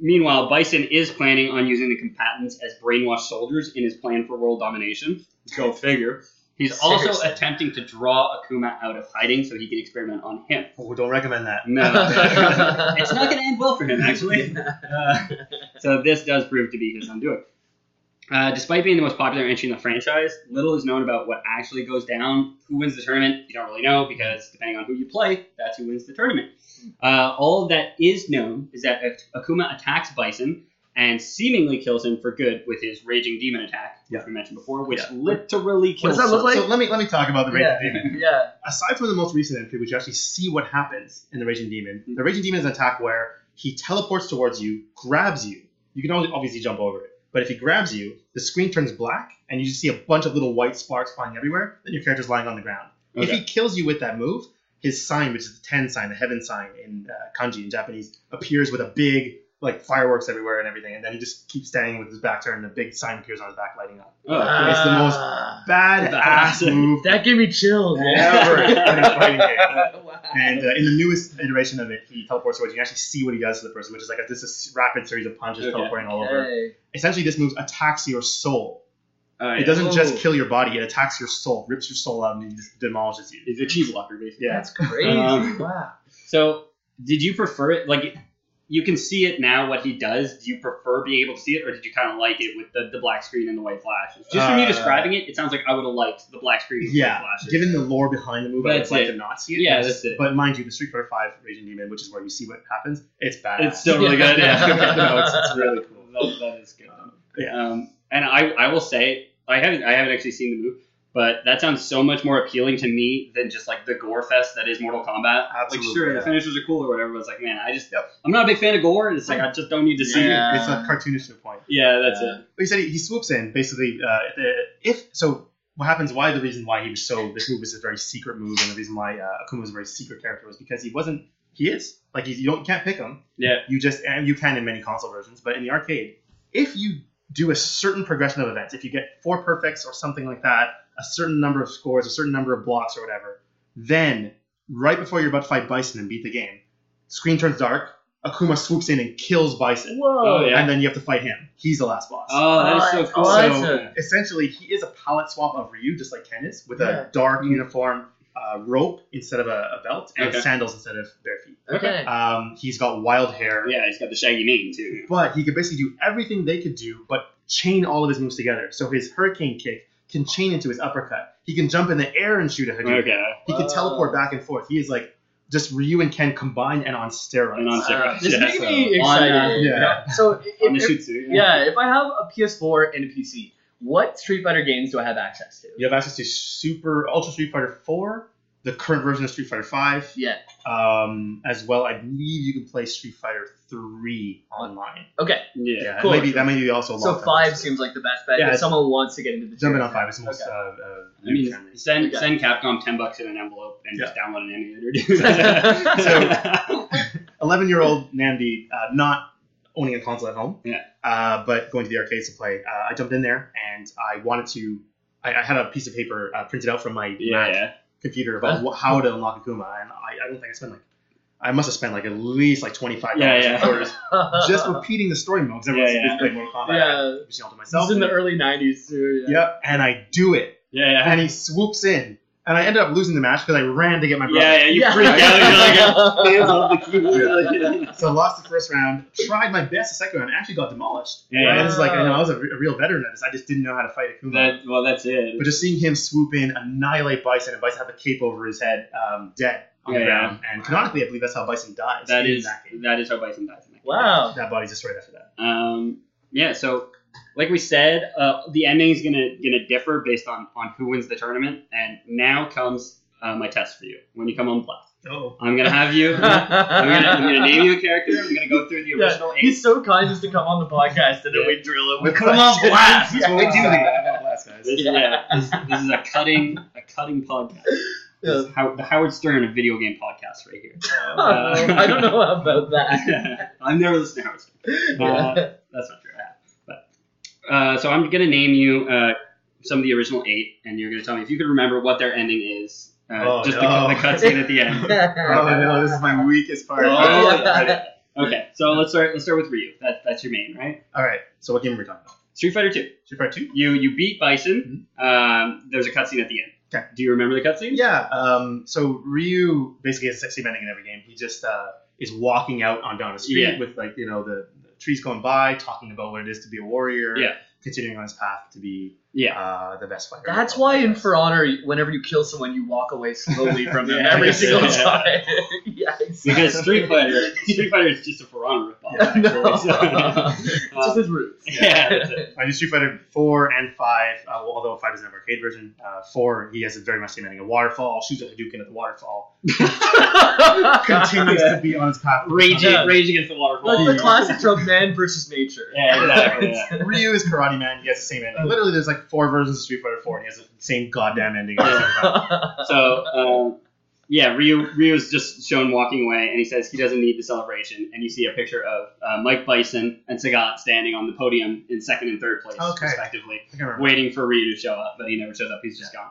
Speaker 3: Meanwhile, Bison is planning on using the combatants as brainwashed soldiers in his plan for world domination. Go figure. He's also
Speaker 6: Seriously.
Speaker 3: attempting to draw Akuma out of hiding so he can experiment on him.
Speaker 5: Oh, don't recommend that. [laughs]
Speaker 3: No, it's not going to end well for him, [laughs] actually. Uh, so this does prove to be his undoing. Uh, despite being the most popular entry in the franchise, little is known about what actually goes down. Who wins the tournament? You don't really know because depending on who you play, that's who wins the tournament. Uh, all that is known is that Ak- Akuma attacks Bison and seemingly kills him for good with his raging demon attack, which
Speaker 5: Yeah.
Speaker 3: we mentioned before, which
Speaker 5: Yeah.
Speaker 3: literally
Speaker 5: What
Speaker 3: kills.
Speaker 5: does that look
Speaker 3: someone.
Speaker 5: like? So let me let me talk about the Raging
Speaker 6: Yeah.
Speaker 5: Demon.
Speaker 6: yeah.
Speaker 5: Aside from the most recent entry, which you actually see what happens in the Raging Demon, the Raging Demon is an attack where he teleports towards you, grabs you. You can only obviously jump over it, but if he grabs you, the screen turns black, and you just see a bunch of little white sparks flying everywhere. Then your character's lying on the ground. If
Speaker 3: Okay.
Speaker 5: he kills you with that move, his sign, which is the ten sign, the heaven sign in uh, kanji in Japanese, appears with a big like fireworks everywhere and everything, and then he just keeps standing with his back turned, and a big sign appears on his back lighting up.
Speaker 3: Oh,
Speaker 5: It's the most
Speaker 6: Ah,
Speaker 5: Badass
Speaker 6: [laughs]
Speaker 5: move
Speaker 6: That gave me chills. [laughs]
Speaker 5: ever in a fighting game.
Speaker 4: wow.
Speaker 5: And uh, in the newest iteration of it, he teleports away. You can actually see what he does to the person, which is like a, this is rapid series of punches
Speaker 3: Okay.
Speaker 5: teleporting all over.
Speaker 4: Hey.
Speaker 5: Essentially, this move attacks your soul.
Speaker 3: oh, yeah.
Speaker 5: It doesn't just
Speaker 4: Ooh.
Speaker 5: kill your body; it attacks your soul, rips your soul out, and it just demolishes you.
Speaker 3: He's a cheese walker, basically.
Speaker 5: Yeah,
Speaker 4: That's crazy.
Speaker 3: Um,
Speaker 4: wow.
Speaker 3: So, did you prefer it? Like, you can see it now what he does. Do you prefer being able to see it, or did you kind of like it with the, the black screen and the white flashes? Just from you
Speaker 5: Uh,
Speaker 3: describing it, it sounds like I would have liked the black screen and
Speaker 5: yeah.
Speaker 3: white flashes.
Speaker 5: Given the lore behind the movie, I would
Speaker 3: That's
Speaker 5: like
Speaker 3: it.
Speaker 5: to not see it.
Speaker 3: Yeah, that's it.
Speaker 5: But mind you, the Street Fighter Five Raging Demon, which is where you see what happens, it's bad.
Speaker 3: it's still really good.
Speaker 5: [laughs] Yeah.
Speaker 3: Yeah.
Speaker 5: No, it's- it's really cool.
Speaker 3: [laughs] That, that is good.
Speaker 5: Yeah.
Speaker 3: Um, and I, I will say, I haven't, I haven't actually seen the move, but that sounds so much more appealing to me than just like the gore fest that is Mortal Kombat.
Speaker 5: Absolutely,
Speaker 3: like, sure,
Speaker 5: yeah.
Speaker 3: the finishers are cool or whatever. But it's like, man, I just,
Speaker 5: Yep.
Speaker 3: I'm not a big fan of gore, and it's like I just don't need to see it.
Speaker 6: Yeah.
Speaker 5: it's a cartoonish to a point.
Speaker 3: Yeah, that's
Speaker 6: Yeah.
Speaker 3: it.
Speaker 5: But he said he, he swoops in basically. Uh, the- if so, what happens? Why the reason why he was so this move was a very secret move, and the reason why uh, Akuma was a very secret character was because he wasn't. He is like he's, you don't you can't pick him.
Speaker 3: Yeah.
Speaker 5: You just and you can in many console versions, but in the arcade, if you do a certain progression of events, if you get four perfects or something like that, a certain number of scores, a certain number of blocks or whatever, then right before you're about to fight Bison and beat the game, screen turns dark. Akuma swoops in and kills Bison,
Speaker 6: Whoa.
Speaker 3: Oh, yeah.
Speaker 5: and then you have to fight him. He's the last boss.
Speaker 3: Oh, that is so
Speaker 6: What?
Speaker 3: cool.
Speaker 5: So essentially, he is a palette swap of Ryu, just like Ken is, with
Speaker 6: Yeah.
Speaker 5: a dark uniform, uh, rope instead of a, a belt, and
Speaker 3: Okay.
Speaker 5: sandals instead of bare feet.
Speaker 3: uh,
Speaker 6: Okay.
Speaker 5: Um, he's got wild hair,
Speaker 3: yeah, he's got the shaggy mane too.
Speaker 5: but he could basically do everything they could do, but chain all of his moves together. So his hurricane kick can chain into his uppercut. He can jump in the air and shoot a Hadouken.
Speaker 3: Okay, Uh.
Speaker 5: He can teleport back and forth. He is like just Ryu and Ken combined and on steroids.
Speaker 3: And on steroids.
Speaker 6: Uh, this is
Speaker 3: Yeah,
Speaker 6: making me
Speaker 3: so- on,
Speaker 6: excited.
Speaker 3: uh,
Speaker 5: yeah.
Speaker 6: So if,
Speaker 3: on the
Speaker 6: if-
Speaker 3: Shutsu.
Speaker 6: yeah, if I have a PS4 and a PC, what Street Fighter games do I have access to?
Speaker 5: You have access to Super Ultra Street Fighter 4, the current version of Street Fighter 5.
Speaker 6: Yeah.
Speaker 5: Um, as well, I believe you can play Street Fighter 3 online.
Speaker 6: Okay.
Speaker 3: yeah.
Speaker 5: Yeah,
Speaker 6: cool.
Speaker 5: maybe that may be also a
Speaker 6: So
Speaker 5: long time.
Speaker 6: five seems like the best bet
Speaker 5: Yeah,
Speaker 6: if
Speaker 5: it's-
Speaker 6: someone wants to get into the
Speaker 5: Jumping
Speaker 6: tier.
Speaker 5: on 5 is most.
Speaker 6: Okay.
Speaker 5: Uh, uh,
Speaker 3: I mean,
Speaker 5: friendly.
Speaker 3: send
Speaker 6: Okay.
Speaker 3: send Capcom ten bucks in an envelope and just download an emulator.
Speaker 5: [laughs] So-
Speaker 3: Dude.
Speaker 5: 11 year old Namdi uh, not owning a console at home,
Speaker 3: Yeah.
Speaker 5: uh, but going to the arcades to play. Uh, I jumped in there and I wanted to. I, I had a piece of paper uh, printed out from my
Speaker 3: yeah,
Speaker 5: Mac
Speaker 3: yeah.
Speaker 5: computer about wh- how to unlock Akuma, and I, I don't think I spent like. I must have spent like at least like twenty five
Speaker 3: Yeah,
Speaker 5: dollars
Speaker 3: yeah.
Speaker 5: [laughs]
Speaker 6: [laughs]
Speaker 5: uh, just repeating the story mode because
Speaker 3: Yeah,
Speaker 5: everyone's
Speaker 3: yeah.
Speaker 5: been playing Mortal Kombat.
Speaker 6: Yeah.
Speaker 5: I just yelled to
Speaker 6: This
Speaker 5: myself.
Speaker 6: is in the early '90s too. Yeah.
Speaker 5: Yep, and I do it,
Speaker 3: Yeah, yeah.
Speaker 5: and he swoops in, and I ended up losing the match because I ran to get my brother.
Speaker 3: Yeah, yeah, you freak out. You're
Speaker 6: [laughs]
Speaker 3: like, hands on the keyboard.
Speaker 5: So I lost the first round, tried my best the second round, and actually got demolished.
Speaker 3: Yeah.
Speaker 5: And this is like I know I was a, re- a real veteran at this. I just didn't know how to fight Akuma.
Speaker 3: [laughs] That, well, that's it.
Speaker 5: but just seeing him swoop in, annihilate Bison, and Bison have a cape over his head, um, dead on
Speaker 3: Yeah,
Speaker 5: the
Speaker 3: yeah.
Speaker 5: ground. And canonically, I believe that's how Bison dies.
Speaker 3: That
Speaker 5: in
Speaker 3: is
Speaker 5: that, game.
Speaker 3: that is how Bison dies. in that
Speaker 6: Wow.
Speaker 5: that body's destroyed after that.
Speaker 3: Um, yeah, so like we said, uh, the ending is gonna gonna differ based on on who wins the tournament. And now comes uh, my test for you. When you come on blast,
Speaker 5: Oh,
Speaker 3: I'm gonna have you. I'm gonna, I'm gonna
Speaker 6: [laughs]
Speaker 3: name you a character. I'm gonna go through the
Speaker 6: Yeah,
Speaker 3: original eight.
Speaker 6: He's so kind just to come on the podcast and then
Speaker 3: Yeah.
Speaker 6: we drill him.
Speaker 5: We
Speaker 6: with
Speaker 5: put him on
Speaker 6: questions.
Speaker 5: blast. That's what we
Speaker 6: Yeah.
Speaker 5: do here. Blast,
Speaker 3: [laughs]
Speaker 5: guys.
Speaker 3: This, yeah, this, this is a cutting a cutting podcast. This is How, the Howard Stern of video game podcasts right here. Uh,
Speaker 6: [laughs] I don't know
Speaker 3: [laughs]
Speaker 6: about that.
Speaker 3: I'm never listening to Howard Stern.
Speaker 6: [laughs]
Speaker 3: Uh, that's not true. I have. But uh, so I'm gonna name you uh, some of the original eight, and you're gonna tell me if you can remember what their ending is. Uh,
Speaker 5: Oh,
Speaker 3: just
Speaker 5: no.
Speaker 3: the, the cutscene at the end.
Speaker 6: [laughs]
Speaker 5: Oh no, this is my weakest part.
Speaker 3: Oh,
Speaker 6: yeah.
Speaker 3: [laughs] Okay, so let's start. Let's start with Ryu. That, that's your main, right?
Speaker 5: All right. So what game are we talking about?
Speaker 3: Street Fighter Two.
Speaker 5: Street Fighter Two. Mm-hmm.
Speaker 3: You you beat Bison. Um, there's a cutscene at the end.
Speaker 5: Okay.
Speaker 3: Do you remember the cutscene?
Speaker 5: Yeah. Um, so Ryu basically has sexy ending in every game. He just uh, is walking out on down the street
Speaker 3: Yeah.
Speaker 5: with like you know the, the trees going by, talking about what it is to be a warrior.
Speaker 3: Yeah.
Speaker 5: Continuing on his path to be
Speaker 3: Yeah.
Speaker 5: uh, the best fighter.
Speaker 6: That's why in For Honor, whenever you kill someone, you walk away slowly from them
Speaker 5: Yeah,
Speaker 6: every
Speaker 5: yeah.
Speaker 6: single
Speaker 3: [laughs] Yeah.
Speaker 6: time. [laughs] yeah, exactly.
Speaker 3: Because Street Fighter, Street Fighter is just a For Honor ripoff.
Speaker 5: Yeah,
Speaker 6: [laughs]
Speaker 3: [laughs]
Speaker 6: no.
Speaker 3: actually, [laughs]
Speaker 6: [laughs]
Speaker 3: uh,
Speaker 6: it's just his roots.
Speaker 3: yeah, that's
Speaker 6: [laughs]
Speaker 3: it.
Speaker 5: I do Street Fighter four and five. Uh, well, although five doesn't have an arcade version. Uh, four, he has a very much same ending. A waterfall shoots a Hadouken at the waterfall.
Speaker 6: [laughs]
Speaker 5: Continues to be on
Speaker 3: [laughs]
Speaker 5: his path.
Speaker 3: Rage,
Speaker 6: Yeah.
Speaker 3: rage against the waterfall.
Speaker 6: That's the classic trope, man versus nature.
Speaker 3: Yeah, exactly. Yeah.
Speaker 5: Ryu is Karate Man. He has the same ending. Literally, there's like four versions of Street Fighter Four, and he has the same goddamn ending.
Speaker 3: So um, yeah, Ryu Ryu's just shown walking away, and he says he doesn't need the celebration. And you see a picture of uh, Mike Bison and Sagat standing on the podium in second and third place,
Speaker 5: Okay.
Speaker 3: respectively,
Speaker 5: I can remember.
Speaker 3: waiting for Ryu to show up, but he never shows up. He's just gone.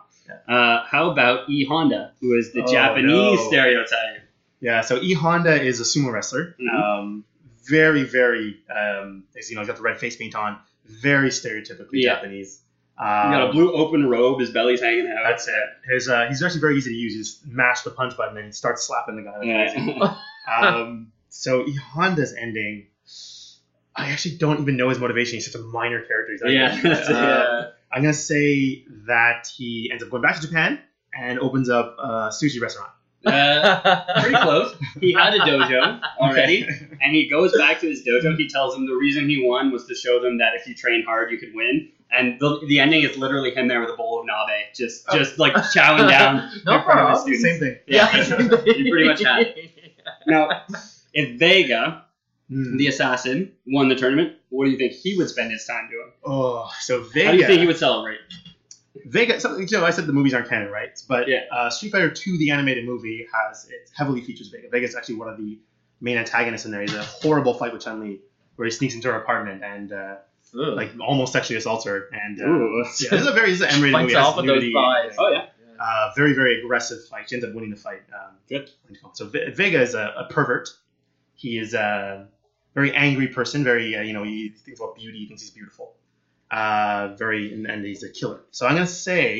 Speaker 3: Uh, how about E Honda, who is the
Speaker 5: Oh,
Speaker 3: Japanese
Speaker 5: no.
Speaker 3: stereotype?
Speaker 5: Yeah, so E Honda is a sumo wrestler.
Speaker 3: Mhm.
Speaker 5: Um, very, very, um, he's, you know, he's got the red face paint on. Very stereotypically
Speaker 3: Yeah.
Speaker 5: Japanese. Um,
Speaker 3: He got a blue open robe, his belly's hanging out.
Speaker 5: That's it. His, uh, he's actually very easy to use. You just mash the punch button and he starts slapping the guy. Like crazy. [laughs]
Speaker 3: Yeah. [laughs]
Speaker 5: Um, so E Honda's ending. I actually don't even know his motivation. He's such a minor character. He's
Speaker 3: [laughs]
Speaker 5: not
Speaker 3: Yeah,
Speaker 5: even-
Speaker 3: that's it.
Speaker 5: [laughs] Uh, I'm gonna say that he ends up going back to Japan and opens up a sushi restaurant.
Speaker 3: Uh,
Speaker 6: [laughs]
Speaker 3: pretty
Speaker 6: Pretty close.
Speaker 3: close. He had a dojo already, and he goes back to his dojo. He tells them the reason he won was to show them that if you train hard, you could win. And the, the ending is literally him there with a bowl of nabe, just just like chowing down
Speaker 6: No
Speaker 3: in front of his
Speaker 6: problem.
Speaker 3: students.
Speaker 5: Same thing.
Speaker 3: Oh, Yeah. You pretty much
Speaker 6: [laughs]
Speaker 3: had
Speaker 6: it.
Speaker 3: now, if Vega,
Speaker 5: Hmm.
Speaker 3: the assassin, won the tournament, what do you think he would spend his time doing?
Speaker 5: Oh, so Vega.
Speaker 3: How do you think he would celebrate?
Speaker 5: Vega. So, you know, I said the movies aren't canon, right? But
Speaker 3: Yeah.
Speaker 5: uh, Street Fighter Two, the animated movie, has it heavily features Vega. Vega's actually one of the main antagonists in there. He's a horrible fight with Chun Li, where he sneaks into her apartment and uh, like almost sexually assaults her. And uh,
Speaker 3: Ooh.
Speaker 5: yeah, this is a very this is an M-rated
Speaker 6: Bites
Speaker 5: movie. It has
Speaker 6: off of those
Speaker 5: nudity and
Speaker 6: thighs.
Speaker 5: everything.
Speaker 3: Oh yeah,
Speaker 5: uh, very very aggressive fight. She ends up winning the fight. Um,
Speaker 3: Good.
Speaker 5: So Ve- Vega is a, a pervert. He is a very angry person. Very uh, you know he thinks about beauty. He thinks he's beautiful. Uh, very and, and he's a killer. So I'm gonna say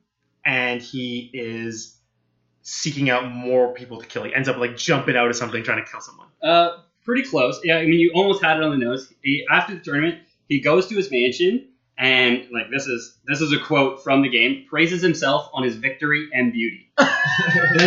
Speaker 5: and he is seeking out more people to kill. He ends up like jumping out of something trying to kill someone.
Speaker 3: uh, pretty close. Yeah, I mean you almost had it on the nose. He, after the tournament, he goes to his mansion and like this is this is a quote from the game praises himself on his victory and beauty. then, [laughs]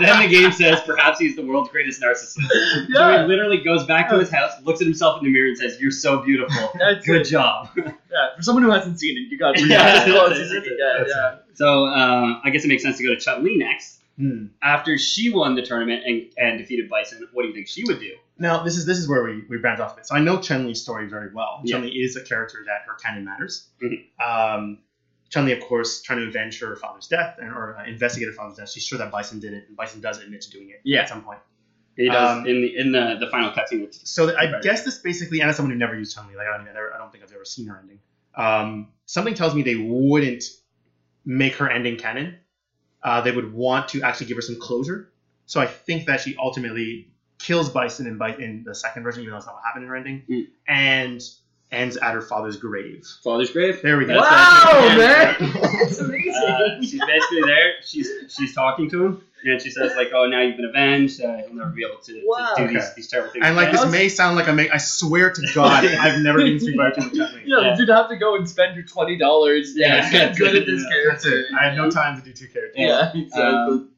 Speaker 3: then the game says perhaps he's the world's greatest narcissist. So he
Speaker 6: Yeah.
Speaker 3: literally goes back to his house, looks at himself in the mirror, and says, "You're so beautiful.
Speaker 6: That's
Speaker 3: Good
Speaker 6: it.
Speaker 3: job."
Speaker 6: Yeah, for someone who hasn't seen it, you got
Speaker 3: [laughs]
Speaker 6: really
Speaker 3: Yeah, [laughs] that's
Speaker 6: close.
Speaker 3: it, that's it,
Speaker 6: yeah,
Speaker 5: that's
Speaker 6: yeah.
Speaker 3: So uh, I guess it makes sense to go to Chun Li next.
Speaker 5: Hmm.
Speaker 3: After she won the tournament and, and defeated Bison, what do you think she would do?
Speaker 5: Now this is this is where we, we branch off a bit. So I know Chun Li's story very well.
Speaker 3: Yeah.
Speaker 5: Chun Li is a character that her canon matters.
Speaker 3: Mhm.
Speaker 5: Um, Chun Li, of course, trying to avenge her father's death and or uh, investigate her father's death. She's sure that Bison did it, and Bison does admit to doing it
Speaker 3: Yeah.
Speaker 5: at some point.
Speaker 3: He does
Speaker 5: Um,
Speaker 3: in the in the, the final cutscene. which-
Speaker 5: So th- I
Speaker 3: Right.
Speaker 5: guess this basically, and as someone who never used Chun Li, like I don't, even, I don't think I've ever seen her ending. Um, something tells me they wouldn't make her ending canon. Uh, they would want to actually give her some closure. So I think that she ultimately kills Bison in, Bi- in the second version, even though that's not what happened in her ending,
Speaker 3: Mm.
Speaker 5: and ends at her father's grave.
Speaker 3: Father's grave.
Speaker 5: There we go.
Speaker 3: That's
Speaker 6: Wow,
Speaker 3: it.
Speaker 6: man, [laughs] that's amazing.
Speaker 3: Uh, she's basically there. She's she's talking to him, and she says like, "Oh, now you've been avenged. Uh, he'll never be able to, to
Speaker 6: Wow.
Speaker 3: do
Speaker 5: Okay.
Speaker 3: these, these terrible things."
Speaker 5: And like
Speaker 3: again."
Speaker 5: this may sound like I make, I swear to
Speaker 6: [laughs]
Speaker 5: God, I've never been Street Fighter 2 with Chun Li.
Speaker 6: yeah,
Speaker 3: Yeah.
Speaker 6: you'd have to go and spend your twenty dollars.
Speaker 3: Yeah,
Speaker 6: Yeah, get
Speaker 3: that's
Speaker 6: good
Speaker 3: it,
Speaker 6: at this
Speaker 3: yeah,
Speaker 5: That's
Speaker 6: character.
Speaker 5: it. I have no time to do two characters.
Speaker 6: Yeah, exactly. [laughs]
Speaker 3: Um,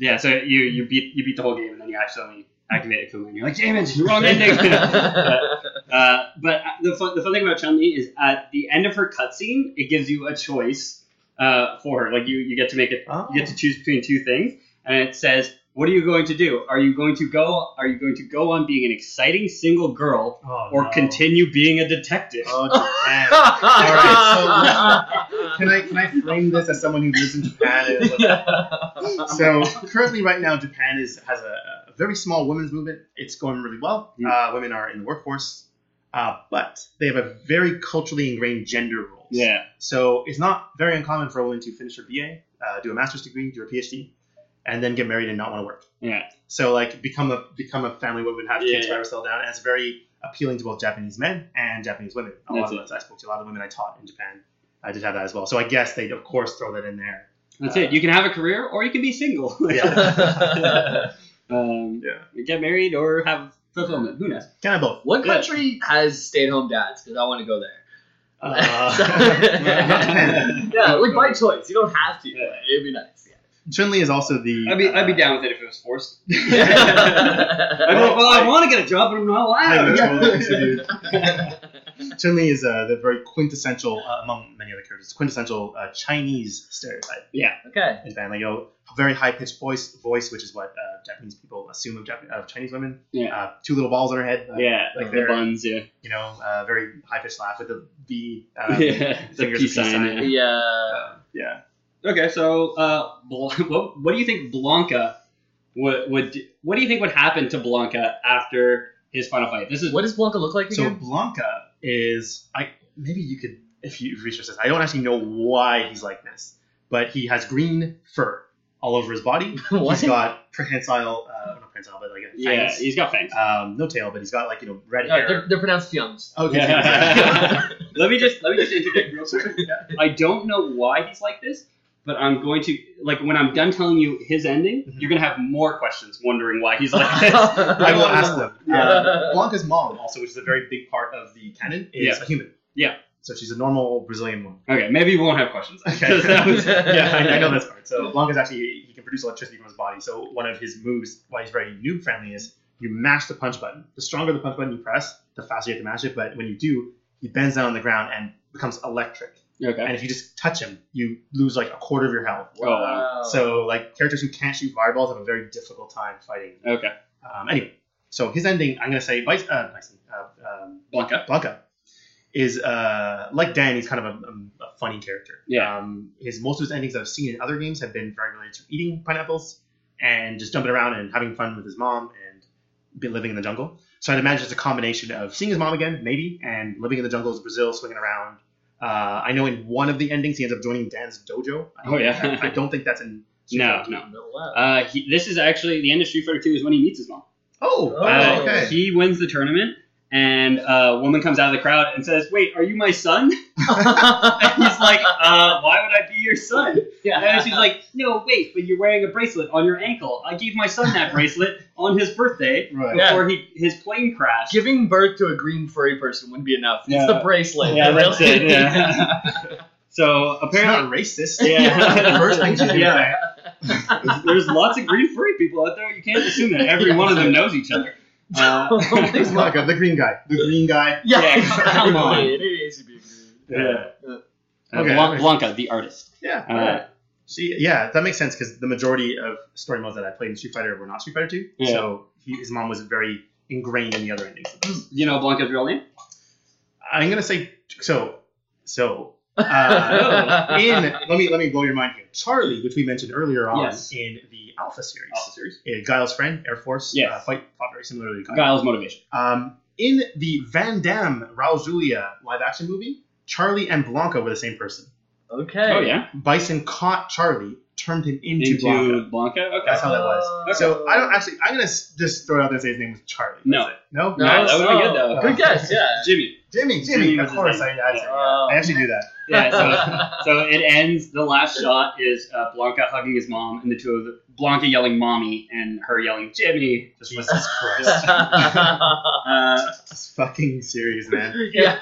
Speaker 3: yeah, so you you beat you beat the whole game, and then you accidentally activate Akuma, and you're like, "Damn it, wrong
Speaker 5: [laughs]
Speaker 3: ending." [laughs] uh, but uh, the fun, the fun thing about Chun Li is at the end of her cutscene, it gives you a choice uh, for her. Like you you get to make it,
Speaker 5: Oh.
Speaker 3: you get to choose between two things, and it says. What are you going to do? Are you going to go? Are you going to go on being an exciting single girl,
Speaker 5: Oh,
Speaker 3: or
Speaker 6: [laughs]
Speaker 5: no.
Speaker 3: continue being a detective.
Speaker 5: Oh, Japan. Can I can I frame
Speaker 6: [laughs]
Speaker 5: this as someone who lives in Japan? And is like- so currently, right now, Japan is has a, a very small women's movement. It's going really well.
Speaker 3: Mm.
Speaker 5: Uh, women are in the workforce, uh, but they have a very culturally ingrained gender roles.
Speaker 3: Yeah.
Speaker 5: So it's not very uncommon for a woman to finish her BA, uh, do a master's degree, do a PhD, and then get married and not want to work.
Speaker 3: Yeah.
Speaker 5: So like become a become a family woman, have kids,
Speaker 3: Yeah.
Speaker 5: whatever, settle down. And it's very appealing to both Japanese men and Japanese women. A
Speaker 3: That's
Speaker 5: lot
Speaker 3: it.
Speaker 5: of us, I spoke to a lot of women I taught in Japan. I did have that as well. So I guess they of course throw that in there.
Speaker 3: That's it. You can have a career or you can be single. [laughs]
Speaker 6: [laughs]
Speaker 5: Yeah.
Speaker 3: um,
Speaker 5: Yeah.
Speaker 3: Get married or have fulfillment. Who knows?
Speaker 5: Kind of both.
Speaker 6: What
Speaker 5: Yeah.
Speaker 6: country has stay-at-home dads? Because I want to go there.
Speaker 5: [laughs]
Speaker 3: [laughs]
Speaker 5: Uh,
Speaker 6: yeah, like by choice. You don't have to.
Speaker 3: Yeah.
Speaker 6: but It'd be nice.
Speaker 5: Chun-Li is also the.
Speaker 3: I'd be, I'd be
Speaker 5: uh,
Speaker 3: down with it if it was forced. I
Speaker 6: Yeah.
Speaker 3: mean, well, I want to get a job, but I'm not
Speaker 5: I
Speaker 3: allowed.
Speaker 5: would
Speaker 3: Yeah.
Speaker 5: totally consider-
Speaker 3: [laughs]
Speaker 5: Chun-Li is uh, the very quintessential, uh, among many other characters, quintessential uh, Chinese stereotype
Speaker 6: [laughs] okay.
Speaker 5: in Japan. Like, you know, very high pitched voice, voice, which is what uh, Japanese people assume of, Jap- of Chinese women.
Speaker 3: Yeah.
Speaker 5: Uh, two little balls on her head. uh,
Speaker 3: Yeah,
Speaker 5: Like
Speaker 3: like the
Speaker 5: they're-
Speaker 3: buns, yeah.
Speaker 5: You know, uh, very high pitched laugh with the V.
Speaker 3: [laughs]
Speaker 5: Um,
Speaker 3: Yeah, the
Speaker 5: fingers
Speaker 3: uh, peace
Speaker 5: of
Speaker 3: sign, yeah.
Speaker 6: Yeah.
Speaker 5: Yeah.
Speaker 3: Okay, so uh, Bl- [laughs] what, what do you think Blanca would, would do- what do you think would happen to Blanca after his final fight? This is
Speaker 6: What does Blanca look like
Speaker 5: So
Speaker 6: again? [laughs]
Speaker 5: Blanca is I maybe you could if you research this. I don't actually know why he's like this, but he has green fur all over his body.
Speaker 6: What?
Speaker 5: He's got prehensile, uh, not prehensile, but like a
Speaker 3: yeah,
Speaker 5: fangs.
Speaker 3: he's got fangs.
Speaker 5: um, no tail, but he's got like you know red
Speaker 6: Uh,
Speaker 5: hair. Oh,
Speaker 6: they're, they're pronounced
Speaker 5: [laughs]
Speaker 6: Fions.
Speaker 3: [laughs]
Speaker 5: Okay.
Speaker 3: Yeah. let me just let me just interject real quick. I don't know why he's like this, but I'm going to like when I'm done telling you his ending,
Speaker 5: Mhm.
Speaker 3: you're gonna have more questions wondering why he's
Speaker 6: [laughs]
Speaker 3: like this.
Speaker 5: I will ask them. Uh,
Speaker 6: Yeah.
Speaker 5: Blanca's mom, also, which is a very big part of the canon, is
Speaker 3: Yeah.
Speaker 5: a human.
Speaker 3: Yeah.
Speaker 5: So she's a normal Brazilian woman. [laughs]
Speaker 3: okay, maybe you won't have questions.
Speaker 5: Okay.
Speaker 3: [laughs] 'Cause that
Speaker 5: [laughs]
Speaker 3: was-
Speaker 5: yeah, I, I know this part. So Blanca's actually he can produce electricity from his body. So one of his moves, while he's very noob friendly, is you mash the punch button. The stronger the punch button you press, the faster you have to mash it. But when you do, he bends down on the ground and becomes electric.
Speaker 3: okay.
Speaker 5: And if you just touch him, you lose like a quarter of your health.
Speaker 3: Oh, wow.
Speaker 5: So like characters who can't shoot fireballs have a very difficult time fighting.
Speaker 3: Okay.
Speaker 5: Um, anyway, so his ending, I'm gonna say, Vice, uh, Bison, uh, um,
Speaker 3: Blanca.
Speaker 5: Blanca is uh, like Dan. He's kind of a, a, a funny character.
Speaker 3: Yeah.
Speaker 5: Um, his most of his endings I've seen in other games have been very related to eating pineapples and just jumping around and having fun with his mom and be living in the jungle. So I'd imagine it's a combination of seeing his mom again, maybe, and living in the jungles of Brazil, swinging around. Uh, I know in one of the endings he ends up joining Dan's dojo. I
Speaker 3: Oh, yeah.
Speaker 5: don't- I don't think that's in.
Speaker 3: [laughs] No, no.
Speaker 6: wow.
Speaker 3: Uh, he, this is actually the end of Street Fighter Two is when he meets his mom.
Speaker 5: Oh,
Speaker 3: Uh,
Speaker 6: Oh,
Speaker 5: uh, okay.
Speaker 3: He wins the tournament, and a woman comes out of the crowd and says, "Wait, are you my son?" [laughs] And he's like, uh, "Why would I be your son?" And then she's like, "No, wait, but you're wearing a bracelet on your ankle. I gave my son that bracelet on his birthday
Speaker 5: right.
Speaker 6: Yeah.
Speaker 3: before he his plane crashed."
Speaker 6: Giving birth to a green furry person wouldn't be enough.
Speaker 3: Yeah.
Speaker 6: It's the
Speaker 3: [laughs]
Speaker 6: bracelet.
Speaker 3: yeah,
Speaker 6: really.
Speaker 3: that's
Speaker 6: [laughs]
Speaker 3: it. Yeah. [laughs] so
Speaker 5: It's
Speaker 3: apparently,
Speaker 5: not racist.
Speaker 3: Yeah.
Speaker 5: The [laughs] first thing she did.
Speaker 3: Yeah. there's lots of green furry people out there. You can't assume that every one of them knows each other. Uh,
Speaker 5: [laughs] He's Blanca, the green guy. The green guy.
Speaker 6: Yeah,
Speaker 3: Yeah, come on.
Speaker 6: It needs to be green.
Speaker 3: Yeah. Uh,
Speaker 5: Okay.
Speaker 3: Blan- Blanca, the artist.
Speaker 5: Yeah.
Speaker 3: Uh,
Speaker 5: alright. See, yeah, that makes sense because the majority of story modes that I played in Street Fighter were not Street Fighter 2.
Speaker 3: Yeah.
Speaker 5: So he, his mom was very ingrained in the other endings.
Speaker 3: You know Blanca's real name?
Speaker 5: I'm gonna say so. So uh, in let me let me blow your mind here. Charlie, which we mentioned earlier on
Speaker 3: Yes.
Speaker 5: in the Alpha series,
Speaker 3: Alpha series.
Speaker 5: Uh, Guile's friend, Air Force,
Speaker 3: Yes.
Speaker 5: uh, fight fought very similarly to Guile.
Speaker 3: Guile's motivation.
Speaker 5: Um, in the Van Damme Raul Julia live action movie, Charlie and Blanca were the same person.
Speaker 6: Okay.
Speaker 3: Oh yeah,
Speaker 5: Bison caught Charlie, turned him into,
Speaker 3: into Oh.
Speaker 5: Blanca.
Speaker 3: Blanca. Okay,
Speaker 5: That's how that was.
Speaker 6: Okay.
Speaker 5: So I don't actually. I'm gonna s- just throw it out there and say his name was Charlie.
Speaker 3: No.
Speaker 5: That's it. no,
Speaker 6: No,
Speaker 3: Nah, that would've been good, though.
Speaker 6: Good guess, yeah.
Speaker 3: Jimmy.
Speaker 5: Jimmy, Jimmy.
Speaker 3: Jimmy was
Speaker 5: of
Speaker 3: his
Speaker 5: course, I,
Speaker 3: name.
Speaker 5: I,
Speaker 3: Yeah.
Speaker 5: I actually do that.
Speaker 3: Yeah. So, so it ends. The last shot is uh, Blanca hugging his mom, and the two of the, Blanca yelling "mommy" and her yelling "Jimmy." Just listen.
Speaker 5: Jesus
Speaker 3: [laughs]
Speaker 5: Christ,
Speaker 3: Uh,
Speaker 5: this fucking serious man. [laughs]
Speaker 3: [laughs]
Speaker 6: yeah.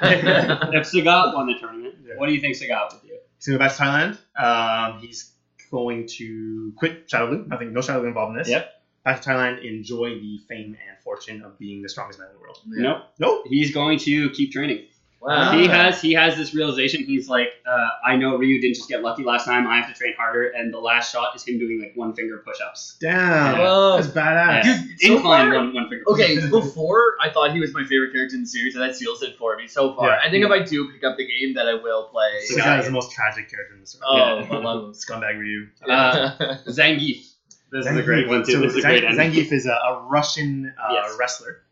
Speaker 3: if Sagat won the tournament,
Speaker 5: Yeah.
Speaker 3: what do you think Sagat would do?
Speaker 5: He's gonna go back to Thailand. Um, he's going to quit Shadowloo. Nothing, no Shadowloo involved in this.
Speaker 3: Yep.
Speaker 5: Back to Thailand, enjoy the fame and fortune of being the strongest man in the world.
Speaker 3: Nope.
Speaker 5: Nope.
Speaker 3: He's going to keep training.
Speaker 5: Ah.
Speaker 6: Wow.
Speaker 3: He has he has this realization. He's like, uh, I know Ryu didn't just get lucky last time. I have to train harder. And the last shot is him doing like one finger push ups.
Speaker 5: Damn.
Speaker 6: Whoa.
Speaker 5: That's badass.
Speaker 3: Yeah.
Speaker 6: Dude, so
Speaker 3: Incline
Speaker 6: far-
Speaker 3: one, one finger. push-ups.
Speaker 6: Okay, before I thought he was my favorite character in the series, and that seals it for me so far.
Speaker 5: Yeah.
Speaker 6: I think if I do pick up the game, that I will play.
Speaker 5: This guy is the most tragic character in the story.
Speaker 6: oh,
Speaker 3: Yeah.
Speaker 6: I love him.
Speaker 5: Scumbag Ryu.
Speaker 3: Uh, Zangief.
Speaker 6: The
Speaker 3: This is a great one, too.
Speaker 5: So
Speaker 3: this is a
Speaker 5: Zang-
Speaker 3: great end.
Speaker 5: Zangief is a, a Russian uh,
Speaker 3: Yes.
Speaker 5: wrestler.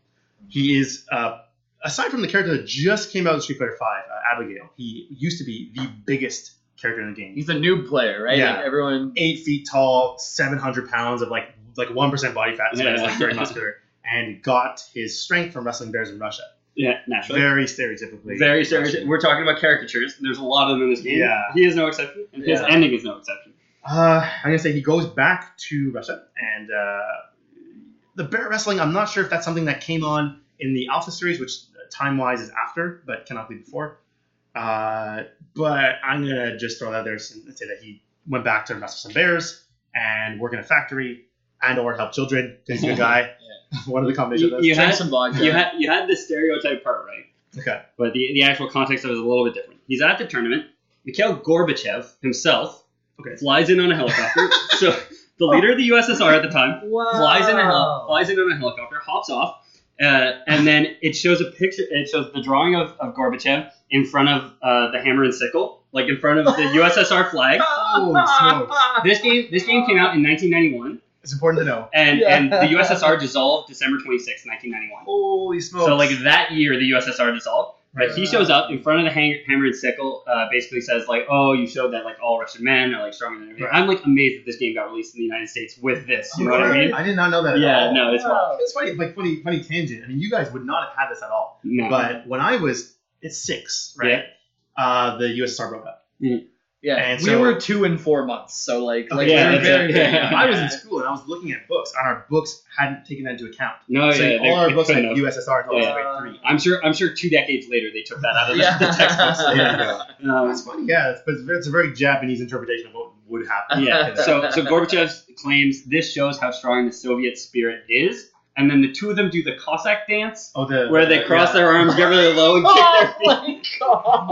Speaker 5: He is, uh, aside from the character that just came out in Street Fighter Five, uh, Abigail. He used to be the biggest character in the game.
Speaker 6: [laughs] He's a noob player, right?
Speaker 5: Yeah.
Speaker 6: Like everyone.
Speaker 5: eight feet tall, seven hundred pounds of like like one percent body fat, so
Speaker 3: Yeah.
Speaker 5: he's like very muscular, and got his strength from wrestling bears in Russia.
Speaker 3: Yeah, naturally.
Speaker 5: Very stereotypically.
Speaker 3: Very
Speaker 5: Russian.
Speaker 3: serious. We're talking about caricatures. There's a lot of them in this game.
Speaker 5: Yeah.
Speaker 3: He is no exception, and his
Speaker 6: Yeah.
Speaker 3: ending is no exception.
Speaker 5: Uh, I'm gonna say he goes back to Russia, and uh, the bear wrestling. I'm not sure if that's something that came on in the Alpha series, which time wise is after, but cannot be before. Uh, but I'm gonna just throw that there and say that he went back to wrestle some bears and work in a factory and or help children. He's a good guy. [laughs] One of the combinations.
Speaker 3: You,
Speaker 5: of those.
Speaker 3: you
Speaker 6: Drink
Speaker 3: had
Speaker 6: some vodka.
Speaker 3: you had you had the stereotype part right,
Speaker 5: Okay.
Speaker 3: but the the actual context of it is a little bit different. He's at the tournament. Mikhail Gorbachev himself
Speaker 5: Okay.
Speaker 3: flies in on a helicopter. so the leader of the USSR at the time
Speaker 6: wow.
Speaker 3: flies in a hel- flies in on a helicopter, hops off, uh, and then it shows a picture. It shows the drawing of, of Gorbachev in front of uh, the hammer and sickle, like in front of the USSR
Speaker 6: [laughs]
Speaker 3: flag. This game this game came out in 1991,
Speaker 5: It's important to know.
Speaker 3: and
Speaker 6: Yeah.
Speaker 3: and the USSR dissolved December 26, 1991.
Speaker 5: Holy smokes!
Speaker 3: So like that year, the USSR dissolved. But he shows up in front of the hang- hammer and sickle. Uh, basically says like, "Oh, you showed that like all Russian men are like stronger than everything."
Speaker 5: Right.
Speaker 3: I'm like amazed that this game got released in the United States with this. You know what I mean?
Speaker 5: I did not know that.
Speaker 3: Yeah,
Speaker 5: at all.
Speaker 3: no, it's wild.
Speaker 5: It's funny, like funny, funny tangent. I mean, you guys would not have had this at all.
Speaker 3: No.
Speaker 5: But when I was at six, right, uh, the USSR broke up.
Speaker 4: Yeah,
Speaker 5: And
Speaker 4: we
Speaker 5: so-
Speaker 4: were two and four months, so like, like
Speaker 3: Yeah,
Speaker 4: we were
Speaker 3: that's
Speaker 4: very,
Speaker 3: it.
Speaker 4: very
Speaker 3: Yeah.
Speaker 4: young.
Speaker 5: I
Speaker 6: [laughs]
Speaker 5: was in school and I was looking at books, and our books hadn't taken that into account.
Speaker 3: no,
Speaker 5: so
Speaker 3: Oh, yeah, they-
Speaker 5: all our
Speaker 3: they
Speaker 5: books had
Speaker 3: couldn't have.
Speaker 5: USSR until
Speaker 3: Yeah.
Speaker 5: I was grade three.
Speaker 3: I'm sure. I'm sure. Two decades later, they took that out of the,
Speaker 6: Yeah.
Speaker 3: the
Speaker 5: [laughs]
Speaker 3: textbooks.
Speaker 5: Yeah.
Speaker 3: Um,
Speaker 5: Oh, That's funny. Yeah, it's, but it's very- it's a very Japanese interpretation of what would happen.
Speaker 3: Um,
Speaker 5: [laughs]
Speaker 3: yeah. So, so Gorbachev claims this shows how strong the Soviet spirit is, and then the two of them do the Cossack dance,
Speaker 5: Oh, the
Speaker 3: where they cross their arms really low and kick their
Speaker 6: [laughs]
Speaker 3: feet
Speaker 6: [laughs] Oh my god.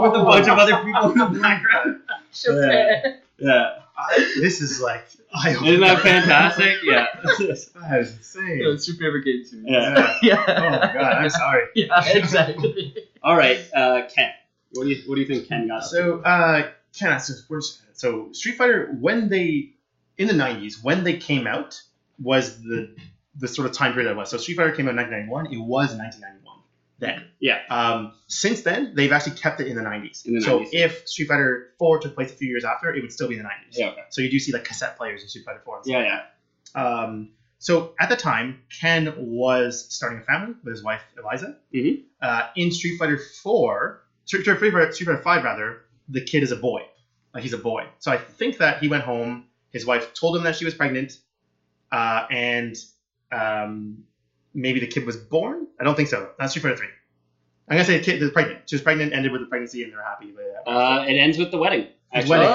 Speaker 3: [laughs] with a bunch of other people in the background.
Speaker 6: Japan.
Speaker 3: Yeah,
Speaker 5: [laughs] I- this is like I
Speaker 3: isn't that fantastic? Yeah.
Speaker 5: [laughs]
Speaker 3: [laughs]
Speaker 5: That is insane.
Speaker 6: It's your favorite game to me.
Speaker 3: Yeah.
Speaker 5: Yeah.
Speaker 6: [laughs]
Speaker 5: Oh
Speaker 6: Yeah.
Speaker 5: my god, I'm sorry.
Speaker 6: Yeah, exactly.
Speaker 3: All right, uh, Ken. What do you What do you think Ken got? up to?
Speaker 5: So, uh, can I, so, we're- so Street Fighter, when they, in the 90s, when they came out, was the the sort of time period that it was. So Street Fighter came out in 1991. It was 1991 then.
Speaker 3: Yeah.
Speaker 5: Um, since then, they've actually kept it in the 90s.
Speaker 3: In the
Speaker 5: so
Speaker 3: 90s.
Speaker 5: if Street Fighter 4 took place a few years after, it would still be in the 90s.
Speaker 3: Yeah. Okay.
Speaker 5: So you do see like cassette players in Street Fighter 4 and stuff.
Speaker 3: Yeah. Yeah.
Speaker 5: Um, so at the time, Ken was starting a family with his wife Eliza.
Speaker 3: Mhm.
Speaker 5: Uh, in Street Fighter Four, Street Street Fighter, Street Fighter Five rather, the kid is a boy. Like he's a boy. So I think that he went home. His wife told him that she was pregnant, uh, and um, maybe the kid was born. I don't think so. That's Street Fighter Three. I'm gonna say the kid is pregnant. She was pregnant, ended with the pregnancy, and they're happy. With that.
Speaker 3: Uh, it ends with the wedding.
Speaker 5: His
Speaker 3: actually.
Speaker 5: wedding.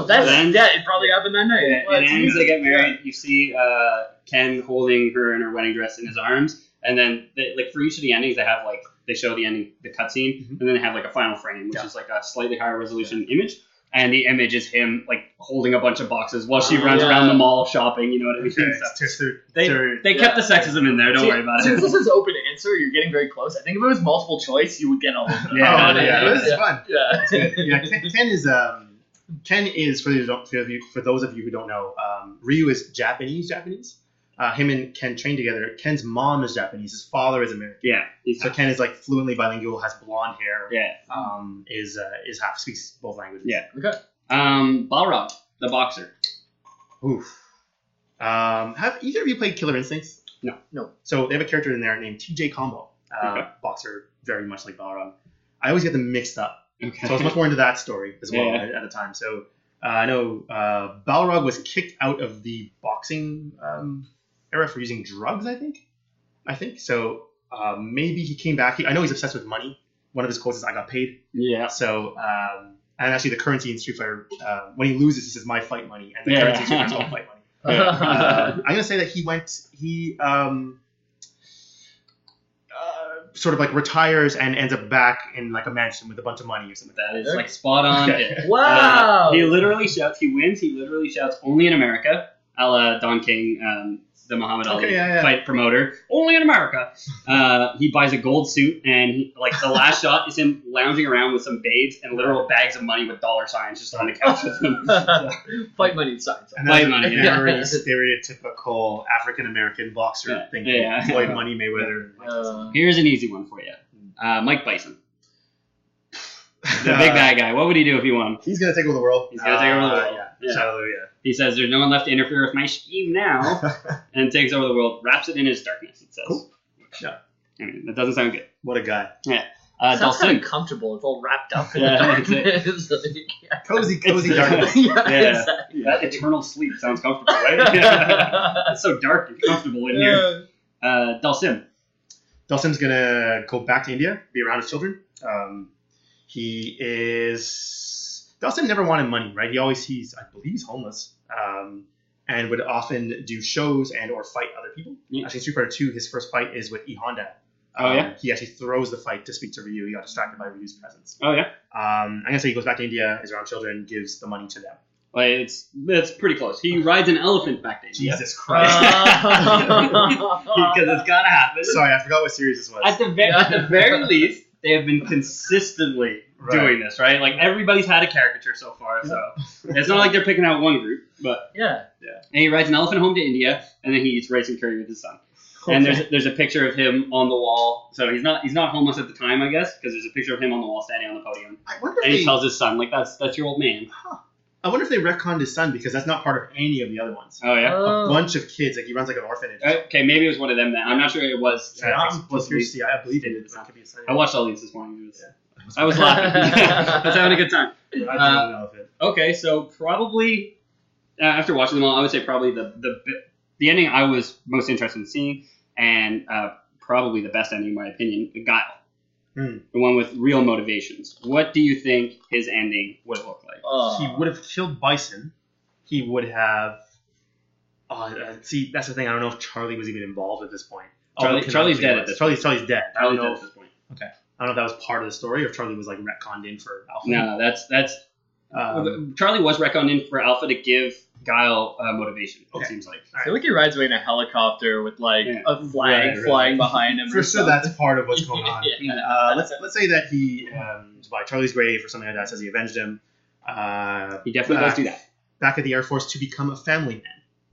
Speaker 3: [laughs] Yeah.
Speaker 6: that's
Speaker 3: It ends-
Speaker 6: yeah. It probably happened that night.
Speaker 3: It,
Speaker 6: Well,
Speaker 3: it
Speaker 6: it's
Speaker 3: ends. They
Speaker 6: music.
Speaker 3: get married. You see uh, Ken holding her in her wedding dress in his arms, and then they, like for each of the endings, they have like they show the ending, the cutscene,
Speaker 5: Mhm.
Speaker 3: and then they have like a final frame, which
Speaker 5: Yeah.
Speaker 3: is like a slightly higher resolution image. And the image is him like holding a bunch of boxes while she
Speaker 6: Oh,
Speaker 3: runs
Speaker 6: yeah.
Speaker 3: around the mall shopping. You know what I mean?
Speaker 5: Okay,
Speaker 3: So
Speaker 5: it's their-
Speaker 3: They,
Speaker 5: their-
Speaker 3: they kept the sexism in there. Don't worry about
Speaker 6: Since
Speaker 3: it.
Speaker 6: this [laughs] is open answer, you're getting very close. I think if it was multiple choice, you would get all of them.
Speaker 5: Oh,
Speaker 3: Yeah.
Speaker 5: yeah, this is
Speaker 6: Yeah.
Speaker 5: fun.
Speaker 6: yeah.
Speaker 3: [laughs]
Speaker 6: [laughs]
Speaker 5: yeah, Ken, Ken is um, Ken is for those for, you, for those of you who don't know, um, Ryu is Japanese. Japanese. Uh, him and Ken train together. Ken's mom is Japanese. His father is American.
Speaker 3: Yeah. he's-
Speaker 5: So Ken is like fluently bilingual, has blonde hair.
Speaker 3: Yeah.
Speaker 5: Um, is uh, is half speaks both languages.
Speaker 3: Yeah. Um, Balrog, the boxer.
Speaker 5: Oof. Um, have either of you played Killer Instincts?
Speaker 3: No.
Speaker 6: No.
Speaker 5: So they have a character in there named TJ Combo, uh,
Speaker 3: Okay.
Speaker 5: boxer, very much like Balrog. I always get them mixed up.
Speaker 3: Okay. [laughs]
Speaker 5: So I was much more into that story as well
Speaker 3: Yeah.
Speaker 5: at, at the time. So uh, I know uh, Balrog was kicked out of the boxing um, era for using drugs. I think, I think so. Uh, maybe he came back. He, I know he's obsessed with money. One of his quotes is "I got paid."
Speaker 3: yeah.
Speaker 5: So um, and actually, the currency in Street Fighter uh, when he loses, he says "my fight money," and the
Speaker 3: Yeah.
Speaker 5: currency in Street Fighter
Speaker 3: [laughs]
Speaker 5: is all fight money. Uh, I'm gonna say that he went. He um, uh, sort of like retires and ends up back in like a mansion with a bunch of money or something. like that.
Speaker 3: That is like spot on.
Speaker 5: Okay.
Speaker 6: wow.
Speaker 5: Oh.
Speaker 3: Uh, he literally shouts. He wins. He literally shouts only in America, a la Don King, um, the Muhammad Ali
Speaker 5: Okay, yeah, yeah.
Speaker 3: fight promoter, only in America. Uh, he buys a gold suit, and he, like the
Speaker 5: [laughs]
Speaker 3: last shot is him lounging around with some babes and literal bags of money with dollar signs just on the couch with
Speaker 5: [laughs]
Speaker 3: him.
Speaker 6: [laughs]
Speaker 3: [laughs]
Speaker 6: Fight money signs.
Speaker 5: And
Speaker 3: Floyd
Speaker 5: that's
Speaker 3: Money,
Speaker 5: a
Speaker 3: yeah. [laughs]
Speaker 5: very stereotypical African American boxer
Speaker 3: Yeah,
Speaker 5: thing.
Speaker 3: yeah.
Speaker 5: Floyd Money Mayweather.
Speaker 6: Uh,
Speaker 3: Here's an easy one for you, uh, Mike Bison, [laughs] the big bad guy. What would he do if he won?
Speaker 5: He's gonna take over the world.
Speaker 3: He's gonna take over the world.
Speaker 5: Uh, yeah.
Speaker 3: Yeah.
Speaker 5: So
Speaker 3: He says, "There's no one left to interfere with my scheme
Speaker 5: [laughs]
Speaker 3: now,"
Speaker 5: yeah.
Speaker 3: and takes over the world. Wraps it in his darkness. It says,
Speaker 5: Cool. Yeah.
Speaker 3: I mean, that doesn't sound good."
Speaker 5: what a guy.
Speaker 3: Uh,
Speaker 6: sounds kind
Speaker 3: Dulcin.
Speaker 6: of comfortable. It's all wrapped up in
Speaker 3: Yeah,
Speaker 6: the
Speaker 3: that's
Speaker 6: darkness. [laughs] yeah,
Speaker 5: Cozy, cozy
Speaker 3: It's- [laughs]
Speaker 5: darkness.
Speaker 3: Yeah.
Speaker 6: [laughs] exactly.
Speaker 3: That eternal sleep sounds comfortable, [laughs] right? it's so dark and comfortable in here. Uh, Dalsim.
Speaker 5: Dawson's gonna go back to India, be around his children. Um, he is Dawson never wanted money, right? He always he's I believe he's homeless, um, and would often do shows and or fight other people.
Speaker 3: Yeah.
Speaker 5: Actually, Street Fighter Two, his first fight is with E Honda.
Speaker 3: Oh,
Speaker 5: Um,
Speaker 3: yeah?
Speaker 5: he actually throws the fight to speak to Ryu. He got distracted by Ryu's presence.
Speaker 3: Oh yeah,
Speaker 5: Um, I'm gonna say he goes back to India, is around children, gives the money to them.
Speaker 3: like it's it's pretty close. He
Speaker 6: [laughs]
Speaker 3: [laughs] rides an elephant back to India
Speaker 5: Jesus
Speaker 3: Uh, because it's gotta happen.
Speaker 5: [laughs] Sorry, I forgot what series this was.
Speaker 3: At the very at the [laughs] very least, they have been consistently
Speaker 5: Right.
Speaker 3: doing this, right? Like everybody's had a caricature so far, so it's not like they're picking out one group. But
Speaker 6: yeah.
Speaker 3: and he rides an elephant home to India, and then he eats rice and curry with his son. And there's there's a picture of him on the wall. So he's not he's not homeless at the time, I guess, because there's a picture of him on the wall standing on the podium.
Speaker 5: I wonder
Speaker 3: And
Speaker 5: if
Speaker 3: he
Speaker 5: they,
Speaker 3: tells his son, like, that's that's your old man.
Speaker 5: I wonder if they retconned his son because that's not part of any of the other ones.
Speaker 3: Oh yeah.
Speaker 5: a bunch of kids. Like he runs like an orphanage.
Speaker 3: Okay, maybe it was one of them then. I'm not sure it was.
Speaker 5: Yeah, I'm
Speaker 3: explicitly-
Speaker 5: seriously, I believe it is. It could be a sign.
Speaker 3: I watched all these this morning. It was- I was laughing. [laughs] I was having a good time.
Speaker 5: I don't
Speaker 3: uh,
Speaker 5: know if it.
Speaker 3: Okay, so probably uh, after watching them all, I would say probably the the bi- the ending I was most interested in seeing, and uh, probably the best ending in my opinion, the Guile,
Speaker 5: Hmm.
Speaker 3: the one with real motivations. What do you think his ending would have looked like?
Speaker 6: Uh,
Speaker 5: he would have killed Bison. He would have. Oh, uh, see, that's the thing. I don't know if Charlie was even involved at this point.
Speaker 3: Charlie-
Speaker 5: Although
Speaker 3: Oh, Charlie's
Speaker 5: canonically
Speaker 3: dead at
Speaker 5: he was.
Speaker 3: this
Speaker 5: Charlie's Charlie's dead. I
Speaker 3: Charlie's
Speaker 5: don't
Speaker 3: dead
Speaker 5: know.
Speaker 3: at
Speaker 5: If,
Speaker 3: this point.
Speaker 5: I don't know if that was part of the story or if Charlie was like retconned in for Alpha.
Speaker 3: No, that's that's uh,
Speaker 5: Um,
Speaker 3: Charlie was reckoned in for Alpha to give Guile uh, motivation.
Speaker 5: Okay.
Speaker 3: It seems like.
Speaker 6: I feel like he rides away in a helicopter with like
Speaker 3: Yeah.
Speaker 6: a flag
Speaker 5: Right, right.
Speaker 6: flying behind him. or
Speaker 5: for sure,
Speaker 6: something.
Speaker 5: that's part of what's going
Speaker 6: [laughs]
Speaker 5: [laughs] on.
Speaker 6: Yeah.
Speaker 5: Uh, let's let's say that he um, was by Charlie's grave or something like that. Says he avenged him. Uh,
Speaker 3: He definitely does do that.
Speaker 5: back at the Air Force to become a family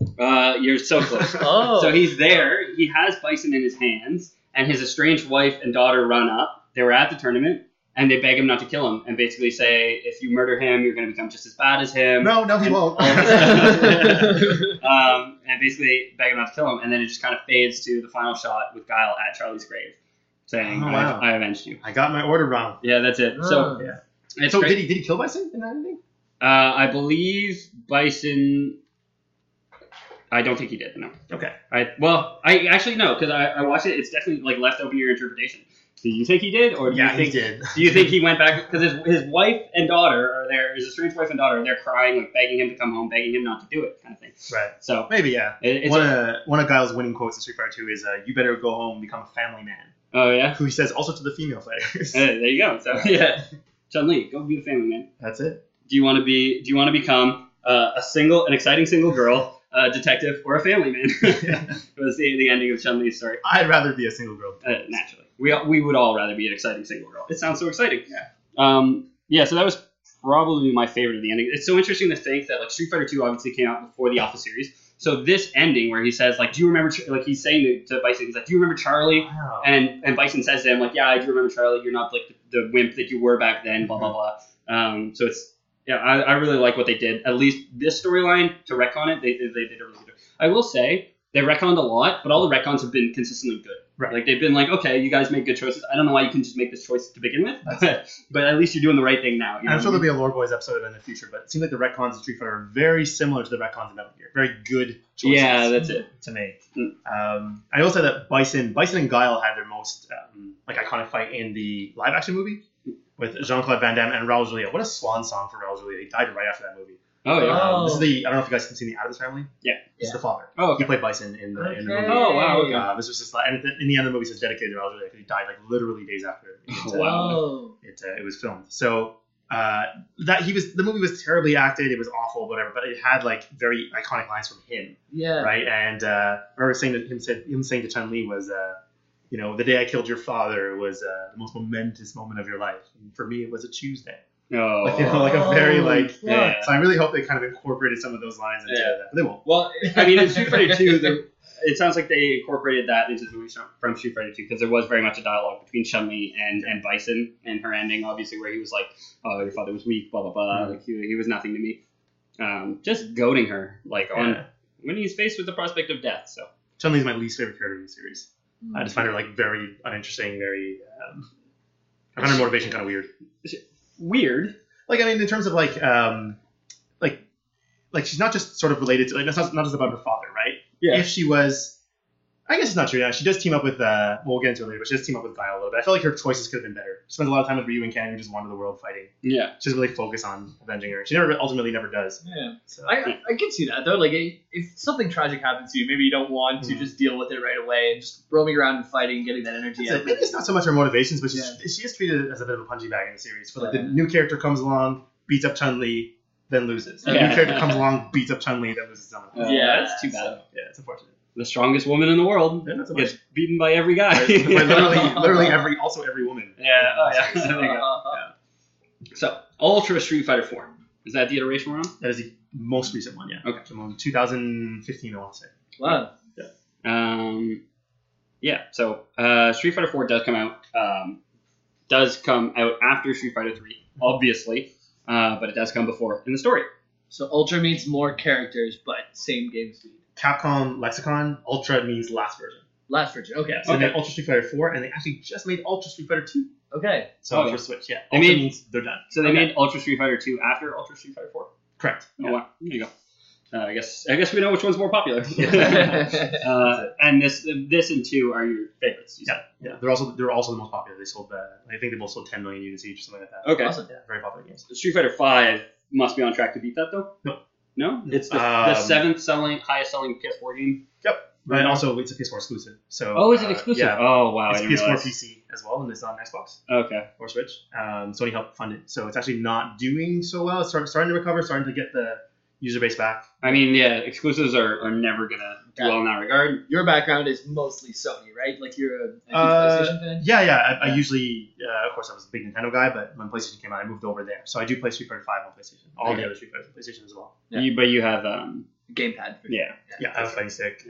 Speaker 5: man.
Speaker 3: Uh, you're
Speaker 5: [laughs]
Speaker 3: so close.
Speaker 5: Um,
Speaker 6: Oh. [laughs]
Speaker 3: So he's there. He has Bison in his hands, and his estranged wife and daughter run up. They were at the tournament, and they beg him not to kill him, and basically say, if you murder him, you're going to become just as bad as him.
Speaker 5: No, no, he
Speaker 3: And-
Speaker 5: [laughs] won't.
Speaker 3: Um, and basically beg him not to kill him, and then it just kind of fades to the final shot with Guile at Charlie's grave, saying,
Speaker 5: Oh,
Speaker 3: I-
Speaker 5: wow.
Speaker 3: I, avenged you."
Speaker 5: I got my order wrong.
Speaker 3: Yeah, that's it.
Speaker 6: Oh.
Speaker 3: So
Speaker 5: Yeah.
Speaker 3: it's
Speaker 5: so
Speaker 3: great.
Speaker 5: did he did he kill Bison in that ending?
Speaker 3: uh, I believe Bison. I don't think he did. No.
Speaker 5: Okay.
Speaker 3: I well, I actually no, because I, I watched it. It's definitely like left open to your interpretation. Do you think he did, or do you think
Speaker 5: did.
Speaker 3: do you think he went back? Because his, his wife and daughter are there. His estranged wife and daughter are there crying, like begging him to come home, begging him not to do it, kind of thing.
Speaker 5: [laughs] Right.
Speaker 3: So
Speaker 5: Maybe yeah.
Speaker 3: it, it's
Speaker 5: one of one of Guile's winning quotes in Street Fighter Two is uh, "You better go home and become a family man,"
Speaker 3: oh yeah,
Speaker 5: who he says also to the female fighters.
Speaker 3: Hey, there you go. So yeah, Chun Li, go be a family man.
Speaker 5: [laughs] That's it.
Speaker 3: Do you want to be? Do you want to become uh, a single, an exciting single girl? A detective or a family man [laughs] It was the, the ending of Chun Li's story.
Speaker 5: I'd rather be a single girl.
Speaker 3: uh, naturally. We all- we would all rather be an exciting single girl. It sounds so exciting. Yeah. Um. Yeah. So that was probably my favorite of the ending. It's so interesting to think that like Street Fighter Two obviously came out before the Alpha series. So this ending where he says like, "Do you remember?" Ch-, like he's saying to, to Bison, he's like, "Do you remember Charlie?"
Speaker 5: Wow.
Speaker 3: And and Bison says to him like, "Yeah, I do remember Charlie. You're not like the, the wimp that you were back then." Blah blah blah. Um. So it's yeah, I, I really like what they did. At least this storyline to retcon it, they they, they did a really good. job. I will say they retconned a lot, but all the retcons have been consistently good.
Speaker 5: Right.
Speaker 3: Like they've been like, okay, you guys make good choices. I don't know why you can just make this choice to begin with, but, [laughs] but at least you're doing the right thing now. you know
Speaker 5: I'm sure
Speaker 3: what I
Speaker 5: there'll be a Lore Boys episode in the future, but it seems like the retcons in Street Fighter are very similar to the retcons in Metal Gear. Very good
Speaker 3: mean?
Speaker 5: choices
Speaker 3: yeah, that's it.
Speaker 5: to make.
Speaker 3: Mm.
Speaker 5: Um, I will say that Bison, Bison and Guile had their most um, like iconic fight in the live action movie with Jean Claude Van Damme and Raul Julia. What a swan song for Raul Julia! He died right after that movie.
Speaker 3: Oh yeah.
Speaker 5: Um,
Speaker 6: Oh.
Speaker 5: this is the I don't know if you guys have seen the Adams Family.
Speaker 3: Yeah.
Speaker 5: it's the father.
Speaker 3: Oh,
Speaker 5: He
Speaker 3: okay.
Speaker 5: played Bison in the, in the
Speaker 6: Okay.
Speaker 5: movie.
Speaker 3: Oh wow. Okay.
Speaker 5: Uh, this was just like, and at the- in the end of the movie, it says dedicated to Raul Julia because he died like literally days after it,
Speaker 3: [laughs]
Speaker 5: uh,
Speaker 3: Wow.
Speaker 6: Oh.
Speaker 5: it, uh, it was filmed. So uh, that he was the movie was terribly acted. It was awful, whatever. But it had like very iconic lines from him,
Speaker 4: Yeah.
Speaker 5: right? And uh, I remember saying that him said him saying to Chun Li was, uh, you know, the day I killed your father was uh, the most momentous moment of your life. And for me, it was a Tuesday. [laughs]
Speaker 3: No.
Speaker 5: Like, you know, like a very like.
Speaker 3: Oh, yeah.
Speaker 5: So I really hope they kind of incorporated some of those lines into
Speaker 3: Yeah.
Speaker 5: that. But they won't.
Speaker 3: Well, I mean, in Street Fighter Two, there, it sounds like they incorporated that into the movie from Street Fighter Two because there was very much a dialogue between Chun Li and, and Bison and her ending, obviously, where he was like, "Oh, your father was weak, blah blah blah.
Speaker 5: Mm-hmm.
Speaker 3: Like he, he was nothing to me." Um, just goading her, like on
Speaker 5: Yeah.
Speaker 3: when he's faced with the prospect of death. So
Speaker 5: Chun Li's my least favorite character in the series. I just find
Speaker 3: Mm.
Speaker 5: her like very uninteresting, very. Um, I find her motivation kind of weird.
Speaker 3: weird.
Speaker 5: Like I mean, in terms of like, um, like, like she's not just sort of related to like that's not not just about her father, right?
Speaker 3: Yeah.
Speaker 5: If she was, I guess it's not true. Yeah, she does team up with. Uh, well, we'll get into it later, but she does team up with Guile a little bit. I feel like her choices could have been better. She spends a lot of time with Ryu and Ken, who just wander the world fighting.
Speaker 3: Yeah.
Speaker 5: She doesn't really focus on avenging her. She never ultimately never does.
Speaker 6: Yeah.
Speaker 5: So.
Speaker 6: I, I- I can see that though. Like, i- if something tragic happens to you, maybe you don't want to
Speaker 3: Mm.
Speaker 5: Mhm.
Speaker 6: just deal with it right away and just roaming around and fighting and getting that energy
Speaker 5: That's
Speaker 6: out. [laughs]
Speaker 5: it. Maybe it's not so much her motivations, but she's, she is treated as a bit of a punching bag in the series. But like the new character comes along, beats up Chun Li, then loses. The
Speaker 3: Yeah.
Speaker 5: new character comes along, beats up Chun Li, then loses someone.
Speaker 3: Uh,
Speaker 6: Yeah,
Speaker 3: that's too bad.
Speaker 5: So, yeah, it's unfortunate.
Speaker 3: The strongest woman in the world
Speaker 5: Yeah, not so
Speaker 3: gets
Speaker 5: much.
Speaker 3: beaten by every guy.
Speaker 5: By, by
Speaker 3: [laughs]
Speaker 5: literally, literally every, also every woman.
Speaker 3: Yeah, oh, yeah. [laughs]
Speaker 5: So,
Speaker 6: [laughs]
Speaker 3: There you go. So Ultra Street Fighter Four is that the iteration we're on?
Speaker 5: That is the most recent one, yeah.
Speaker 3: Okay.
Speaker 5: From 2015, I want to say.
Speaker 6: Wow.
Speaker 3: Um, yeah, so uh, Street Fighter Four does come out. Um, does come out after Street Fighter Three, obviously, uh, but it does come before in the story.
Speaker 6: So Ultra means more characters, but same game speed.
Speaker 5: Capcom Lexicon Ultra means last version.
Speaker 6: Last version. Okay.
Speaker 3: Oh.
Speaker 5: So they made Ultra Street Fighter 4, and they actually just made Ultra Street Fighter 2.
Speaker 6: Okay.
Speaker 5: So
Speaker 3: Oh,
Speaker 5: for
Speaker 3: yeah.
Speaker 5: Switch, yeah.
Speaker 3: They
Speaker 5: Ultra
Speaker 3: made-
Speaker 5: means they're done.
Speaker 3: So they
Speaker 6: Okay.
Speaker 3: made Ultra Street Fighter Two after Ultra Street Fighter Four.
Speaker 5: Correct.
Speaker 3: Oh wow, there you go. Uh, I guess I guess we know which one's more
Speaker 5: [laughs]
Speaker 3: popular. [laughs]
Speaker 6: Yeah.
Speaker 3: uh, and this this and two are your favorites. you said.
Speaker 5: Yeah, they're also they're also the most popular. They sold uh, I think they both sold 10 million units each or something like that.
Speaker 3: Okay.
Speaker 6: Awesome.
Speaker 5: Yeah, very popular games.
Speaker 3: Street Fighter Five must be on track to beat that though.
Speaker 5: No.
Speaker 3: No, it's the, the
Speaker 5: Um,
Speaker 3: seventh selling highest selling PS4 game.
Speaker 5: But also it's a PS4 exclusive. So
Speaker 3: Oh, is it
Speaker 5: uh,
Speaker 3: exclusive?
Speaker 5: yeah,
Speaker 3: Oh wow, I
Speaker 5: it's
Speaker 3: didn't
Speaker 5: PS4
Speaker 3: realize.
Speaker 5: PC as well, and it's on Xbox
Speaker 3: Okay.
Speaker 5: or Switch. Um, Sony helped fund it, so it's actually not doing so well. It's start, starting to recover, starting to get the user base back.
Speaker 3: I mean, yeah, exclusives are, are never gonna do well in that regard.
Speaker 6: Your background is mostly Sony, right? Like you're a, a huge
Speaker 5: Uh,
Speaker 6: PlayStation fan.
Speaker 5: Yeah, yeah. I, I usually, uh, of course, I was a big Nintendo guy, but when PlayStation came out, I moved over there. So I do play Street Fighter Five on PlayStation. All
Speaker 6: Okay.
Speaker 5: the other Street Fighters on PlayStation as well.
Speaker 6: Yeah.
Speaker 3: You, but you have, um,
Speaker 6: Gamepad. For
Speaker 3: yeah.
Speaker 5: Yeah, I have a fighting stick.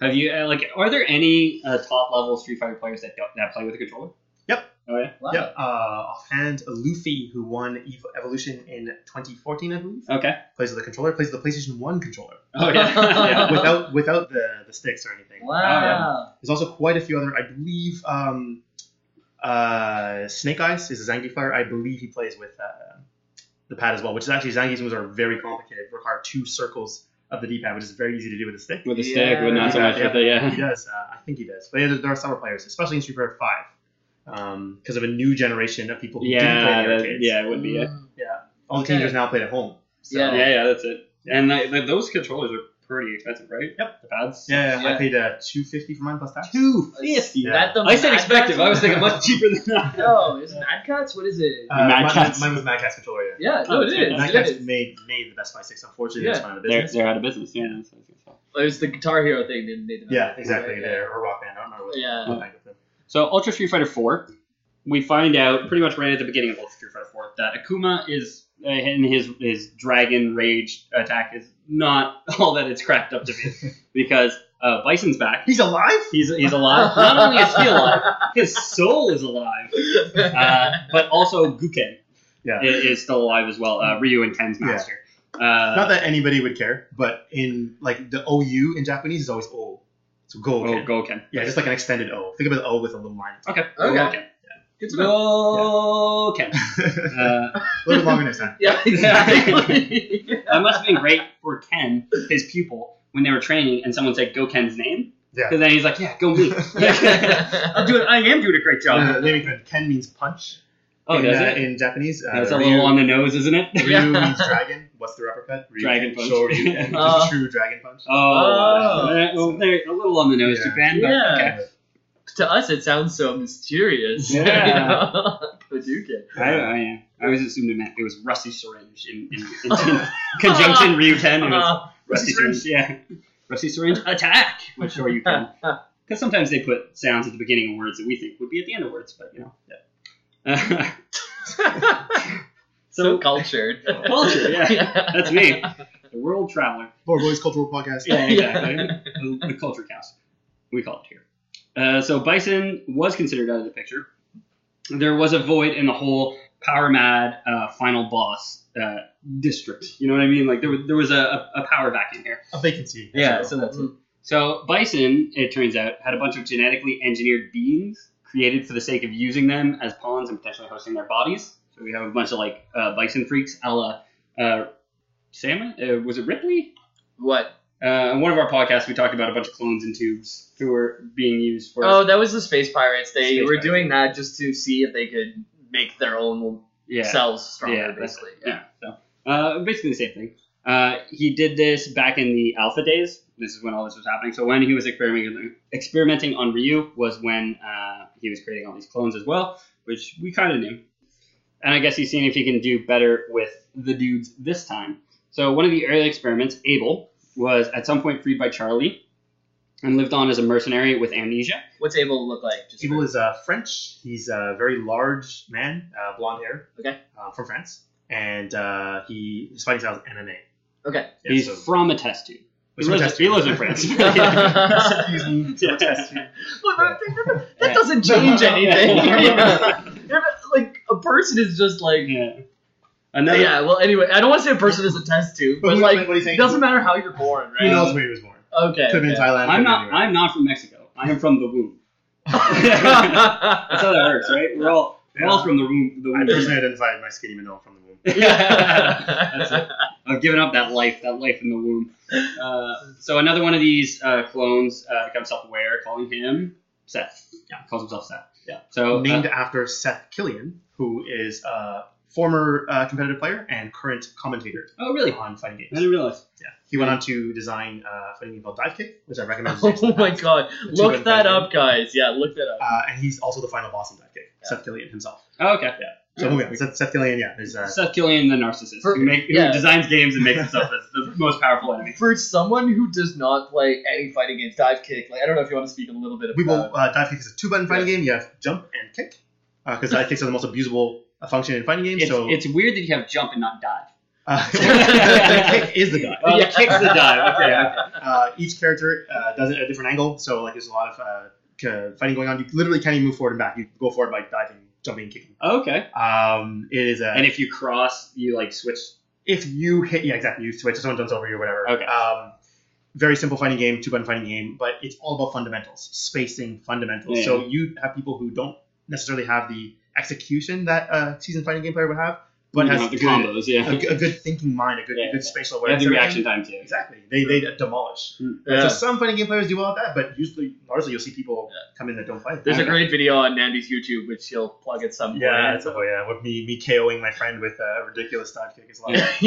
Speaker 3: Have you uh, like? Are there any uh, top level Street Fighter players that don't, that play with a controller?
Speaker 5: Yep.
Speaker 3: Oh yeah.
Speaker 6: Wow.
Speaker 5: Yeah, uh, offhand, Luffy, who won Ev- Evolution in 2014, I believe,
Speaker 3: Okay.
Speaker 5: plays with a controller. Plays with the PlayStation One controller.
Speaker 3: Oh [laughs] yeah.
Speaker 5: [laughs] yeah, without without the, the sticks or anything.
Speaker 6: Wow.
Speaker 5: There's also quite a few other. I believe um, uh, Snake Eyes is a Zangiefar. I believe he plays with uh, the pad as well, which is actually Zangief's moves are very complicated. Require two circles of the D-pad, which is very easy to do with a stick.
Speaker 3: with a stick, but not so
Speaker 5: Yeah,
Speaker 3: much with a
Speaker 5: He
Speaker 3: yeah.
Speaker 5: does. Uh, I think he does. But yeah, there, there are several players, especially in Street Fighter Five, because of a new generation of people who didn't play
Speaker 3: Yeah,
Speaker 5: in the
Speaker 3: that,
Speaker 5: arcades.
Speaker 3: yeah, it would be it.
Speaker 5: yeah. All
Speaker 6: Okay.
Speaker 5: the teenagers now play it at home. So.
Speaker 6: Mm-hmm. Yeah.
Speaker 3: Yeah, yeah, that's it. And like, like, those controllers are pretty expensive, right?
Speaker 5: Yep.
Speaker 3: The pads.
Speaker 5: Yeah, I
Speaker 6: Yeah.
Speaker 5: paid uh, two fifty for mine plus tax.
Speaker 3: Two
Speaker 6: Is
Speaker 5: Yeah.
Speaker 6: that the
Speaker 3: I said
Speaker 6: Mad
Speaker 3: expensive.
Speaker 6: Cats?
Speaker 3: I was thinking much cheaper than that.
Speaker 6: [laughs] No, is Mad Cats? What is it?
Speaker 5: Uh,
Speaker 3: Mad
Speaker 5: mine-
Speaker 3: Catz.
Speaker 5: Mine was Mad Catz controller. Yeah.
Speaker 6: yeah, no,
Speaker 3: oh,
Speaker 6: it
Speaker 3: it's
Speaker 6: is.
Speaker 3: Mad
Speaker 5: Mad
Speaker 6: it
Speaker 5: Catz
Speaker 6: is.
Speaker 5: made made the Best Buy Six. Unfortunately,
Speaker 6: Yeah.
Speaker 5: it's not out of
Speaker 3: They're,
Speaker 5: business.
Speaker 3: they're out of business. Yeah. that's what I was gonna say.
Speaker 6: It was the Guitar Hero thing. Didn't they? did
Speaker 5: yeah,
Speaker 6: that,
Speaker 5: exactly.
Speaker 6: right?
Speaker 5: There or Rock Band. I don't know. What,
Speaker 6: Yeah. [laughs]
Speaker 5: what band it was.
Speaker 3: So Ultra Street Fighter Four, we find out pretty much right at the beginning of Ultra Street Fighter Four that Akuma is uh, and his his dragon rage attack is not [laughs] all that it's cracked up to
Speaker 5: [laughs]
Speaker 3: be because uh, Bison's back.
Speaker 5: He's alive.
Speaker 3: He's he's alive. Not only is he
Speaker 5: [laughs]
Speaker 3: alive, his soul is alive. Uh, but also Guken
Speaker 5: Yeah.
Speaker 3: i- is, still alive as well. Uh, Ryu and Ken's
Speaker 5: Yeah.
Speaker 3: master.
Speaker 5: not
Speaker 3: Uh,
Speaker 5: that anybody would care, but in like the OU in Japanese is always O, so go.
Speaker 3: oh,
Speaker 5: Ken.
Speaker 3: Goken.
Speaker 5: Yeah, just like an extended O. Think about the O with a little line.
Speaker 3: Okay.
Speaker 6: Okay.
Speaker 3: Goken.
Speaker 6: Good to know.
Speaker 3: Goken. Uh,
Speaker 5: [laughs] a little bit longer next time.
Speaker 3: [laughs]
Speaker 6: Yeah, exactly.
Speaker 3: That must have been great for Ken, his pupil, when they were training, and someone said, "Go Ken's name,"
Speaker 5: Yeah.
Speaker 3: because then he's like, "Yeah, go
Speaker 5: [laughs]
Speaker 3: me. [laughs] I'm doing. I am doing a great job."
Speaker 5: Uh, naming code. Ken means punch.
Speaker 3: Oh,
Speaker 5: in,
Speaker 3: does
Speaker 5: uh,
Speaker 3: it?
Speaker 5: in Japanese? Uh,
Speaker 3: That's a
Speaker 5: Ryu-
Speaker 3: little on the nose, isn't it? [laughs]
Speaker 6: [laughs]
Speaker 5: Ryu
Speaker 6: Yeah.
Speaker 5: means dragon. What's the uppercut? Ryu.
Speaker 3: Dragon punch. [laughs]
Speaker 5: Shoryu. Just
Speaker 6: Uh,
Speaker 5: true dragon punch.
Speaker 3: Oh, wow.
Speaker 6: Oh.
Speaker 3: Uh, well, they're a little on the nose,
Speaker 5: Yeah.
Speaker 3: Japan. But
Speaker 6: Yeah.
Speaker 3: okay.
Speaker 6: to us, it sounds so mysterious. [laughs]
Speaker 3: Yeah.
Speaker 6: You know? the Duke.
Speaker 3: I, I, yeah. I always assumed it meant it was Rusty Syringe in, in, [laughs] in, in [laughs] conjunction Ryu 10. It was
Speaker 6: Uh,
Speaker 3: Uh-huh. Rusty Syringe, yeah. Rusty Syringe, attack! Which sure you [laughs] can. Because sometimes they put sounds at the beginning of words that we think would be at the end of words, but you know. Yeah. [laughs]
Speaker 6: Uh, [laughs] so
Speaker 3: so,
Speaker 6: cultured.
Speaker 3: culture, [laughs] yeah. That's [laughs] me, the world traveler.
Speaker 5: Board Boys Cultural Podcast.
Speaker 3: Yeah, exactly. the, the culture cast. We call it here. Uh, so Bison was considered out of the picture. There was a void in the whole Power Mad uh, final boss uh, district. You know what I mean? Like there was there was a, a, a power vacuum here.
Speaker 5: A vacancy.
Speaker 3: so that's it. So Bison, it turns out, had a bunch of genetically engineered beings created for the sake of using them as pawns and potentially hosting their bodies. So we have a bunch of like uh, Bison freaks, a la uh, Salmon. Uh, was it Ripley?
Speaker 6: What?
Speaker 3: Uh, on one of our podcasts, we talked about a bunch of clones and tubes who were being used for.
Speaker 6: Oh, that was the Space Pirates. They
Speaker 3: Space
Speaker 6: were
Speaker 3: Pirates.
Speaker 6: doing that just to see if they could make their own
Speaker 3: yeah,
Speaker 6: selves stronger,
Speaker 3: Yeah, that's-
Speaker 6: basically. Yeah.
Speaker 3: yeah. So uh, basically the same thing. Uh, he did this back in the Alpha days. This is when all this was happening. So when he was experimenting experimenting on Ryu was when uh, he was creating all these clones as well, which we kind of knew. And I guess he's seeing if he can do better with the dudes this time. So one of the early experiments, Abel, was at some point freed by Charlie, and lived on as a mercenary with amnesia.
Speaker 6: What's Abel look like? Just
Speaker 5: Evil is uh, French. He's a very large man, uh, blonde hair.
Speaker 6: Okay.
Speaker 5: Uh, from France, and uh, he his fighting style is MMA.
Speaker 6: Okay.
Speaker 5: Yeah,
Speaker 3: He's
Speaker 5: so-
Speaker 3: from a test tube. He
Speaker 5: He's from a
Speaker 3: lives,
Speaker 5: test
Speaker 3: he
Speaker 5: tube.
Speaker 3: lives
Speaker 5: [laughs]
Speaker 3: in France.
Speaker 6: That
Speaker 3: [laughs] Yeah. Yeah.
Speaker 6: doesn't change
Speaker 3: [laughs]
Speaker 6: anything. [laughs]
Speaker 3: Yeah.
Speaker 6: Yeah, but, Like a person is just like yeah.
Speaker 3: Yeah. Another,
Speaker 6: well, anyway, I don't want to say a person is a test tube, [laughs]
Speaker 5: But
Speaker 6: but
Speaker 5: who-
Speaker 6: like
Speaker 5: what do you
Speaker 6: it
Speaker 5: think?
Speaker 6: doesn't matter how you're born, right?
Speaker 5: Who knows where he was born?
Speaker 6: Okay.
Speaker 5: Could have been
Speaker 6: okay.
Speaker 5: [laughs]
Speaker 3: I'm
Speaker 5: Thailand. could have
Speaker 3: not.
Speaker 5: been anywhere.
Speaker 3: I'm not from Mexico. I am from the womb. That's how that works, right? We're all we're all from the womb. The
Speaker 5: I
Speaker 3: womb. [laughs]
Speaker 5: personally identified my skinny Manila from the womb.
Speaker 3: That's it. I've given up that life. That life in the womb. Uh, so another one of these uh, clones uh, becomes self-aware, calling him Seth. Yeah, calls himself Seth.
Speaker 5: Yeah.
Speaker 3: So uh,
Speaker 5: named after Seth Killian, who is a former uh, competitive player and current commentator
Speaker 3: oh, really? I
Speaker 5: on fighting games.
Speaker 3: didn't realize.
Speaker 5: Yeah. He went on to design uh, a fighting game called Dive Kick, which I recommend.
Speaker 6: [laughs] oh my god.
Speaker 5: Two
Speaker 6: Look
Speaker 5: and
Speaker 6: that
Speaker 5: five.
Speaker 6: up, guys. Yeah, look that up.
Speaker 5: Uh, and he's also the final boss in Dive Kick, Seth Killian himself.
Speaker 3: Oh, okay.
Speaker 5: So yeah. Seth, Seth Killian, yeah, is uh,
Speaker 3: Seth Killian, the narcissist,
Speaker 6: For-
Speaker 3: who, make, who
Speaker 6: yeah.
Speaker 3: designs games and makes himself as the most powerful enemy.
Speaker 6: For someone who does not play any fighting games, dive kick. Like I don't know if you want to speak a little bit about.
Speaker 5: we will uh, Dive Kick is a two-button fighting game. You have jump and kick, because dive kicks are the most abusable uh, function in fighting
Speaker 3: [laughs]
Speaker 5: games.
Speaker 3: It's,
Speaker 5: so
Speaker 3: it's weird that you have jump and not dive.
Speaker 5: uh, [laughs] the kick is the dive.
Speaker 3: Well,
Speaker 6: Yeah.
Speaker 3: it kicks the dive. Okay.
Speaker 5: Yeah. Uh, each character uh, does it at a different angle, so like there's a lot of uh, c- fighting going on. You literally can't even move forward and back. You go forward by diving, jumping, kicking.
Speaker 3: Okay.
Speaker 5: Um, it is a
Speaker 3: And if you cross, you like switch.
Speaker 5: if you hit yeah exactly you switch if someone jumps over you or whatever.
Speaker 3: Okay.
Speaker 5: Um, very simple fighting game, two button fighting game, but it's all about fundamentals, spacing, fundamentals.
Speaker 3: Yeah.
Speaker 5: So you have people who don't necessarily have the execution that a seasoned fighting game player would have, but
Speaker 3: you
Speaker 5: has
Speaker 3: have the
Speaker 5: good-
Speaker 3: combos. Yeah.
Speaker 5: A, g- a good thinking mind, a good,
Speaker 3: Yeah,
Speaker 5: a
Speaker 3: yeah.
Speaker 5: good spatial
Speaker 3: You have
Speaker 5: awareness.
Speaker 3: the
Speaker 5: and
Speaker 3: reaction
Speaker 5: everything.
Speaker 3: time too.
Speaker 5: Exactly. They they demolish.
Speaker 6: Yeah.
Speaker 5: So some fighting game players do well at that, but usually largely you'll see people come in that don't fight.
Speaker 6: There's a great video on Nandy's YouTube, which he'll plug at some
Speaker 5: yeah,
Speaker 6: point.
Speaker 5: it's oh yeah, with me me KOing my friend with a ridiculous dive kick is a lot. Of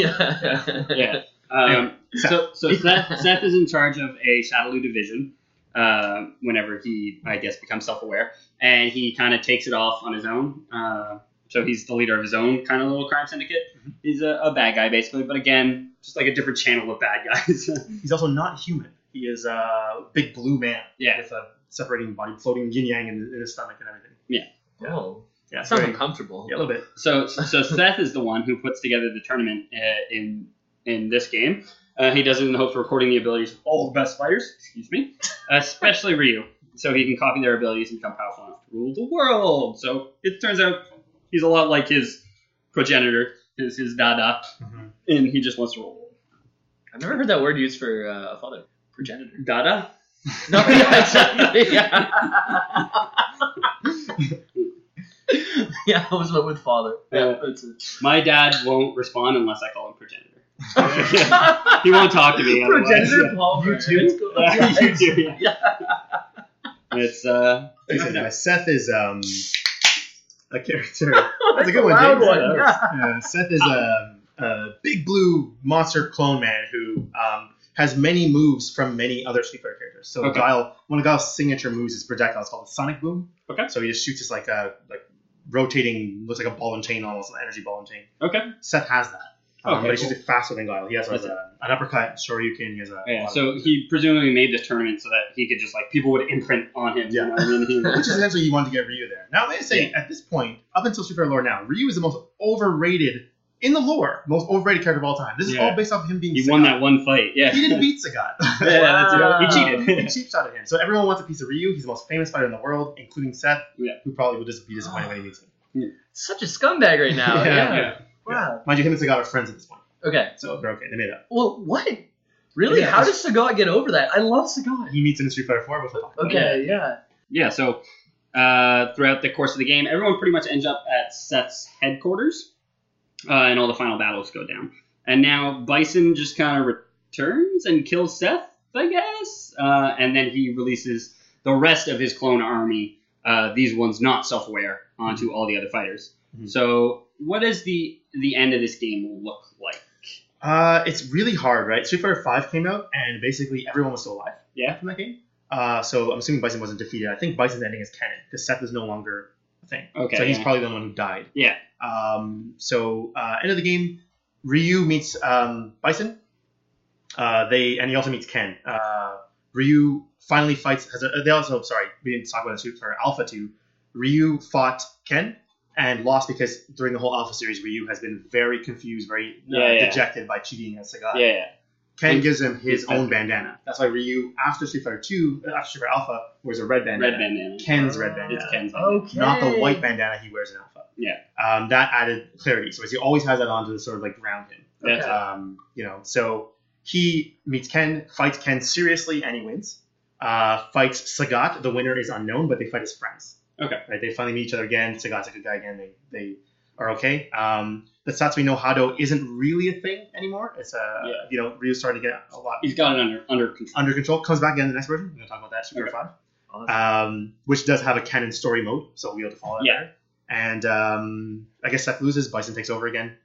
Speaker 6: [laughs] yeah.
Speaker 3: Yeah. [laughs] Um, so [laughs] so Seth, Seth is in charge of a Shadaloo division. Uh, whenever he, I guess, becomes self-aware, and he kind of takes it off on his own. Uh, so he's the leader of his own kind of little crime syndicate. He's a, a bad guy basically, but again, just like a different channel of bad guys. [laughs]
Speaker 5: He's also not human. He is a big blue man
Speaker 3: Yeah.
Speaker 5: with a separating body, floating yin yang in, in his stomach and everything.
Speaker 6: Oh,
Speaker 5: Yeah,
Speaker 6: that sounds
Speaker 5: very-
Speaker 6: uncomfortable.
Speaker 5: yeah, a little bit.
Speaker 3: So, so Seth is the one who puts together the tournament uh, in in this game. Uh, he does it in the hopes of recording the abilities of all the best fighters, excuse me, [laughs] especially Ryu, so he can copy their abilities and become powerful enough to rule the world. So it turns out he's a lot like his progenitor, his his dada, and he just wants to rule.
Speaker 6: I've never heard that word used for uh, a father. Progenitor.
Speaker 3: Dada.
Speaker 6: [laughs] No, [laughs] yeah, exactly. Yeah. [laughs] yeah, I was went with father. Yeah,
Speaker 3: Yeah.
Speaker 6: that's [laughs] it.
Speaker 3: My dad won't respond unless I call him
Speaker 6: [laughs]
Speaker 3: progenitor. [laughs] he won't talk to me. otherwise.
Speaker 6: Progenitor Paul. You too. [laughs]
Speaker 3: Yeah, you do, yeah. It's uh.
Speaker 5: Like I said, uh, Seth is um, a
Speaker 3: [laughs]
Speaker 5: character. That's a good one.
Speaker 6: loud
Speaker 5: James.
Speaker 6: one,
Speaker 5: Yeah.
Speaker 6: yeah.
Speaker 5: Yeah, Seth is a, a big blue monster clone man who um, has many moves from many other Street Fighter characters. So
Speaker 3: Okay.
Speaker 5: Guile, one of Guile's signature moves is projectile. It's called the Sonic Boom.
Speaker 3: Okay.
Speaker 5: So he just shoots this like a like rotating, looks like a ball and chain almost, an energy ball and chain.
Speaker 3: Okay.
Speaker 5: Seth has that. Um,
Speaker 3: Okay,
Speaker 5: but he's
Speaker 3: cool.
Speaker 5: just a fast moving guy. He has like
Speaker 3: That's
Speaker 5: a, an uppercut, Shoryuken. He has a.
Speaker 3: Yeah,
Speaker 5: a lot
Speaker 3: so
Speaker 5: of-
Speaker 3: he presumably made this tournament so that he could just like people would imprint on him.
Speaker 5: Yeah.
Speaker 3: You know what I mean? He-
Speaker 5: Which is essentially you wanted to get Ryu there. Now, let me say, at this point, up until Street Fighter lore now, Ryu is the most overrated, in the lore, most overrated character of all time. This is
Speaker 3: Yeah.
Speaker 5: all based off him being
Speaker 3: he won
Speaker 5: Sagat.
Speaker 3: that one fight. Yeah.
Speaker 5: He didn't beat Sagat.
Speaker 3: [laughs] Yeah, that's it.
Speaker 5: [laughs]
Speaker 3: He cheated.
Speaker 5: He cheap shot at him. So everyone wants a piece of Ryu. He's the most famous fighter in the world, including Seth,
Speaker 3: Yeah.
Speaker 5: who probably will just be
Speaker 3: [gasps]
Speaker 5: disappointed when he meets him.
Speaker 6: Such a scumbag right now.
Speaker 5: Yeah.
Speaker 6: yeah.
Speaker 3: Yeah.
Speaker 6: Wow.
Speaker 5: Mind you, him and Sagat are friends at this point.
Speaker 6: Okay.
Speaker 5: So they're okay. They made up.
Speaker 6: Well, what? Really?
Speaker 5: Yeah.
Speaker 6: How does Sagat get over that? I love Sagat.
Speaker 5: He meets him in Street Fighter 4 with a
Speaker 6: Okay, yeah.
Speaker 3: Yeah, so uh, throughout the course of the game, everyone pretty much ends up at Seth's headquarters, uh, and all the final battles go down. And now Bison just kind of returns and kills Seth, I guess, uh, and then he releases the rest of his clone army, uh, these ones not self-aware, onto all the other fighters.
Speaker 5: Mhm.
Speaker 3: So, what does the the end of this game look like?
Speaker 5: Uh, it's really hard, right? Street Fighter 5 came out, and basically everyone was still alive
Speaker 3: Yeah.
Speaker 5: from that game. Uh, so I'm assuming Bison wasn't defeated. I think Bison's ending is canon, because Seth is no longer a thing.
Speaker 3: Okay,
Speaker 5: So he's
Speaker 3: yeah.
Speaker 5: probably the one who died.
Speaker 3: Yeah.
Speaker 5: Um, so uh, end of the game, Ryu meets um, Bison. Uh, they and he also meets Ken. Uh, Ryu finally fights. Has a, they also sorry we didn't talk about this for Alpha Two. Ryu fought Ken and lost because during the whole Alpha series, Ryu has been very confused, very uh,
Speaker 3: Yeah, yeah.
Speaker 5: dejected by cheating at Sagat.
Speaker 3: Yeah, yeah.
Speaker 5: Ken
Speaker 3: And-
Speaker 5: gives him his
Speaker 3: his
Speaker 5: own
Speaker 3: bandana.
Speaker 5: bandana. That's why Ryu after Street Fighter Two, after Street Fighter Alpha, wears a red bandana.
Speaker 3: Red bandana.
Speaker 5: Ken's red bandana
Speaker 3: It's Ken's. bandana.
Speaker 6: Okay.
Speaker 5: not the white bandana he wears in Alpha.
Speaker 3: Yeah.
Speaker 5: Um, that added clarity. So he always has that on to sort of like ground him.
Speaker 3: That's it.
Speaker 5: Um, you know, so he meets Ken, fights Ken seriously, and he wins. Uh, fights Sagat. The winner is unknown, but they fight as friends.
Speaker 3: Okay.
Speaker 5: Right? They finally meet each other again. Sagat's a good guy again. They they are okay. Um, the Satsui no Hado isn't really a thing anymore. It's a
Speaker 3: Yeah.
Speaker 5: you know Ryu's starting to get a lot
Speaker 3: He's got it under under control.
Speaker 5: under control. Comes back again in the next version. We're gonna talk about that Super
Speaker 3: Okay.
Speaker 5: Five, um, which does have a canon story mode, so we'll have to follow that.
Speaker 3: Yeah.
Speaker 5: there. And um, I guess Seth loses. Bison takes over again.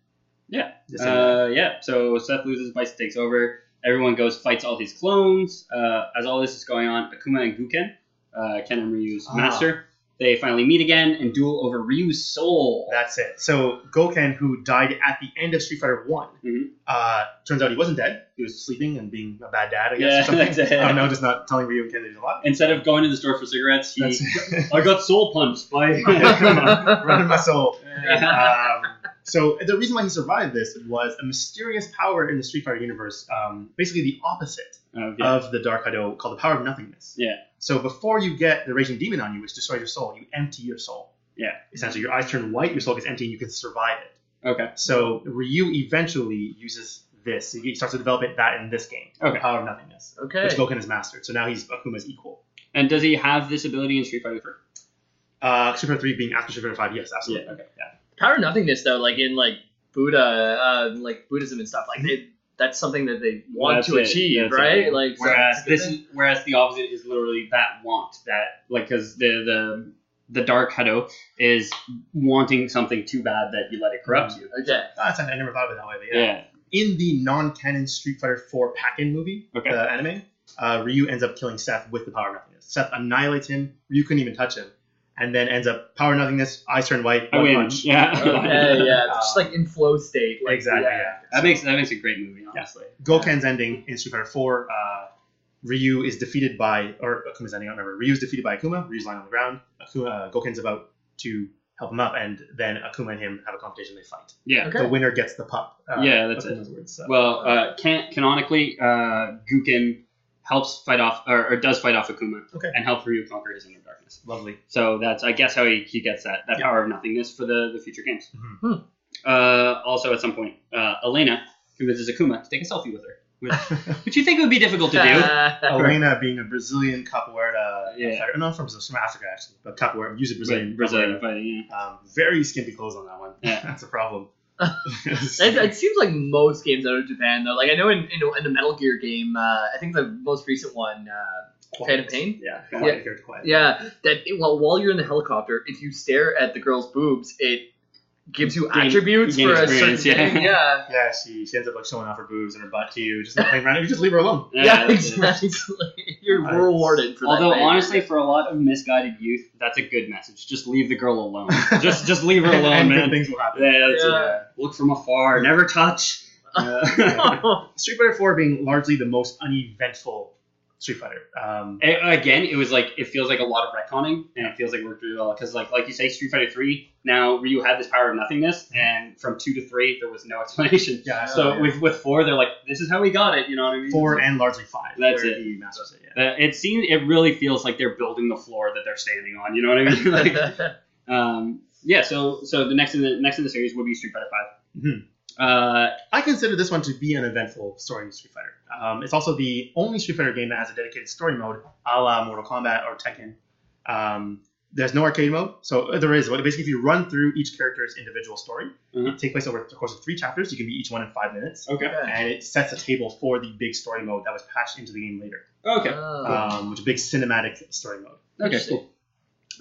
Speaker 3: Yeah.
Speaker 5: Just say that.
Speaker 3: Uh, yeah, so Seth loses, Vice takes over. Everyone goes, fights all his clones. Uh, as all this is going on, Akuma and Guken, uh, Ken and Ryu's
Speaker 5: Ah.
Speaker 3: master, they finally meet again and duel over Ryu's soul.
Speaker 5: That's it. So Goken, who died at the end of Street Fighter One,
Speaker 3: Mhm.
Speaker 5: uh, turns out he wasn't dead. He was sleeping and being a bad dad, I guess.
Speaker 3: Yeah, [laughs]
Speaker 5: or something.
Speaker 3: that's it.
Speaker 5: I don't know, just not telling Ryu and Ken that he's alive. [laughs]
Speaker 3: Instead of going to the store for cigarettes, he [laughs]
Speaker 5: That's
Speaker 3: I got soul punched by
Speaker 6: [laughs]
Speaker 5: running my soul.
Speaker 3: Yeah.
Speaker 5: Um, so the reason why he survived this was a mysterious power in the Street Fighter universe, um, basically the opposite
Speaker 3: Uh, yeah.
Speaker 5: of the Dark Hado called the Power of Nothingness.
Speaker 3: Yeah.
Speaker 5: So before you get the Raging Demon on you, which destroys your soul, you empty your soul.
Speaker 3: Yeah.
Speaker 5: Essentially, your eyes turn white, your soul gets empty, and you can survive it.
Speaker 3: Okay.
Speaker 5: So Ryu eventually uses this. He starts to develop it that in this game,
Speaker 3: Okay.
Speaker 5: the Power of Nothingness,
Speaker 6: Okay.
Speaker 5: which Goken has mastered. So now he's Akuma's equal.
Speaker 3: And does he have this ability in Street Fighter 3?
Speaker 5: Uh, Street Fighter 3 being after Street Fighter 5, yes, absolutely.
Speaker 3: Yeah, okay.
Speaker 6: Power of nothingness though, like in like Buddha, uh, like Buddhism and stuff, like they, that's something that they want
Speaker 3: That's
Speaker 6: to
Speaker 3: it,
Speaker 6: achieve,
Speaker 3: that's it.
Speaker 6: right? Like so
Speaker 3: Whereas
Speaker 6: that's a good
Speaker 3: this,
Speaker 6: thing.
Speaker 3: is, whereas the opposite is literally that want that like because the the the dark Hado is wanting something too bad that you let it corrupt you.
Speaker 6: okay.
Speaker 5: Ah, that's- I never thought of it that way, but yeah.
Speaker 3: Yeah.
Speaker 5: in the non-canon Street Fighter 4 Pack-In movie,
Speaker 3: Okay.
Speaker 5: the anime, uh, Ryu ends up killing Seth with the Power of Nothingness. Seth annihilates him. Ryu couldn't even touch him, and then ends up Power of Nothingness, eyes turn white,
Speaker 3: I
Speaker 5: one
Speaker 3: win.
Speaker 5: punch.
Speaker 3: Yeah. [laughs]
Speaker 6: Okay, yeah, it's just like in flow state. Like,
Speaker 5: Exactly. Yeah.
Speaker 6: Yeah.
Speaker 3: That makes that makes a great movie, honestly.
Speaker 5: Goken's ending in Street Fighter 4. Uh, Ryu is defeated by, or Akuma's ending. I don't remember. Ryu is defeated by Akuma. Ryu's lying on the ground. Akuma, uh, Goken's about to help him up, and then Akuma and him have a competition. They fight.
Speaker 3: Yeah.
Speaker 5: The
Speaker 6: Okay.
Speaker 5: winner gets the pup. Uh,
Speaker 3: Yeah, that's it.
Speaker 5: Akuma's Words, so.
Speaker 3: Well, uh, can canonically, uh, Guken helps fight off or, or does fight off Akuma
Speaker 5: Okay.
Speaker 3: and help Ryu conquer his inner darkness.
Speaker 5: Lovely.
Speaker 3: [laughs] So that's I guess how he, he gets that that
Speaker 5: Yeah.
Speaker 3: power of nothingness for the the future games.
Speaker 5: Mhm.
Speaker 3: Uh, also, at some point, uh, Elena convinces Akuma to take a selfie with her, which, which you think would be difficult to do.
Speaker 5: Elena being a Brazilian capoeira uh,
Speaker 3: Yeah.
Speaker 5: fighter. No, from Brazil, she's from Africa actually, but capoeira, use a Brazilian.
Speaker 3: Brazilian, Brazilian
Speaker 5: capoeira.
Speaker 3: fighting.
Speaker 5: Um, very skimpy clothes on that one.
Speaker 3: Yeah.
Speaker 5: [laughs] That's a
Speaker 6: [laughs]
Speaker 5: problem.
Speaker 6: [laughs] It, it seems like most games out of Japan, though. Like I know in, in, in the Metal Gear game, uh, I think the most recent one, uh, Fan of Pain.
Speaker 5: Yeah,
Speaker 3: Yeah.
Speaker 5: quiet, very quiet.
Speaker 6: Yeah, that it, well, while you're in the helicopter, if you stare at the girl's boobs, it gives you
Speaker 3: Gain-
Speaker 6: attributes
Speaker 3: gain
Speaker 6: for a certain
Speaker 3: experience, yeah.
Speaker 6: thing.
Speaker 3: [laughs]
Speaker 6: Yeah.
Speaker 5: Yeah, she, she ends up like showing off her boobs and her butt to you, just like playing around. You just leave
Speaker 3: [laughs]
Speaker 5: her alone.
Speaker 6: Yeah,
Speaker 3: that's it.
Speaker 6: exactly. [laughs] You're
Speaker 5: Right.
Speaker 6: rewarded for that.
Speaker 3: Although
Speaker 6: thing.
Speaker 3: honestly, for a lot of misguided youth, that's a good message. Just leave the girl
Speaker 5: [laughs]
Speaker 3: alone. just just leave her
Speaker 5: And-
Speaker 3: alone,
Speaker 5: and good
Speaker 3: man.
Speaker 5: things will happen.
Speaker 3: Yeah, that's it.
Speaker 6: Yeah.
Speaker 3: Look from afar. Never touch. Uh, [laughs]
Speaker 6: [laughs]
Speaker 5: Street Fighter Four being largely the most uneventful Street Fighter. Um,
Speaker 3: A- again, it was like it feels like a lot of retconning, and it feels like it worked really well because, like, like you say, Street Fighter Three. Now Ryu had this power of nothingness, and from two to three, there was no [laughs] explanation.
Speaker 5: Yeah, I know,
Speaker 3: so
Speaker 5: yeah.
Speaker 3: with with four, they're like, this is how we got it. You know what I mean?
Speaker 5: four and largely five.
Speaker 3: That's
Speaker 5: where
Speaker 3: it.
Speaker 5: He masters it. Yeah.
Speaker 3: Uh, it seems it really feels like they're building the floor that they're standing on. You know what I mean? [laughs] like,
Speaker 5: [laughs]
Speaker 3: um, yeah. So so the next in the next in the series would be Street Fighter 5
Speaker 5: Mhm.
Speaker 3: Uh,
Speaker 5: I consider this one to be an eventful story in Street Fighter. Um, it's also the only Street Fighter game that has a dedicated story mode, a la Mortal Kombat or Tekken. Um, there's no arcade mode, so uh, there is. But basically, if you run through each character's individual story,
Speaker 3: Mhm.
Speaker 5: it takes place over the course of three chapters. You can beat each one in five minutes,
Speaker 3: okay.
Speaker 5: and it sets a table for the big story mode that was patched into the game later,
Speaker 3: Okay.
Speaker 5: um, which is a big cinematic story mode.
Speaker 3: Oh, Okay, cool.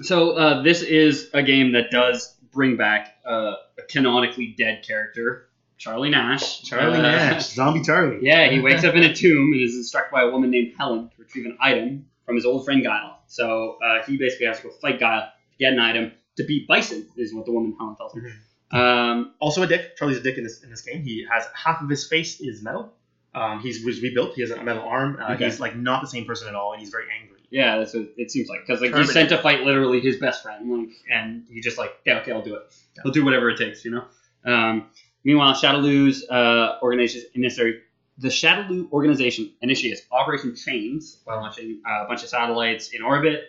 Speaker 3: So uh, this is a game that does bring back uh, a canonically dead character, Charlie Nash.
Speaker 5: Charlie
Speaker 3: Uh,
Speaker 5: Nash, Zombie Charlie.
Speaker 3: [laughs] Yeah, he wakes up in a tomb and is struck by a woman named Helen to retrieve an item from his old friend Guile. So uh, he basically has to go fight Guile to get an item to beat Bison, is what the woman Helen tells him.
Speaker 5: Mm-hmm.
Speaker 3: Um,
Speaker 5: also a dick. Charlie's a dick in this in this game. He has half of his face is metal. Um, he's was rebuilt. He has a metal arm. Uh,
Speaker 3: Okay.
Speaker 5: He's like not the same person at all, and he's very angry.
Speaker 3: yeah, that's what it seems like because like he's sent to fight literally his best friend, like, and he just like, yeah, okay, I'll do it. I'll do whatever it takes, you know. Um, meanwhile, Shadowloo's uh, organization initiates the Shadowloo organization initiates Operation Chains by launching uh, a bunch of satellites in orbit.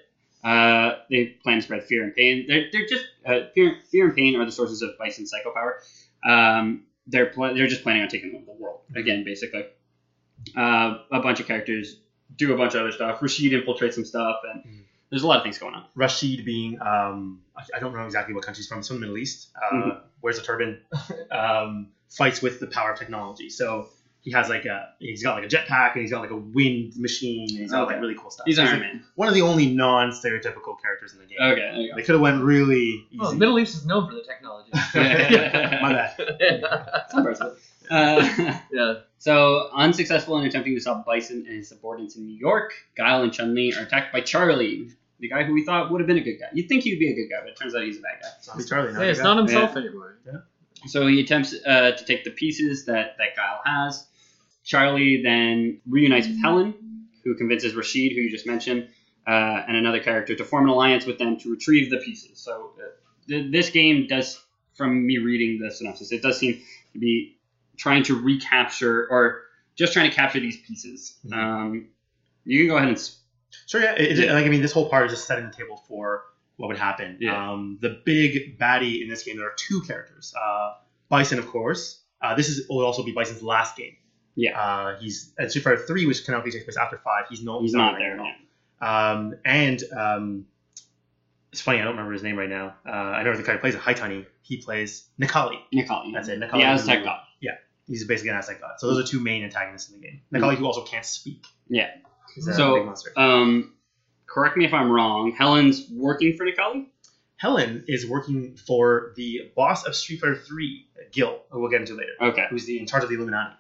Speaker 3: Uh, they plan to spread fear and pain. They're, they're just uh, fear, fear and pain are the sources of Bison's psychopower. Um, they're pl- they're just planning on taking over the world again, basically. Uh, a bunch of characters do a bunch of other stuff. Rashid infiltrates some stuff, and
Speaker 5: Mhm.
Speaker 3: there's a lot of things going on.
Speaker 5: Rashid being um, I- I don't know exactly what country he's from. It's from the Middle East. Uh,
Speaker 3: Mhm.
Speaker 5: Wears a turban. [laughs] um, fights with the power of technology. So he has like a he's got like a jetpack and he's got like a wind machine and he's got like
Speaker 3: Okay.
Speaker 5: really cool stuff.
Speaker 3: He's Iron
Speaker 5: like,
Speaker 3: Man.
Speaker 5: one of the only non-stereotypical characters in the game.
Speaker 3: Okay, there you
Speaker 5: [laughs]
Speaker 3: [laughs]
Speaker 5: They could have went really easy.
Speaker 6: Well, Middle East is known for the technology.
Speaker 3: go.
Speaker 5: My bad.
Speaker 3: Some parts of it. Uh, [laughs]
Speaker 6: yeah.
Speaker 3: So, unsuccessful in attempting to stop Bison and his subordinates in New York, Guile and Chun Li are attacked by Charlie, the guy who we thought would have been a good guy. You'd think he'd be a good guy, but it turns out he's a bad guy.
Speaker 5: Zombie Charlie. now
Speaker 6: Hey,
Speaker 5: you
Speaker 6: it's
Speaker 5: got-
Speaker 6: not himself anymore.
Speaker 3: So he attempts uh, to take the pieces that, that Guile has. Charlie then reunites with Helen, who convinces Rashid, who you just mentioned, uh, and another character to form an alliance with them to retrieve the pieces. So uh, th- this game does, from me reading the synopsis, it does seem to be trying to recapture or just trying to capture these pieces.
Speaker 5: Mhm.
Speaker 3: Um, you can go ahead and s-
Speaker 5: Sure, yeah. It, it-
Speaker 3: Yeah.
Speaker 5: Like I mean, this whole part is just setting the table for what would happen.
Speaker 3: Yeah.
Speaker 5: Um, the big baddie in this game, there are two characters. Uh, Bison, of course. Uh, this is will also be Bison's last game.
Speaker 3: Yeah.
Speaker 5: Uh, he's at Street Fighter Three, which canonically takes place after five. He's no,
Speaker 3: he's not there. now.
Speaker 5: Um, and um, it's funny, I don't remember his name right now. Uh, I know the guy who plays a Haitani. He plays Nikali.
Speaker 3: Nikali.
Speaker 5: That's it. Nikali.
Speaker 3: The Aztec god.
Speaker 5: He's basically an Aztec god. So those are two main antagonists in the game. Nikali, who also can't speak.
Speaker 3: Hmm. Yeah.
Speaker 5: He's a
Speaker 3: So,
Speaker 5: big monster.
Speaker 3: Um, correct me if I'm wrong. Helen's working for Nikali.
Speaker 5: Helen is working for the boss of Street Fighter 3, Gil, who we'll get into later,
Speaker 3: Okay.
Speaker 5: who's the, in charge of the Illuminati.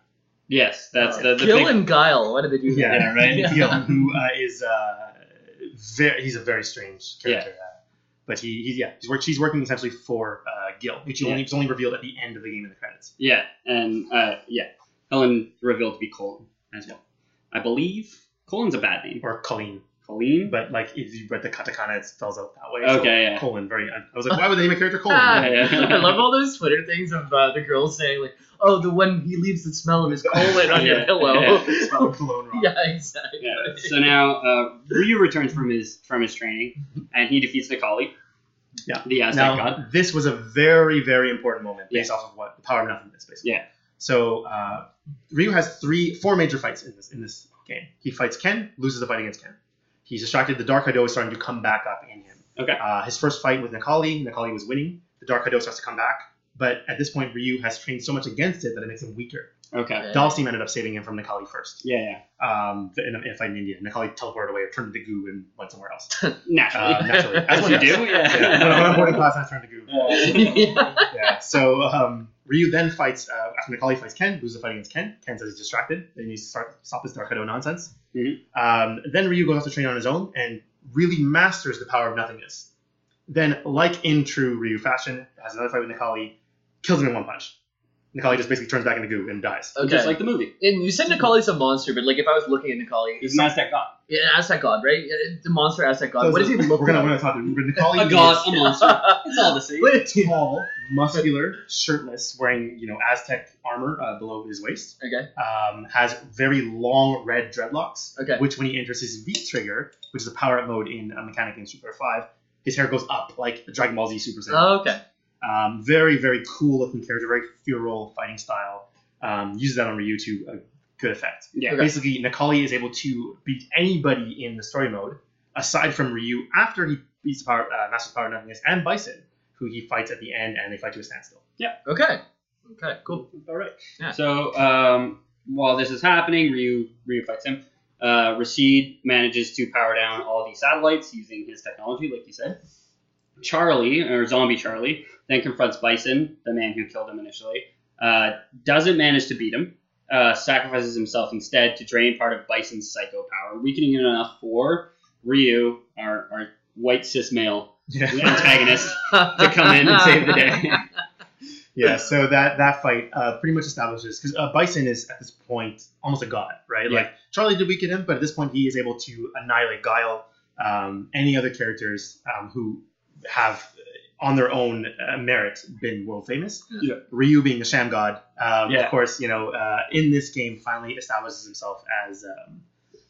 Speaker 3: Yes, that's the, the
Speaker 6: Kill
Speaker 3: big,
Speaker 6: and Guile. Why did they do that?
Speaker 5: Yeah,
Speaker 3: right?
Speaker 6: [laughs]
Speaker 5: Gil, who uh, is uh, very, he's a very strange character. Uh, but he, he, yeah, he's work, she's working essentially for uh, Gil, which you only, it's only revealed at the end of the game in the credits.
Speaker 3: Yeah, and uh, yeah, Helen revealed to be Colin as well. I believe Colin's a bad name.
Speaker 5: Or Colleen.
Speaker 3: Colleen,
Speaker 5: But like, if you read the katakana, it spells out that way.
Speaker 3: Okay,
Speaker 5: so
Speaker 3: yeah.
Speaker 5: Colon, very. I was like, why would they name a character Colon?
Speaker 6: Ah,
Speaker 3: [laughs]
Speaker 6: [laughs]
Speaker 3: Yeah, yeah.
Speaker 6: I love all those Twitter things of uh, the girls saying like, "Oh, the one he leaves the smell
Speaker 3: [laughs]
Speaker 6: of his colon on
Speaker 3: Yeah.
Speaker 6: your pillow."
Speaker 3: Yeah.
Speaker 5: Spelled Cologne wrong.
Speaker 6: [laughs] Yeah, exactly.
Speaker 3: Yeah,
Speaker 6: [laughs]
Speaker 3: so now uh, Ryu returns from his from his training, and he defeats Nikali.
Speaker 5: Yeah.
Speaker 3: the Aztec
Speaker 5: now,
Speaker 3: god.
Speaker 5: this was a very, very important moment based
Speaker 3: Yeah.
Speaker 5: off of what the power of nothingness, basically.
Speaker 3: Yeah.
Speaker 5: So uh, Ryu has three, four major fights in this in this game. He fights Ken, loses the fight against Ken. He's distracted. The Dark Hado is starting to come back up in him.
Speaker 3: Okay.
Speaker 5: Uh, his first fight with Nikali, Nikali was winning. The Dark Hado starts to come back, but at this point, Ryu has trained so much against it that it makes him weaker.
Speaker 3: Okay.
Speaker 5: Dalsim ended up saving him from Nikali first.
Speaker 3: Yeah, yeah.
Speaker 5: Um, in a fight in India, Nikali teleported away, turned into goo, and went
Speaker 3: [laughs]
Speaker 5: somewhere else. [laughs]
Speaker 3: Naturally. [laughs]
Speaker 5: Uh, naturally,
Speaker 3: That's what you do? Yeah.
Speaker 5: Yeah,
Speaker 3: [laughs]
Speaker 5: when I'm boarding class, I turn to goo.
Speaker 6: yeah.
Speaker 5: yeah. So um, Ryu then fights uh, after Nikali fights Ken. Who's the fight against Ken? Ken says he's distracted. They need to start stop this Dark Hado nonsense.
Speaker 3: Mhm.
Speaker 5: Um, then Ryu goes off to train on his own and really masters the power of nothingness. Then, like in true Ryu fashion, has another fight with Nikali, kills him in one punch. Nikali just basically turns back into goo and dies.
Speaker 6: Okay.
Speaker 3: Just like the movie.
Speaker 6: and you said Nikali's a monster, but like if I was looking at Nikali,
Speaker 3: He's an Aztec god.
Speaker 6: yeah, an Aztec god, right? Yeah, The monster Aztec god.
Speaker 5: So
Speaker 6: Uh, what does
Speaker 5: it's-
Speaker 6: he look
Speaker 5: We're gonna, we're
Speaker 6: like?
Speaker 5: gonna talk. Nikali
Speaker 3: A god,
Speaker 5: is-
Speaker 3: a
Speaker 6: [laughs]
Speaker 3: monster. It's all the same.
Speaker 5: tall, muscular, shirtless, wearing you know Aztec armor uh, below his waist.
Speaker 6: Okay.
Speaker 5: Um, has very long red dreadlocks.
Speaker 6: Okay.
Speaker 5: Which, when he enters his V trigger, which is a power up mode in uh, Mechanic in Super Five, his hair goes up like the Dragon Ball Z Super Saiyan.
Speaker 6: Oh, okay.
Speaker 5: Um, very, very cool looking character, very feral fighting style. Um, uses that on Ryu to a good effect.
Speaker 3: Yeah.
Speaker 6: Okay.
Speaker 5: Basically, Nakali is able to beat anybody in the story mode, aside from Ryu, after he beats Power, uh, Master Power Nothingness and Bison, who he fights at the end, and they fight to a standstill.
Speaker 6: Okay. Okay. Cool.
Speaker 5: All right.
Speaker 6: Yeah.
Speaker 3: So um, while this is happening, Ryu Ryu fights him. Uh, Rashid manages to power down all the satellites using his technology, like you said. Charlie, or Zombie Charlie, then confronts Bison, the man who killed him initially. Uh, doesn't manage to beat him. Uh, sacrifices himself instead to drain part of Bison's psycho power, weakening it enough for Ryu, our, our white cis male
Speaker 5: [laughs]
Speaker 3: antagonist, to come in and save the
Speaker 6: [laughs]
Speaker 3: day.
Speaker 5: yeah, so that that fight uh, pretty much establishes because uh, Bison is at this point almost a god, right?
Speaker 3: Yeah.
Speaker 5: Like Charlie did weaken him, but at this point he is able to annihilate Guile, um, any other characters um, who have uh, on their own uh, merit been world famous.
Speaker 3: Yeah.
Speaker 5: Ryu being the Sham God, um,
Speaker 3: Yeah.
Speaker 5: of course, you know, uh, in this game finally establishes himself as. Um,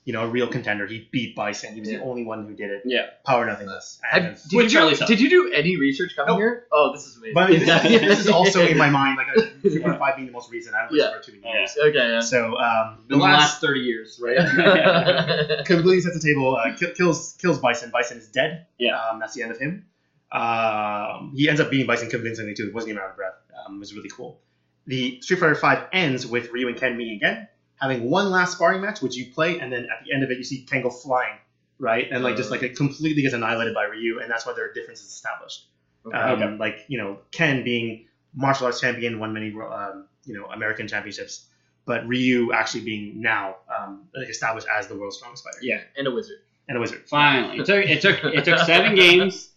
Speaker 5: you know, a real contender. He beat Bison. He was
Speaker 6: Yeah.
Speaker 5: the only one who did it.
Speaker 3: Yeah.
Speaker 5: Power nothingness.
Speaker 6: I-
Speaker 5: And-
Speaker 6: did, you
Speaker 3: With Charlie
Speaker 6: do,
Speaker 3: Sutton.
Speaker 6: did you do any research coming
Speaker 5: Nope.
Speaker 6: here? Oh, this is amazing.
Speaker 5: [laughs] But I
Speaker 6: [laughs]
Speaker 5: mean, this, is, this is also in my mind, like I- Super Five being the most recent. I don't
Speaker 6: Yeah.
Speaker 5: remember too
Speaker 6: [laughs]
Speaker 5: many years.
Speaker 6: okay. Yeah.
Speaker 5: So um, the
Speaker 3: In the last
Speaker 5: last
Speaker 3: 30 years,
Speaker 6: [laughs]
Speaker 3: right?
Speaker 5: completely sets the table. Uh, ki- kills kills Bison. Bison is dead.
Speaker 3: Yeah.
Speaker 5: um, that's the end of him. Um, he ends up beating Bison convincingly too. Wasn't even out of breath. Um, it was really cool. The Street Fighter Five ends with Ryu and Ken meeting again, having one last sparring match, which you play, and then at the end of it, you see Ken go flying, right, and like just like it completely gets annihilated by Ryu, and that's why their difference is established. Um,
Speaker 3: Okay.
Speaker 5: Like you know, Ken being martial arts champion, won many um, you know American championships, but Ryu actually being now um, like established as the world's strongest fighter
Speaker 3: Yeah.
Speaker 6: and a [laughs] wizard.
Speaker 5: and a wizard.
Speaker 3: Finally, it took it took [laughs] it took seven games,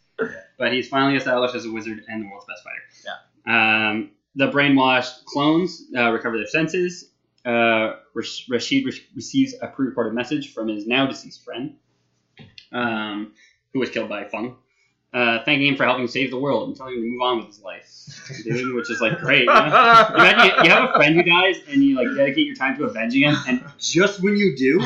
Speaker 3: but he's finally established as a wizard and the world's best fighter. Yeah. Um, the brainwashed clones uh, recover their senses. Uh, Rash- Rashid re- receives a pre-recorded message from his now deceased friend, um, who was killed by Fung, uh, thanking him for helping save the world and telling him to move on with his life, dude, which is like great. You know? Imagine you- you have a friend who dies and you like dedicate your time to avenging him, and just when you do,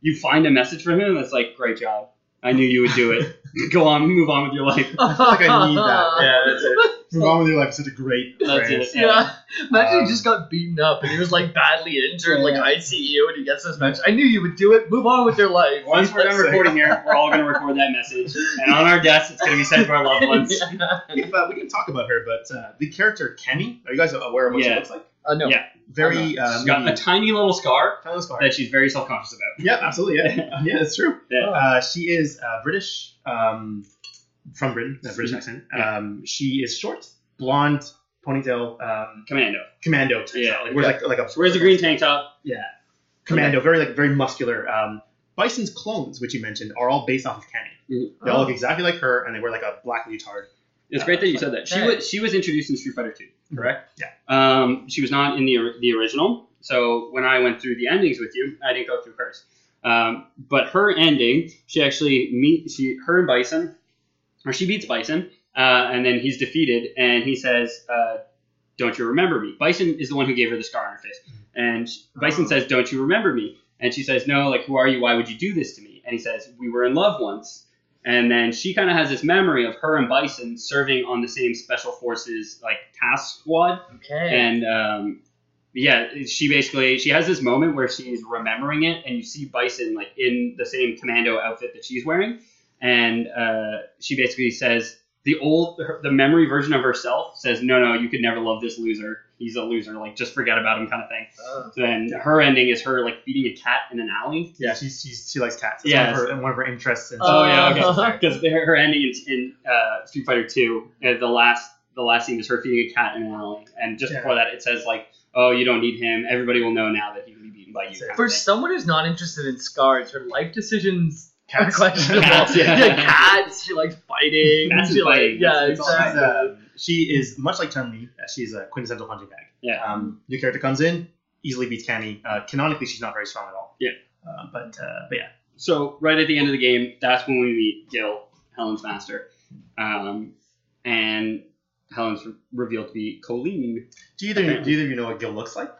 Speaker 3: you find a message from him that's like, "Great job, I knew you would do it. [laughs] Go on, move on with your life."
Speaker 5: like I need [laughs] that.
Speaker 6: [laughs] Yeah.
Speaker 5: that's it. Move on with your life. is Such a great.
Speaker 3: That's
Speaker 5: phrase.
Speaker 3: it.
Speaker 6: Yeah. Imagine
Speaker 5: Um,
Speaker 6: he just got beaten up and he was like badly injured,
Speaker 5: Yeah.
Speaker 6: like ICU, and he gets this match. I knew you would do it. Move on with your life.
Speaker 3: Once we're done recording here, we're all gonna record that message, and on our desk, it's gonna be sent to our loved ones.
Speaker 6: Yeah.
Speaker 5: If, uh, we can talk about her, but uh, the character Kenny. Are you guys aware of what
Speaker 3: Yeah.
Speaker 5: she looks like?
Speaker 6: Uh, no.
Speaker 3: Yeah.
Speaker 5: Very. Uh,
Speaker 3: She's got a tiny little scar
Speaker 5: kind of
Speaker 3: that she's very self-conscious about.
Speaker 5: Yeah, absolutely. Yeah,
Speaker 3: [laughs]
Speaker 5: yeah, that's true.
Speaker 3: Yeah.
Speaker 5: Uh, she is uh, British, um, from Britain, a British
Speaker 3: Mhm.
Speaker 5: accent.
Speaker 3: Yeah.
Speaker 5: Um, she is short, blonde, ponytail, um,
Speaker 3: Commando.
Speaker 5: commando. Type
Speaker 3: Yeah,
Speaker 5: style. like, wears like like a
Speaker 3: So where's the green tank top?
Speaker 5: Yeah, commando. Very like very muscular. Um, Bison's clones, which you mentioned, are all based off of Kenny.
Speaker 3: Mm-hmm.
Speaker 5: They all look exactly like her, and they wear like a black leotard.
Speaker 3: It's great that you said that. She
Speaker 6: Okay.
Speaker 3: was she was introduced in Street Fighter Two.
Speaker 5: Correct. Yeah.
Speaker 3: Um, she was not in the, or- the original. So when I went through the endings with you, I didn't go through hers. Um, but her ending, she actually meet she her and Bison, or she beats Bison, uh, and then he's defeated, and he says, uh, "Don't you remember me?" Bison is the one who gave her the scar on her face, and she- Bison says, "Don't you remember me?" And she says, "No, like who are you? Why would you do this to me?" And he says, "We were in love once." And then she kind of has this memory of her and Bison serving on the same special forces like task squad,
Speaker 6: Okay.
Speaker 3: and um, yeah, she basically she has this moment where she's remembering it, and you see Bison like in the same commando outfit that she's wearing, and uh, she basically says, the old her, the memory version of herself says, "No, no, you could never love this loser. He's a loser. Like just forget about him," kind of thing. So then her ending is her like feeding a cat in an alley.
Speaker 5: Yeah, she's, she's she likes cats. It's
Speaker 3: Yeah,
Speaker 5: one of her, one of her interests. And
Speaker 3: Oh yeah,
Speaker 6: Uh.
Speaker 3: okay. [laughs] Because her ending in, in uh, Street Fighter Two, uh, the last the last scene is her feeding a cat in an alley, and just
Speaker 5: Yeah.
Speaker 3: before that, it says like, "Oh, you don't need him. Everybody will know now that he can be beaten by you." kind of
Speaker 6: For
Speaker 3: thing.
Speaker 6: someone who's not interested in scars, her life decisions are
Speaker 5: [laughs] Cats.
Speaker 6: questionable.
Speaker 3: Cats, [laughs] yeah.
Speaker 6: cats. She likes fighting.
Speaker 3: Cats and
Speaker 6: she like-
Speaker 3: fighting.
Speaker 6: yeah,
Speaker 3: It's all about
Speaker 6: exactly.
Speaker 5: Um, she is much like Chun Li. She's a quintessential punching bag.
Speaker 3: Yeah.
Speaker 5: Um, new character comes in, easily beats Candy. Uh, canonically, she's not very strong at all.
Speaker 3: Yeah.
Speaker 5: Uh, but uh, but yeah,
Speaker 3: so right at the end of the game, that's when we meet Gil, Helen's master, um, and Helen's re- revealed to be Colleen.
Speaker 5: do either do either of you know what Gil looks like?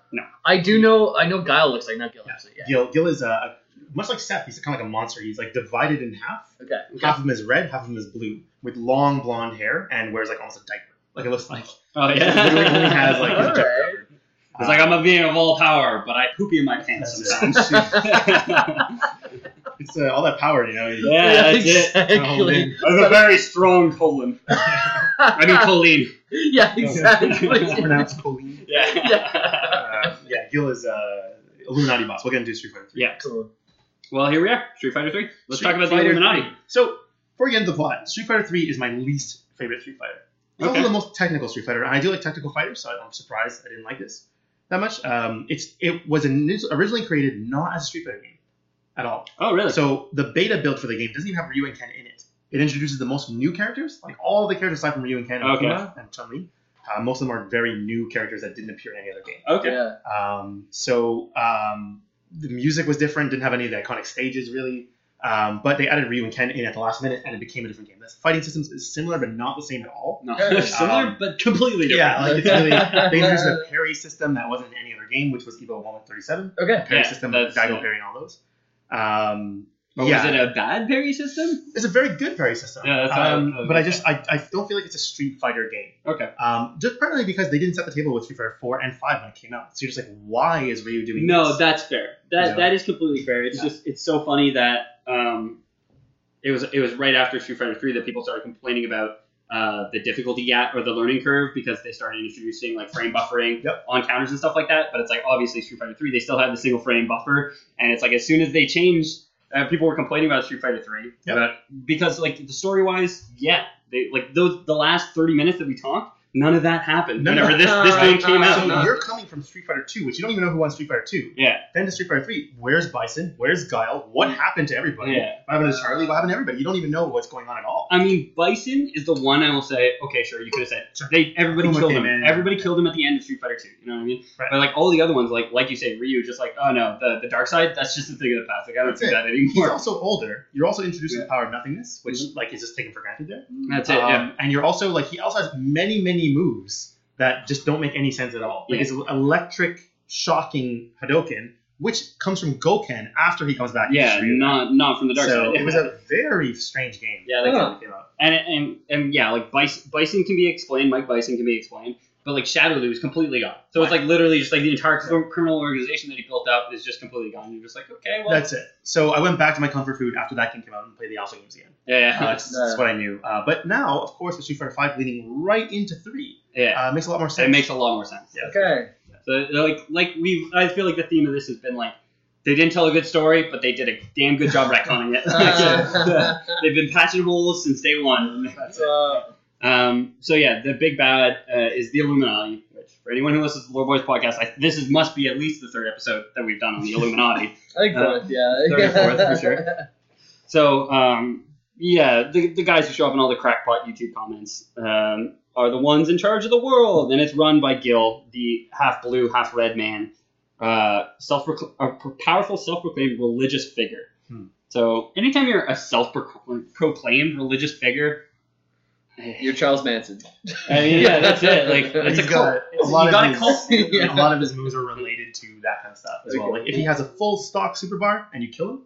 Speaker 6: I do know. I know Guile looks like not Guile. Actually, yeah.
Speaker 5: Gil Gil is uh, much like Seth. He's kind of like a monster. He's like divided in half.
Speaker 6: Okay. [laughs]
Speaker 5: Half of him is red, half of him is blue, with long blonde hair and wears like almost a diaper. Like it
Speaker 3: [laughs]
Speaker 5: looks like
Speaker 3: Oh
Speaker 5: literally only has like his
Speaker 3: [laughs]
Speaker 6: All
Speaker 5: junk
Speaker 6: right.
Speaker 5: covered.
Speaker 3: it's like I'm a being of all power, but I poopy in my pants
Speaker 5: That's it.
Speaker 3: sometimes. yeah,
Speaker 5: [laughs] It's uh, all that power, you know. you-
Speaker 3: that's it.
Speaker 6: exactly.
Speaker 5: Oh, man.
Speaker 3: I'm a very strong [laughs] colon. I mean Colleen.
Speaker 6: yeah, exactly.
Speaker 5: Pronounced Colleen.
Speaker 3: Yeah.
Speaker 5: Uh, yeah, Gil is uh, Illuminati boss. We'll get into Street Fighter 3.
Speaker 3: Yeah.
Speaker 6: Cool.
Speaker 3: Well, here we are, Street Fighter Three. Let's
Speaker 5: Street
Speaker 3: talk about
Speaker 5: Fighter
Speaker 3: the Illuminati.
Speaker 5: 3. So, before we get into the plot, Street Fighter 3 is my least favorite Street Fighter. It's
Speaker 3: Okay.
Speaker 5: also the most technical Street Fighter, and I do like tactical fighters, so I'm surprised I didn't like this that much. Um, it's It was init- originally created not as a Street Fighter game at all.
Speaker 3: Oh, really?
Speaker 5: So, the beta build for the game doesn't even have Ryu and Ken in it. It introduces the most new characters, like all the characters aside from Ryu and Ken and
Speaker 3: Okay.
Speaker 5: Akuma and Chun Li. Uh, most of them are very new characters that didn't appear in any other game.
Speaker 3: okay.
Speaker 6: Yeah.
Speaker 5: Um, so um, the music was different, didn't have any of the iconic stages really. Um, but they added Ryu and Ken in at the last minute, and it became a different game. The fighting systems is similar, but not the same at all.
Speaker 3: No, they're [laughs] similar
Speaker 5: Um,
Speaker 3: but completely different.
Speaker 5: Yeah, like it's really they introduced a parry system that wasn't in any other game, which was Evo One Thirty Seven
Speaker 6: Okay.
Speaker 5: parry
Speaker 3: Yeah,
Speaker 5: system,
Speaker 3: that's-
Speaker 5: Daigo
Speaker 3: yeah.
Speaker 5: parry, and all those. Um,
Speaker 3: [laughs] But
Speaker 5: yeah,
Speaker 3: was it a bad parry system?
Speaker 5: it's a very good parry system.
Speaker 3: Yeah, that's how I-
Speaker 5: um,
Speaker 3: I was
Speaker 5: but I
Speaker 3: gonna
Speaker 5: just I, I don't feel like it's a Street Fighter game.
Speaker 3: Okay.
Speaker 5: Um, just primarily because they didn't set the table with Street Fighter Four and Five when it came out. So you're just like, why is Ryu doing this?
Speaker 3: No, that's fair. That
Speaker 5: Yeah.
Speaker 3: that is completely fair. It's
Speaker 5: Yeah.
Speaker 3: just it's so funny that um, it was it was right after Street Fighter Three that people started complaining about uh, the difficulty gap or the learning curve because they started introducing like frame buffering
Speaker 5: Yep.
Speaker 3: on counters and stuff like that. But it's like obviously Street Fighter Three they still had the single frame buffer, and it's like as soon as they changed, uh, people were complaining about Street Fighter Three
Speaker 5: Yep.
Speaker 3: about- because like the story wise, yeah, they like those the last thirty minutes that we talked, none of that happened.
Speaker 5: None of
Speaker 3: Whenever this this
Speaker 6: that-
Speaker 3: game came
Speaker 6: No,
Speaker 5: Uh, so
Speaker 3: out,
Speaker 6: no.
Speaker 5: you're coming from Street Fighter 2, which you don't even know who won Street Fighter 2.
Speaker 3: yeah,
Speaker 5: Then to Street Fighter 3, where's Bison? Where's Guile? What happened to everybody?
Speaker 3: Yeah.
Speaker 5: What happened to Charlie? What happened to everybody? You don't even know what's going on at all.
Speaker 3: I mean, Bison is the one I will say. Okay, sure, you could have said they. Everybody
Speaker 5: Kuma
Speaker 3: killed
Speaker 5: came
Speaker 3: him.
Speaker 5: in.
Speaker 3: Everybody killed him at the end of Street Fighter Two. You know what I mean?
Speaker 5: Right.
Speaker 3: But like all the other ones, like like you say, Ryu, just like oh no, the, the dark side. That's just a thing of the past. Like I don't
Speaker 5: That's
Speaker 3: do
Speaker 5: it.
Speaker 3: that
Speaker 5: He's
Speaker 3: anymore.
Speaker 5: also older. You're also introducing
Speaker 3: Yeah. Mm-hmm.
Speaker 5: the power of nothingness, which like is just taken for granted there.
Speaker 3: [laughs] that's it. yeah.
Speaker 5: Um, And you're also like he also has many many moves that just don't make any sense at all. Like
Speaker 3: Yeah.
Speaker 5: his electric, shocking Hadoken, which comes from Goken after he comes back. to
Speaker 3: Yeah,
Speaker 5: Shiryu.
Speaker 3: not not from the dark
Speaker 5: so
Speaker 3: side.
Speaker 5: it was a very strange game.
Speaker 3: Yeah, like-
Speaker 5: when it came out.
Speaker 3: [laughs] and and and yeah, like Bison, Bison can be explained. Mike Bison can be explained, but like Shadow Lou is completely gone. So it's like literally just like the entire cr- criminal organization that he built up is just completely gone. You're just like okay, well,
Speaker 5: That's it. So I went back to my comfort food after that game came out and played the Alpha games again.
Speaker 3: yeah,
Speaker 5: Uh,
Speaker 3: yeah, [laughs]
Speaker 5: that's, that's what I knew. Uh, but now, of course, with Street Fighter Five leading right into three,
Speaker 3: yeah.
Speaker 5: uh, makes a lot more sense.
Speaker 3: it makes a lot more sense.
Speaker 5: Yeah.
Speaker 6: Okay.
Speaker 3: So like like we I feel like the theme of this has been like they didn't tell a good story, but they did a damn good job retconning it.
Speaker 6: Uh,
Speaker 3: They've been patching holes since day one.
Speaker 6: uh,
Speaker 3: Um, so yeah, the big bad uh, is the Illuminati. Which for anyone who listens to the Lore Boys podcast, I, this is must be at least the third episode that we've done on the Illuminati.
Speaker 6: I think
Speaker 3: Uh,
Speaker 6: fourth, yeah.
Speaker 3: third or fourth,
Speaker 6: [laughs]
Speaker 3: for sure. So, um, yeah, the, the guys who show up in all the crackpot YouTube comments um, are the ones in charge of the world, and it's run by Gil, the half blue, half red man, uh, self a powerful, self proclaimed religious figure.
Speaker 5: Hmm.
Speaker 3: So, anytime you're a self proclaimed religious figure,
Speaker 4: You're Charles Manson.
Speaker 3: I mean, yeah, [laughs] that's it. Like, it's a
Speaker 5: He's
Speaker 3: cult.
Speaker 5: got
Speaker 3: It's-
Speaker 5: a lot
Speaker 3: you
Speaker 5: of
Speaker 3: got a
Speaker 5: his-
Speaker 3: cult. [laughs]
Speaker 5: And a lot of his moves are related to that kind of stuff as well. Like if he has a full stock super bar and you kill him,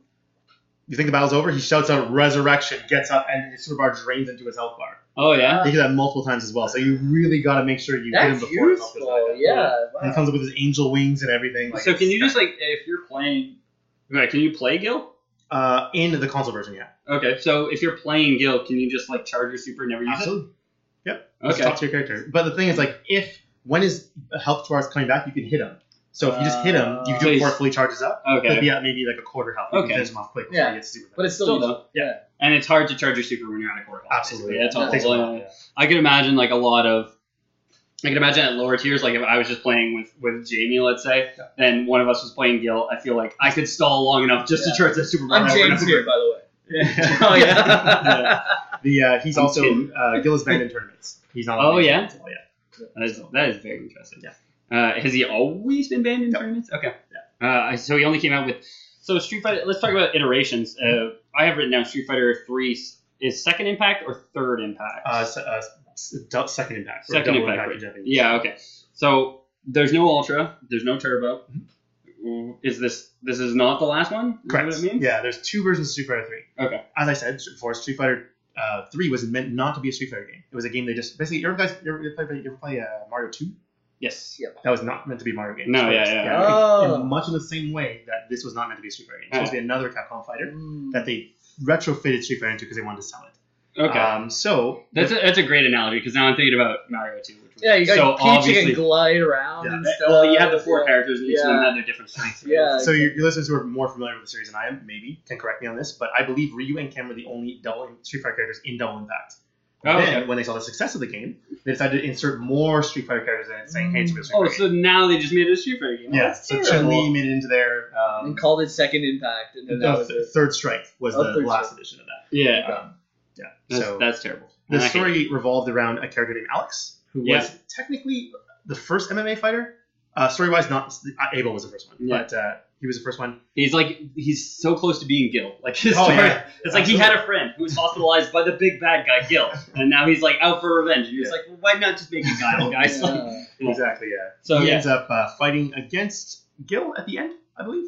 Speaker 5: you think the battle's over. He shouts out "Resurrection," gets up, and his super bar drains into his health bar.
Speaker 3: Oh yeah.
Speaker 5: He did that multiple times as well. So you really got to make sure you hit him
Speaker 6: That's
Speaker 5: before his health goes back
Speaker 6: useful.
Speaker 5: up.
Speaker 6: Yeah.
Speaker 5: And he
Speaker 6: Wow.
Speaker 5: comes up with his angel wings and everything. Like
Speaker 3: So,
Speaker 5: it's
Speaker 3: can you
Speaker 5: kinda-
Speaker 3: just like, if you're playing, right? Can you play Gil?
Speaker 5: Uh, in the console version, yeah.
Speaker 3: Okay, so if you're playing Guild, can you just like charge your super and never use
Speaker 5: Yep.
Speaker 3: it?
Speaker 5: Just
Speaker 3: Uh-huh. Okay.
Speaker 5: talk to your character. But the thing is, like, if when is health bars coming back, you can hit him. So if you just hit him, you do it before it fully charges up. He'll
Speaker 3: Uh, Okay.
Speaker 5: be at maybe like a quarter health. You
Speaker 3: Okay.
Speaker 5: can finish him off quick. before
Speaker 6: Yeah.
Speaker 5: He gets super
Speaker 6: But it's still,
Speaker 3: Still
Speaker 6: useful.
Speaker 3: though. And it's hard to charge your super when you're on a quarter. health,
Speaker 5: Absolutely.
Speaker 3: basically. That's
Speaker 5: That
Speaker 3: all.
Speaker 5: takes a while, yeah.
Speaker 3: I can imagine like a lot of. I can imagine at lower tiers, like if I was just playing with with Jamie, let's say, and one of us was playing Gil, I feel like I could stall long enough just to charge the super. over and
Speaker 6: I'm
Speaker 3: [laughs]
Speaker 6: James
Speaker 3: over.
Speaker 6: here, by the way. [laughs]
Speaker 3: oh yeah. [laughs]
Speaker 5: Yeah. The uh, he's
Speaker 3: I'm
Speaker 5: also
Speaker 3: kidding.
Speaker 5: uh, Gil is banned in tournaments. He's not.
Speaker 3: Oh,
Speaker 5: on the
Speaker 3: yeah?
Speaker 5: tournaments at all, yeah.
Speaker 3: That is that is very interesting. Yeah. Uh, has he always been banned in tournaments? Okay. Uh, so he only came out with so Street Fighter. Let's talk about iterations. Uh, I have written down Street Fighter Three is second impact or third impact.
Speaker 5: Uh, se- uh, s- du- second impact. or
Speaker 3: second
Speaker 5: double
Speaker 3: impact. right.
Speaker 5: in Japanese.
Speaker 3: yeah. Okay. So there's no ultra. There's no turbo. Is this this is not the last one? Is
Speaker 5: Correct.
Speaker 3: What it means?
Speaker 5: Yeah, there's two versions of Street Fighter Three.
Speaker 3: Okay.
Speaker 5: As I said before, Street Fighter uh, Three was meant not to be a Street Fighter game. It was a game they just basically. You ever guys, you ever, you ever play, you ever play uh, Mario Two?
Speaker 3: Yes.
Speaker 6: Yeah.
Speaker 5: That was not meant to be a Mario game.
Speaker 3: No,
Speaker 5: It's
Speaker 3: yeah, yeah.
Speaker 5: In-
Speaker 6: Oh.
Speaker 5: in much in the same way that this was not meant to be a Street Fighter game. It's supposed to be another Capcom fighter
Speaker 6: Mm.
Speaker 5: that they retrofitted Street Fighter into because they wanted to sell it.
Speaker 3: Okay.
Speaker 5: Um, so
Speaker 3: that's a, that's a great analogy because now I'm thinking about Mario Two, which was
Speaker 6: Yeah, you got
Speaker 3: so
Speaker 6: Peach you
Speaker 3: obviously.
Speaker 6: can glide around
Speaker 5: Yeah.
Speaker 6: and
Speaker 3: Uh,
Speaker 6: stuff.
Speaker 3: well, you have the four characters, and each of them
Speaker 6: Yeah.
Speaker 3: had their different strengths.
Speaker 6: Yeah.
Speaker 5: So your, your listeners who are more familiar with the series than I am, maybe, can correct me on this, but I believe Ryu and Ken were the only double Street Fighter characters in Double Impact.
Speaker 3: Oh,
Speaker 5: then,
Speaker 3: okay.
Speaker 5: when they saw the success of the game, they decided to insert more Street Fighter characters in it, saying, "Hey, it's a
Speaker 3: Oh,
Speaker 5: Street Fighter."
Speaker 3: so now they just made it a Street Fighter game.
Speaker 5: game. yeah,
Speaker 3: That's
Speaker 5: so Chun
Speaker 3: terrible.
Speaker 5: Li made it into their um,
Speaker 6: and called it Second Impact, and then that
Speaker 5: the
Speaker 6: was
Speaker 5: th-
Speaker 6: it.
Speaker 5: Third Strike was
Speaker 6: Oh,
Speaker 5: the
Speaker 6: Third
Speaker 5: last
Speaker 6: Strike.
Speaker 5: edition of that.
Speaker 3: Yeah,
Speaker 5: Um, yeah,
Speaker 3: that's,
Speaker 5: so
Speaker 3: that's terrible.
Speaker 5: the
Speaker 3: And I hate it.
Speaker 5: story revolved around a character named Alex, who
Speaker 3: Yeah.
Speaker 5: was technically the first MMA fighter. Uh, story wise, not uh, Abel was the first one,
Speaker 3: Yeah.
Speaker 5: but uh, he was the first one.
Speaker 3: He's like he's so close to being Gil. Like his
Speaker 5: Oh,
Speaker 3: story,
Speaker 5: yeah.
Speaker 3: it's like he had a friend who was hospitalized by the big bad guy Gil, and now he's like out for revenge. And you're just
Speaker 5: Yeah.
Speaker 3: like, well, why not just make a
Speaker 6: [laughs]
Speaker 3: guy, guys? Like,
Speaker 6: Yeah.
Speaker 3: Yeah.
Speaker 5: Exactly, yeah.
Speaker 3: so
Speaker 5: he
Speaker 3: yeah,
Speaker 5: ends up uh, fighting against Gil at the end, I believe.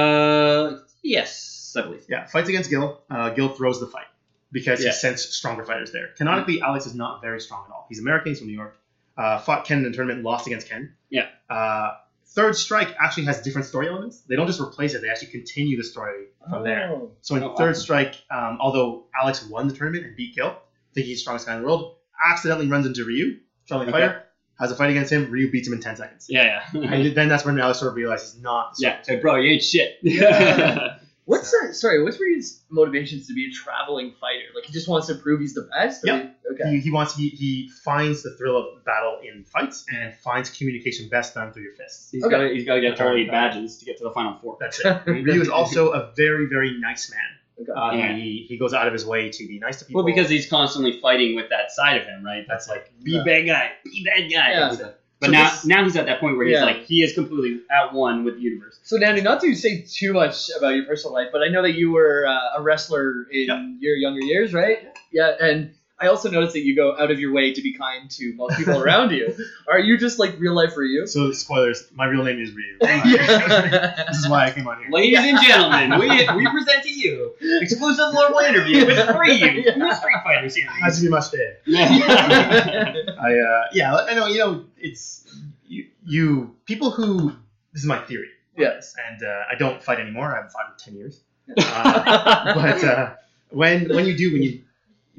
Speaker 3: uh, yes, I believe.
Speaker 5: Yeah, fights against Gil. Uh, Gil throws the fight because
Speaker 3: Yeah. Hmm.
Speaker 5: he sensed stronger fighters there. Canonically, Alex is not very strong at all. He's American. He's from New York. Uh, fought Ken in a tournament, lost against Ken.
Speaker 3: Yeah.
Speaker 5: Uh, Third Strike actually has different story elements. They don't just replace it; they actually continue the story from there.
Speaker 6: Oh.
Speaker 5: So in
Speaker 3: Oh, wow.
Speaker 5: Third Strike, um, although Alex won the tournament and beat Gil, thinking he's the strongest guy in the world, accidentally runs into Ryu, strong
Speaker 3: Okay.
Speaker 5: fighter, has a fight against him. Ryu beats him in ten seconds.
Speaker 3: Yeah,
Speaker 6: [laughs]
Speaker 3: yeah,
Speaker 5: And then that's when Alex sort of realizes he's not. the
Speaker 3: yeah.
Speaker 5: strongest.
Speaker 3: Hey, bro, you ain't shit.
Speaker 6: [laughs] Yeah. What's that? Sorry, what's Reed's motivations to be a traveling fighter? Like he just wants to prove he's the best. or-
Speaker 5: Yeah.
Speaker 6: Okay.
Speaker 5: He, he wants he, he finds the thrill of battle in fights and finds communication best done through your
Speaker 3: [laughs]
Speaker 5: fists.
Speaker 3: He's
Speaker 6: Okay.
Speaker 3: got he's got to get
Speaker 5: Okay.
Speaker 3: Charlie badges to get to the final four. [laughs]
Speaker 5: That's it. Ryu is also a very very nice man.
Speaker 6: Okay.
Speaker 5: Uh,
Speaker 3: Yeah.
Speaker 5: He he goes out of his way to be nice to people.
Speaker 3: Well, because he's constantly fighting with that side of him, right? That's like be
Speaker 6: Yeah.
Speaker 3: bad guy, be bad guy.
Speaker 6: Yeah.
Speaker 3: And stuff. But
Speaker 5: So
Speaker 3: now,
Speaker 5: this-
Speaker 3: now he's at that point where he's
Speaker 6: Yeah.
Speaker 3: like he is completely at one with the universe.
Speaker 6: So Nanny, not to say too much about your personal life, but I know that you were uh, a wrestler in
Speaker 5: Yep.
Speaker 6: your younger years, right? Yeah. and I also noticed that you go out of your way to be kind to most people around
Speaker 5: [laughs]
Speaker 6: you. Are you just like real life Ryu?
Speaker 5: so spoilers. My real name is
Speaker 3: [laughs]
Speaker 5: Ryu.
Speaker 6: Yeah.
Speaker 5: this is why I came on here.
Speaker 3: Ladies and gentlemen,
Speaker 6: [laughs]
Speaker 3: we, we present to you exclusive Lord Will
Speaker 5: [laughs]
Speaker 3: interview with three
Speaker 6: Yeah.
Speaker 3: from the Street Fighter
Speaker 5: Nice
Speaker 3: series.
Speaker 5: to be much there.
Speaker 6: [laughs]
Speaker 5: I uh, yeah, I know. You know, it's you, you people who. This is my theory. on
Speaker 6: Yeah.
Speaker 5: this, and uh, I don't fight anymore. I haven't fought in ten
Speaker 6: [laughs]
Speaker 5: years. Uh, but uh, when when you do when you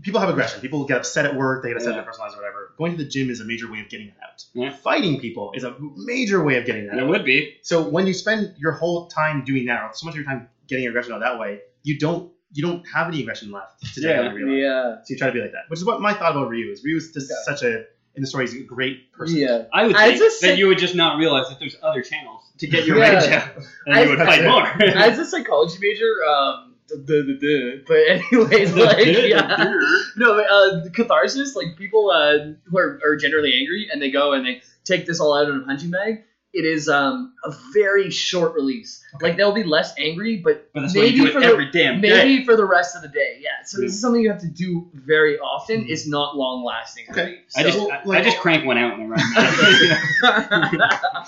Speaker 5: people have aggression people get upset at work they get upset
Speaker 3: Yeah.
Speaker 5: at their personal lives or whatever going to the gym is a major way of getting that out
Speaker 3: Yeah.
Speaker 5: fighting people is a major way of getting that
Speaker 3: That
Speaker 5: out
Speaker 3: would be.
Speaker 5: so when you spend your whole time doing that or so much of your time getting your aggression out that way you don't you don't have any aggression left to take out in real life.
Speaker 6: yeah.
Speaker 5: so you try to be like that which is what my thought about Ryu is Ryu is just
Speaker 6: Okay.
Speaker 5: such a in the story he's a great person
Speaker 6: Yeah.
Speaker 3: I would
Speaker 6: I
Speaker 3: think
Speaker 6: just
Speaker 3: that
Speaker 6: said-
Speaker 3: you would just not realize that there's other channels to get your
Speaker 6: Yeah.
Speaker 3: rage out, and
Speaker 6: I-
Speaker 3: you would fight more.
Speaker 6: As a psychology major, um, duh, duh, duh, duh. but anyways, like, yeah. No, uh, catharsis, like people uh, who are, are generally angry and they go and they take this all out in a punching bag. It is um, a very short release. Like they'll be less angry, but
Speaker 3: [laughs] But that's why
Speaker 6: maybe
Speaker 3: you do
Speaker 6: for
Speaker 3: it
Speaker 6: the
Speaker 3: every damn day.
Speaker 6: maybe for the rest of the day. Yeah. So this is something you have to do very often.
Speaker 5: Mhm.
Speaker 6: It's not long lasting.
Speaker 5: Okay.
Speaker 3: Mm-hmm. I just
Speaker 5: So,
Speaker 3: I, I
Speaker 5: like-
Speaker 3: just crank one out in the
Speaker 5: [laughs]
Speaker 6: [laughs]
Speaker 3: run.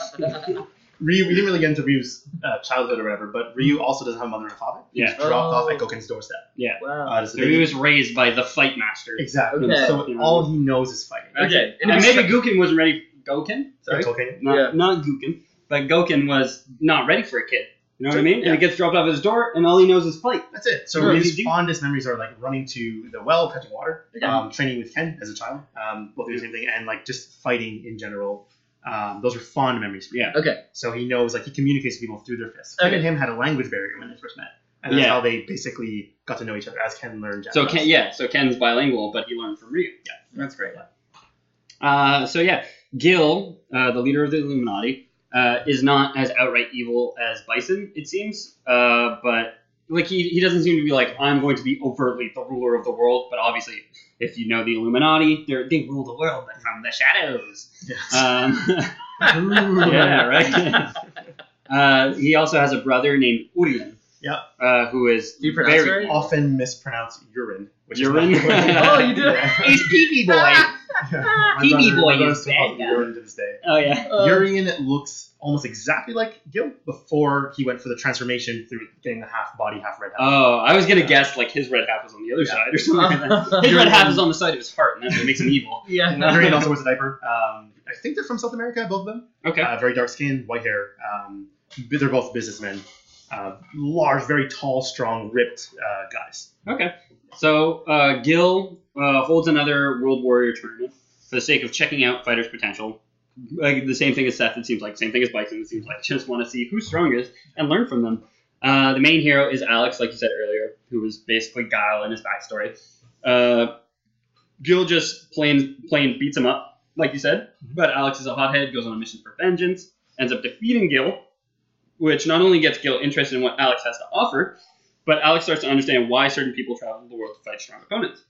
Speaker 5: Ryu, we didn't really get into Ryu's uh, childhood or whatever, but Ryu also doesn't have a mother and a father. He was
Speaker 3: Yeah.
Speaker 5: dropped off at
Speaker 6: Oh.
Speaker 5: Goken's doorstep.
Speaker 6: [laughs] wow.
Speaker 5: Uh, so
Speaker 3: so
Speaker 5: they-
Speaker 3: he was raised by the fight master.
Speaker 5: Exactly.
Speaker 6: Okay.
Speaker 5: So all he knows is fighting.
Speaker 6: Okay.
Speaker 3: And maybe Gookin wasn't ready. Gokin, sorry,
Speaker 5: That's okay.
Speaker 3: not
Speaker 6: Yeah.
Speaker 3: not Gookin, but Gokin was not ready for a kid. You know what I mean? And it gets dropped off at his door, and all he knows is flight.
Speaker 5: That's it. So
Speaker 3: Sure,
Speaker 5: his
Speaker 3: you do.
Speaker 5: fondest memories are like running to the well, fetching water,
Speaker 3: Yeah.
Speaker 5: um, training with Ken as a child, um, both do the same thing, and like just fighting in general. Um, those are fond memories. For him.
Speaker 3: Yeah.
Speaker 6: Okay.
Speaker 5: So he knows like he communicates with people through their fists. Ken
Speaker 6: Okay.
Speaker 5: and him had a language barrier when they first met, and that's
Speaker 3: Yeah.
Speaker 5: how they basically got to know each other as Ken learned.
Speaker 3: So
Speaker 5: Japanese.
Speaker 3: Ken, yeah, so Ken's bilingual, but he learned from Ryu. Yeah, that's great. Uh, so yeah, Gil, uh, the leader of the Illuminati, uh, is not as outright evil as Bison, it seems. Uh, but like he, he doesn't seem to be like I'm going to be overtly the ruler of the world. But obviously, if you know the Illuminati, they they rule the world from the shadows. Um, [laughs]
Speaker 6: [laughs]
Speaker 3: yeah, right. [laughs] uh, he also has a brother named Urien.
Speaker 5: Yeah.
Speaker 3: Uh, who is
Speaker 6: Do you pronounce
Speaker 3: very
Speaker 6: it right?
Speaker 5: often mispronounce urine. Which
Speaker 3: Urine?
Speaker 6: [laughs]
Speaker 5: Is not
Speaker 6: Oh, you did.
Speaker 3: [laughs] He's Pee Pee
Speaker 6: [laughs] Uh,
Speaker 3: Boy.
Speaker 5: My
Speaker 3: Phoebe
Speaker 5: brother-
Speaker 3: boy
Speaker 5: my brother
Speaker 3: is
Speaker 5: still calls
Speaker 3: bad
Speaker 5: me
Speaker 3: guy.
Speaker 5: Urine to this day.
Speaker 3: Oh yeah.
Speaker 6: Uh,
Speaker 5: Urian looks almost exactly like Gil before he went for the transformation through getting the half body, half red
Speaker 6: Uh,
Speaker 5: half.
Speaker 3: Oh, I was gonna guess like his red half was on the other
Speaker 5: Yeah.
Speaker 3: side or something. Like that. His red half is on the side of his heart, and that's what makes him evil.
Speaker 6: yeah.
Speaker 5: Urian also wears a diaper. Um, I think they're from South America, both of them.
Speaker 3: Okay.
Speaker 5: Uh, very dark skin, white hair. Um, but they're both businessmen. Uh, large, very tall, strong, ripped uh, guys.
Speaker 3: Okay. So uh, Gil uh, holds another World Warrior tournament for the sake of checking out fighters' potential. Like the same thing as Seth, it seems like. Same thing as Bison, it seems like. [laughs] Just want to see who's strongest and learn from them. Uh, the main hero is Alex, like you said earlier, who was basically Guile in his backstory. Uh, Gil just plain plain beats him up, like you said. But Alex is a hothead, goes on a mission for vengeance, ends up defeating Gil, which not only gets Gil interested in what Alex has to offer, but Alex starts to understand why certain people travel the world to fight strong opponents.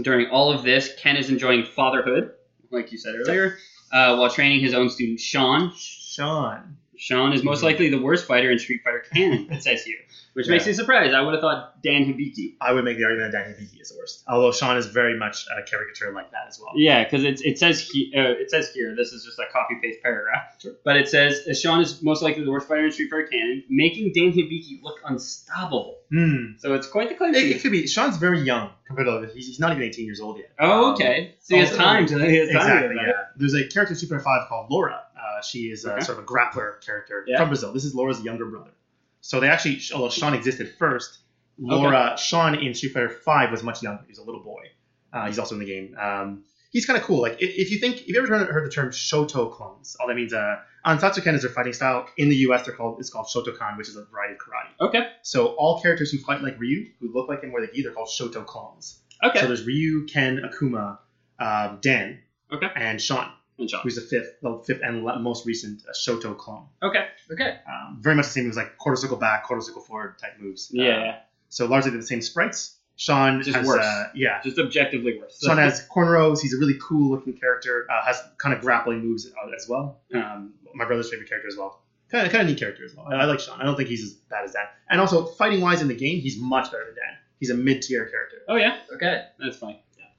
Speaker 3: During all of this, Ken is enjoying fatherhood, like you said earlier, uh, while training his own student Sean.
Speaker 5: Sean.
Speaker 3: Sean is most likely the worst fighter in Street Fighter canon, it says here, which makes
Speaker 5: Yeah.
Speaker 3: me surprised. I would have thought Dan Hibiki.
Speaker 5: I would make the argument that Danny Vicky is the worst. Although Sean is very much a caricature like that as well.
Speaker 3: Yeah, because it, it says he, uh, it says here. This is just a copy paste paragraph, but it says uh, Sean is most likely the worst fighter in Street Fighter canon, making Dan Hibiki look unstoppable.
Speaker 5: Hmm.
Speaker 3: So it's quite the claim.
Speaker 5: It, it could be. Sean's very young compared to others. He's, he's not even 18 years old yet.
Speaker 3: Oh, [laughs]
Speaker 5: Um,
Speaker 3: okay. So he has
Speaker 5: also-
Speaker 3: time to. He has time to
Speaker 5: Exactly.
Speaker 3: get
Speaker 5: Yeah.
Speaker 3: better.
Speaker 5: There's a character in Super Five called Laura. Uh, she is a,
Speaker 3: Okay.
Speaker 5: sort of a grappler character
Speaker 3: Yeah.
Speaker 5: from Brazil. This is Laura's younger brother. So they actually, although Sean existed first, Laura Sean in Street Fighter Five was much younger. He's a little boy. Uh, he's also in the game. Um, he's kind of cool. Like i- if you think, if you ever heard, heard the term Shoto clones, all that means uh, Ansatsuken is their fighting style. In the U.S., they're called it's called Shotokan, which is a variety of karate.
Speaker 3: Okay.
Speaker 5: So all characters who fight like Ryu, who look like him, wear the gi, they're called Shoto clones.
Speaker 3: Okay.
Speaker 5: So there's Ryu, Ken, Akuma, um, Dan,
Speaker 3: Okay.
Speaker 5: and Sean,
Speaker 3: And Sean.
Speaker 5: who's the fifth, the fifth and le- most recent uh, Shoto clone.
Speaker 3: Okay.
Speaker 6: Okay.
Speaker 5: Um, very much the same. It was like quarter circle back, quarter circle forward type moves. Uh,
Speaker 3: Yeah.
Speaker 5: so largely they're the same sprites. Sean
Speaker 3: Just
Speaker 5: has,
Speaker 3: worse.
Speaker 5: Uh, yeah.
Speaker 3: Just objectively worse.
Speaker 5: Sean has cornrows. He's a really cool looking character. Uh, has kind of grappling moves uh, as well. Um, my brother's favorite character as well. Kind of, kind of neat character as well. I, I like Sean. I don't think he's as bad as Dan. And also fighting wise in the game, he's much better than Dan. He's a mid tier character.
Speaker 3: Oh yeah,
Speaker 6: Okay.
Speaker 3: that's fine.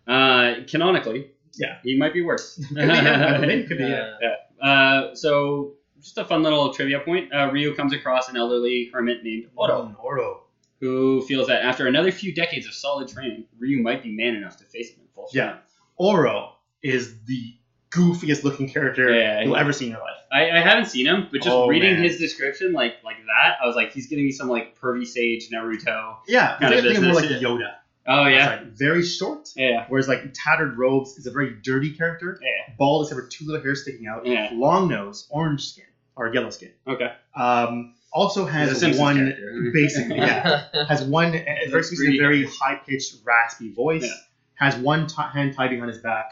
Speaker 3: Uh, canonically,
Speaker 5: Yeah.
Speaker 3: he might be worse.
Speaker 5: [laughs] Could be, yeah. Maybe
Speaker 3: [laughs]
Speaker 5: could be. yeah.
Speaker 6: Yeah.
Speaker 3: uh, so just a fun little trivia point. Uh, Ryu comes across an elderly hermit named Oro,
Speaker 5: Mm, Oro.
Speaker 3: who feels that after another few decades of solid training, Ryu might be man enough to face him in full
Speaker 5: Yeah.
Speaker 3: strength.
Speaker 5: Oro is the goofiest looking character
Speaker 3: Yeah,
Speaker 5: you'll
Speaker 3: he-
Speaker 5: ever see in your life.
Speaker 3: I, I haven't seen him, but just
Speaker 5: Oh,
Speaker 3: reading
Speaker 5: man.
Speaker 3: his description like like that, I was like, he's giving me some like pervy sage Naruto.
Speaker 5: Yeah,
Speaker 3: Kind
Speaker 5: I
Speaker 3: of
Speaker 5: think of more like
Speaker 3: business,
Speaker 5: Yoda.
Speaker 3: Oh yeah,
Speaker 5: It's like very short,
Speaker 3: yeah,
Speaker 5: whereas like tattered robes is a very dirty character.
Speaker 3: yeah.
Speaker 5: Bald except for two little hairs sticking out.
Speaker 3: Yeah.
Speaker 5: Long nose, orange skin or yellow skin.
Speaker 3: Okay.
Speaker 5: Um, also has
Speaker 3: Simpsons
Speaker 5: one
Speaker 3: character.
Speaker 5: [laughs] basically yeah, has one a- a very,
Speaker 3: greedy
Speaker 5: very high pitched raspy voice.
Speaker 3: Yeah.
Speaker 5: Has one ti hand tied behind his back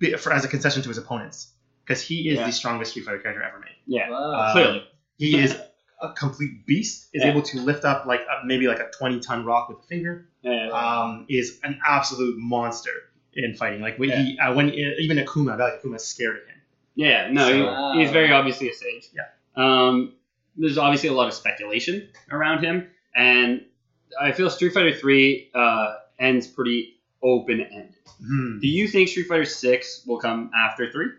Speaker 5: bi- for, as a concession to his opponents because he is
Speaker 3: Yeah.
Speaker 5: the strongest Street Fighter character ever made.
Speaker 3: [laughs] yeah.
Speaker 6: Wow.
Speaker 5: Uh,
Speaker 3: Clearly,
Speaker 5: He is a complete beast. Is
Speaker 3: Yeah.
Speaker 5: able to lift up like a, maybe like a twenty ton rock with a finger.
Speaker 3: yeah.
Speaker 5: Um, is an absolute monster in fighting. Like when he uh, when even Akuma, I feel like Akuma's scared of him.
Speaker 3: Yeah, no,
Speaker 6: So-
Speaker 3: he- he's very obviously a sage.
Speaker 5: uh, Yeah.
Speaker 3: Um, there's obviously a lot of speculation around him, and I feel Street Fighter Three uh, ends pretty open ended.
Speaker 5: Hmm.
Speaker 3: Do you think Street Fighter Six will come after three?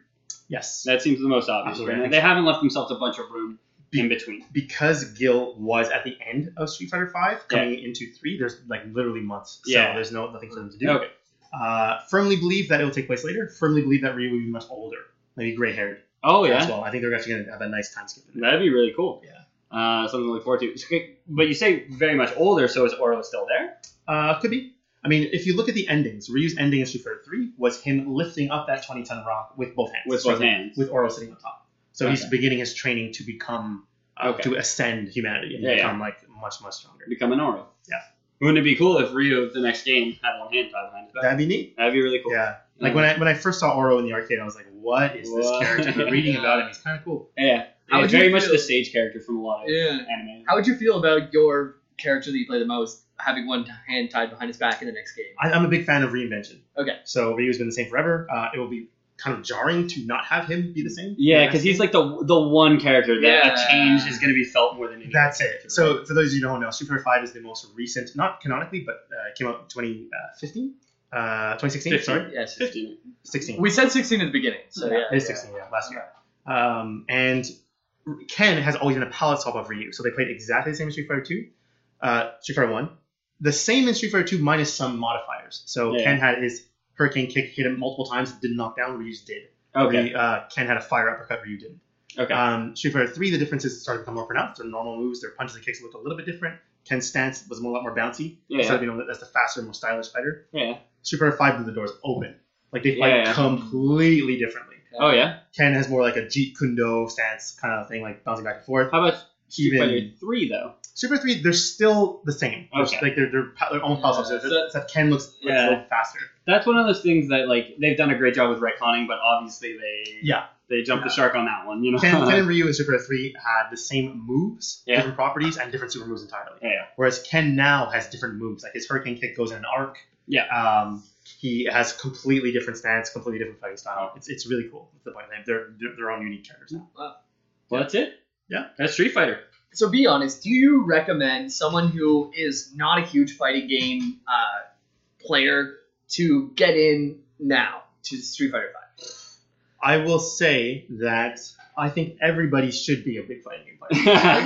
Speaker 5: Yes,
Speaker 3: That seems the most obvious.
Speaker 5: Absolutely, I
Speaker 3: Right? now.
Speaker 5: think
Speaker 3: They haven't left themselves a bunch of room in between.
Speaker 5: because Gil was at the end of Street Fighter Five,
Speaker 3: Yeah.
Speaker 5: coming into three. There's like literally months. So
Speaker 3: Yeah.
Speaker 5: there's no nothing for them to do.
Speaker 3: Okay.
Speaker 5: Uh, firmly believe that it will take place later. Firmly believe that Ryu will be much older, maybe gray haired
Speaker 3: Oh yeah,
Speaker 5: as well. I think they're actually going to have a nice time skip. in there.
Speaker 3: that'd be really cool.
Speaker 5: Yeah.
Speaker 3: Uh, something to look forward to. So, But you say very much older, so is Orla still there?
Speaker 5: Uh, could be. I mean, if you look at the endings, Ryu's ending in Street Fighter 3 was him lifting up that 20 ton rock with both hands.
Speaker 3: With both
Speaker 5: So,
Speaker 3: hands.
Speaker 5: With Oro sitting on top. So he's
Speaker 3: Okay.
Speaker 5: beginning his training to become, uh,
Speaker 3: Okay.
Speaker 5: to ascend humanity and
Speaker 3: Yeah, yeah.
Speaker 5: become like much, much stronger.
Speaker 3: Become an Oral.
Speaker 5: Yeah.
Speaker 3: Wouldn't it be cool if Ryu of the next game had one hand tied behind his back?
Speaker 5: That'd be neat.
Speaker 3: That'd be really cool.
Speaker 5: Yeah. Like when I when I first saw Oro in the arcade, I was like, "What is this
Speaker 3: Mm-hmm. What?
Speaker 5: character?" But reading about him, he's kind of cool.
Speaker 3: Yeah.
Speaker 6: How
Speaker 3: Yeah,
Speaker 6: would
Speaker 3: very
Speaker 6: you
Speaker 3: much
Speaker 6: feel-
Speaker 3: the sage character from a lot of
Speaker 6: Yeah.
Speaker 3: anime.
Speaker 6: How would you feel about your character that you play the most having one hand tied behind his back in the next game?
Speaker 5: I, I'm a big fan of reinvention.
Speaker 6: Okay.
Speaker 5: So Ryu's been the same forever. Uh, it will be kind of jarring to not have him be the same.
Speaker 3: Yeah, because he's like the the one character that
Speaker 6: Yeah.
Speaker 3: a change is going to be felt more than any.
Speaker 5: That's
Speaker 3: other
Speaker 5: it. So for those of you who don't know, Street Fighter Five is the most recent, not canonically, but uh, it came out in 2015, uh, 2016.
Speaker 3: Fifteen.
Speaker 5: Sorry,
Speaker 6: Yes.
Speaker 3: 15.
Speaker 5: 16.
Speaker 6: We said 16 at the beginning, so yeah.
Speaker 5: It is 16. Yeah, last year. Um, and Ken has always been a palette swap for you. So they played exactly the same as Street Fighter 2, uh, Street Fighter 1, the same in Street Fighter 2 minus some modifiers. So
Speaker 3: Yeah.
Speaker 5: Ken had his Hurricane kick hit him multiple times, did knock down, Ryu's did.
Speaker 3: Okay.
Speaker 5: Ryu- uh, Ken had a fire uppercut, Ryu didn't.
Speaker 3: Okay.
Speaker 5: Um, Street Fighter 3, the differences started to become more pronounced. Their normal moves, their punches and kicks looked a little bit different. Ken's stance was a lot more bouncy.
Speaker 3: Yeah.
Speaker 5: So, you know, that's the faster, more stylish fighter.
Speaker 3: yeah.
Speaker 5: Street Fighter 5 blew the doors open. Like, they fight
Speaker 3: Yeah.
Speaker 5: completely differently.
Speaker 3: Oh yeah.
Speaker 5: Ken has more like a Jeet Kune Do stance kind of thing, like bouncing back and forth.
Speaker 3: How about Street
Speaker 5: Even-
Speaker 3: Fighter Three though?
Speaker 5: Super 3, they're still the same. They're-
Speaker 3: Okay.
Speaker 5: Like, they're, they're, pa- they're almost
Speaker 6: Yeah,
Speaker 5: power opposites,
Speaker 3: so-
Speaker 5: except Ken looks like,
Speaker 3: Yeah.
Speaker 5: a little faster.
Speaker 3: That's one of those things that like they've done a great job with retconning, but obviously they
Speaker 5: Yeah.
Speaker 3: they jumped the shark on that one. You [laughs] know.
Speaker 5: Ken, Ken and Ryu in Super 3 had the same moves,
Speaker 3: Yeah.
Speaker 5: different properties, and different super moves entirely.
Speaker 3: yeah.
Speaker 5: Whereas Ken now has different moves. Like his Hurricane Kick goes in an arc.
Speaker 3: Yeah.
Speaker 5: Um, he has completely different stance, completely different fighting style. It's, it's really cool. That's the point. They have their, their, their own unique characters now.
Speaker 3: Well, that's it.
Speaker 5: Yeah.
Speaker 3: That's Street Fighter.
Speaker 6: [laughs] So be honest, do you recommend someone who is not a huge fighting game uh, player to get in now to Street Fighter 5?
Speaker 3: [laughs]
Speaker 5: I will say that I think everybody should be a big fighting game player. Um,
Speaker 6: Oh, [laughs]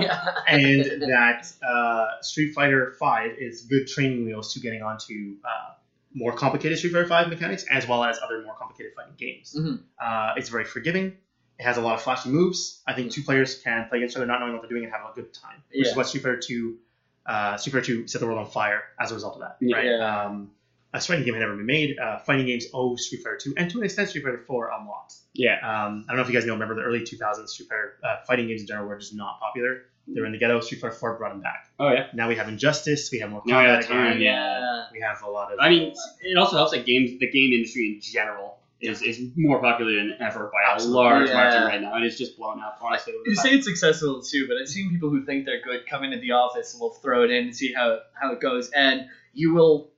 Speaker 6: yeah.
Speaker 5: and that uh, Street Fighter Five is good training wheels to getting onto uh, more complicated Street Fighter Five mechanics, as well as other more complicated fighting games.
Speaker 6: Mhm.
Speaker 5: Uh, it's very forgiving. It has a lot of flashy moves. I think two players can play against each other, not knowing what they're doing, and have a good time, which
Speaker 6: Yeah.
Speaker 5: is what Street Fighter Two, uh, Street Fighter Two set the world on fire as a result of that.
Speaker 3: Yeah.
Speaker 5: Right?
Speaker 6: Yeah.
Speaker 5: Um, a fighting game had never been made. Uh, fighting games owe Street Fighter Two, and to an extent, Street Fighter Four a lot.
Speaker 3: [laughs] Yeah.
Speaker 5: Um, I don't know if you guys know, remember the early 2000s, Street Fighter uh, fighting games in general were just not popular. They were in the ghetto. Street Fighter 4 brought them back.
Speaker 3: Oh yeah.
Speaker 5: Now we have Injustice. We have more
Speaker 3: Now we
Speaker 5: combat
Speaker 3: have Turn,
Speaker 5: again.
Speaker 6: yeah.
Speaker 5: We have a lot of.
Speaker 3: I mean, it also helps that games, the game industry in general, is, is more popular than ever by a
Speaker 5: Absolutely.
Speaker 3: large
Speaker 6: Yeah.
Speaker 3: margin right now, and it's just blown up. Honestly, with the
Speaker 6: You
Speaker 3: fact-
Speaker 6: say it's accessible too, but I've seen people who think they're good come into the office and we'll throw it in and see how, how it goes, and you will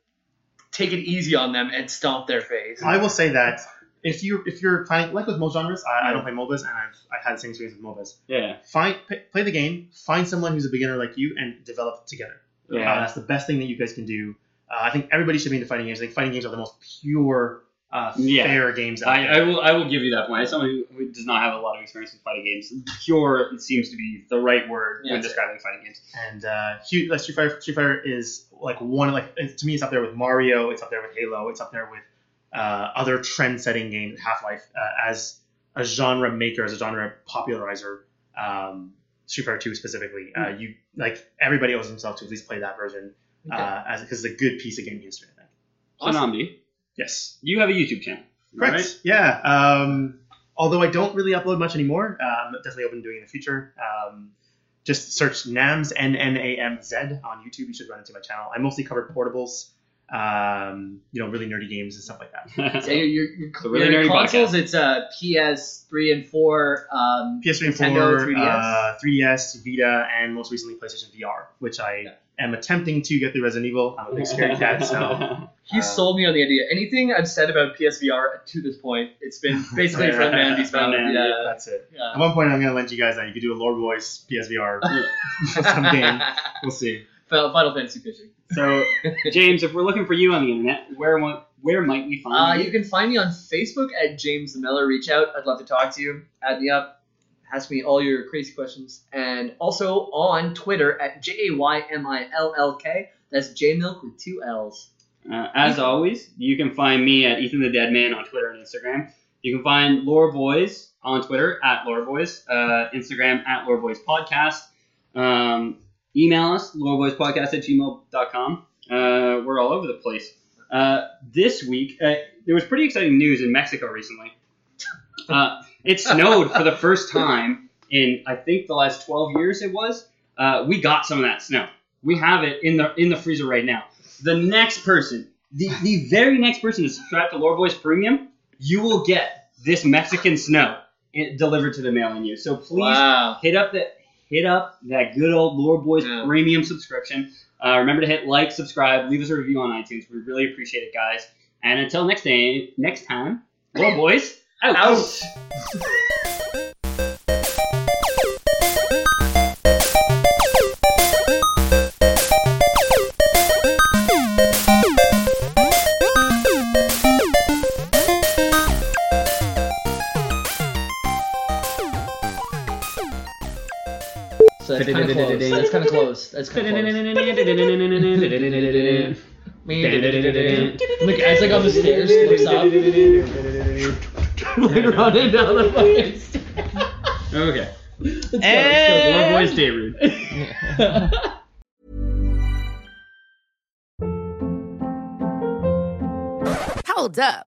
Speaker 6: take it easy on them and stomp their face.
Speaker 5: I will say that if you if you're playing like with most genres, I, I don't play MOBAs, and I've I've had the same experience with MOBAs.
Speaker 3: yeah,
Speaker 5: Find p- play the game, find someone who's a beginner like you, and develop together. Uh,
Speaker 3: yeah,
Speaker 5: that's the best thing that you guys can do. Uh, I think everybody should be into fighting games. I think fighting games are the most pure, uh,
Speaker 3: Yeah.
Speaker 5: fair games. out
Speaker 3: I,
Speaker 5: there.
Speaker 3: I will. I will give you that point. As someone who, who does not have a lot of experience with fighting games, pure seems to be the right word
Speaker 6: Yeah.
Speaker 3: when describing fighting games.
Speaker 5: And uh, huge, like Street Fighter, Street Fighter is like one like it's- to me, it's up there with Mario, it's up there with Halo, it's up there with uh, other trend-setting games, Half Life uh, as a genre maker, as a genre popularizer. Um, Street Fighter Two specifically, uh, you like everybody owes themselves to at least play that version uh, as because it's a good piece of game history. I think.
Speaker 3: Awesome. Anamdi,
Speaker 5: Yes,
Speaker 3: you have a YouTube channel,
Speaker 5: correct.
Speaker 3: right?
Speaker 5: Yeah. Um, although I don't really upload much anymore, uh, I'm definitely open to doing it in the future. Um, just search NAMS N N A M Z on YouTube. You should run into my channel. I mostly cover portables, um, you know, really nerdy games and stuff like that.
Speaker 6: So your, your, your,
Speaker 3: a really
Speaker 6: your
Speaker 3: nerdy
Speaker 6: consoles, it's uh, PS3 and 4. Um,
Speaker 5: PS3 and
Speaker 6: Nintendo,
Speaker 5: 4,
Speaker 6: 3DS.
Speaker 5: Uh, 3DS, Vita, and most recently PlayStation VR, which I
Speaker 6: Yeah.
Speaker 5: am attempting to get through Resident Evil. I'm a
Speaker 3: [laughs]
Speaker 5: big scary cat, so
Speaker 6: He
Speaker 5: Uh,
Speaker 6: sold me on the idea. Anything I've said about PSVR to this point, it's been [laughs] basically
Speaker 5: Yeah,
Speaker 6: from Mandy's
Speaker 3: from
Speaker 6: mouth.
Speaker 3: Mandy,
Speaker 6: Yeah,
Speaker 5: that's it. At
Speaker 6: yeah.
Speaker 5: [laughs] one point, I'm going to lend you guys that. You could do a Lord Boys
Speaker 6: [laughs]
Speaker 5: [laughs] PSVR some game. We'll see.
Speaker 6: Final, [laughs] Final Fantasy fishing.
Speaker 3: so, James, if we're looking for you on the internet, where mo- where might we find
Speaker 6: Uh,
Speaker 3: you?
Speaker 6: you can find me on Facebook at James Miller. Reach out. I'd love to talk to you. Add me up. Ask me all your crazy questions. And also on Twitter at J A Y M I L L K. That's J Milk with two L's.
Speaker 3: Uh, as always, you can find me at Ethan the Dead Man on Twitter and Instagram. You can find Lore Boys on Twitter at Lore Boys, uh, Instagram at Lore Boys Podcast. Um, email us, loreboyspodcast at gmail.com. Uh, we're all over the place. Uh, this week, uh, there was pretty exciting news in Mexico recently. Uh, it snowed for the first time in, I think, the last 12 years it was. Uh, we got some of that snow. We have it in the in the freezer right now. The next person, the, the very next person to subscribe to Lore Boys Premium, you will get this Mexican snow i- delivered to the mail in you. So please
Speaker 6: Wow.
Speaker 3: hit up that hit up that good old Lore Boys
Speaker 6: Yeah.
Speaker 3: premium subscription. Uh, remember to hit like, subscribe, leave us a review on iTunes. We really appreciate it, guys. And until next day, next time, Lore Boys out.
Speaker 6: Out. So that's kind of close. That's kind of close. That's kind of
Speaker 3: [laughs]
Speaker 6: close. Look, as like on the stairs, looks up. We're running down the
Speaker 3: [laughs]
Speaker 6: fucking stairs.
Speaker 3: Okay.
Speaker 6: Let's
Speaker 3: Lore
Speaker 6: go,
Speaker 3: Boys Day Rude.
Speaker 6: let's go.
Speaker 7: Hold up.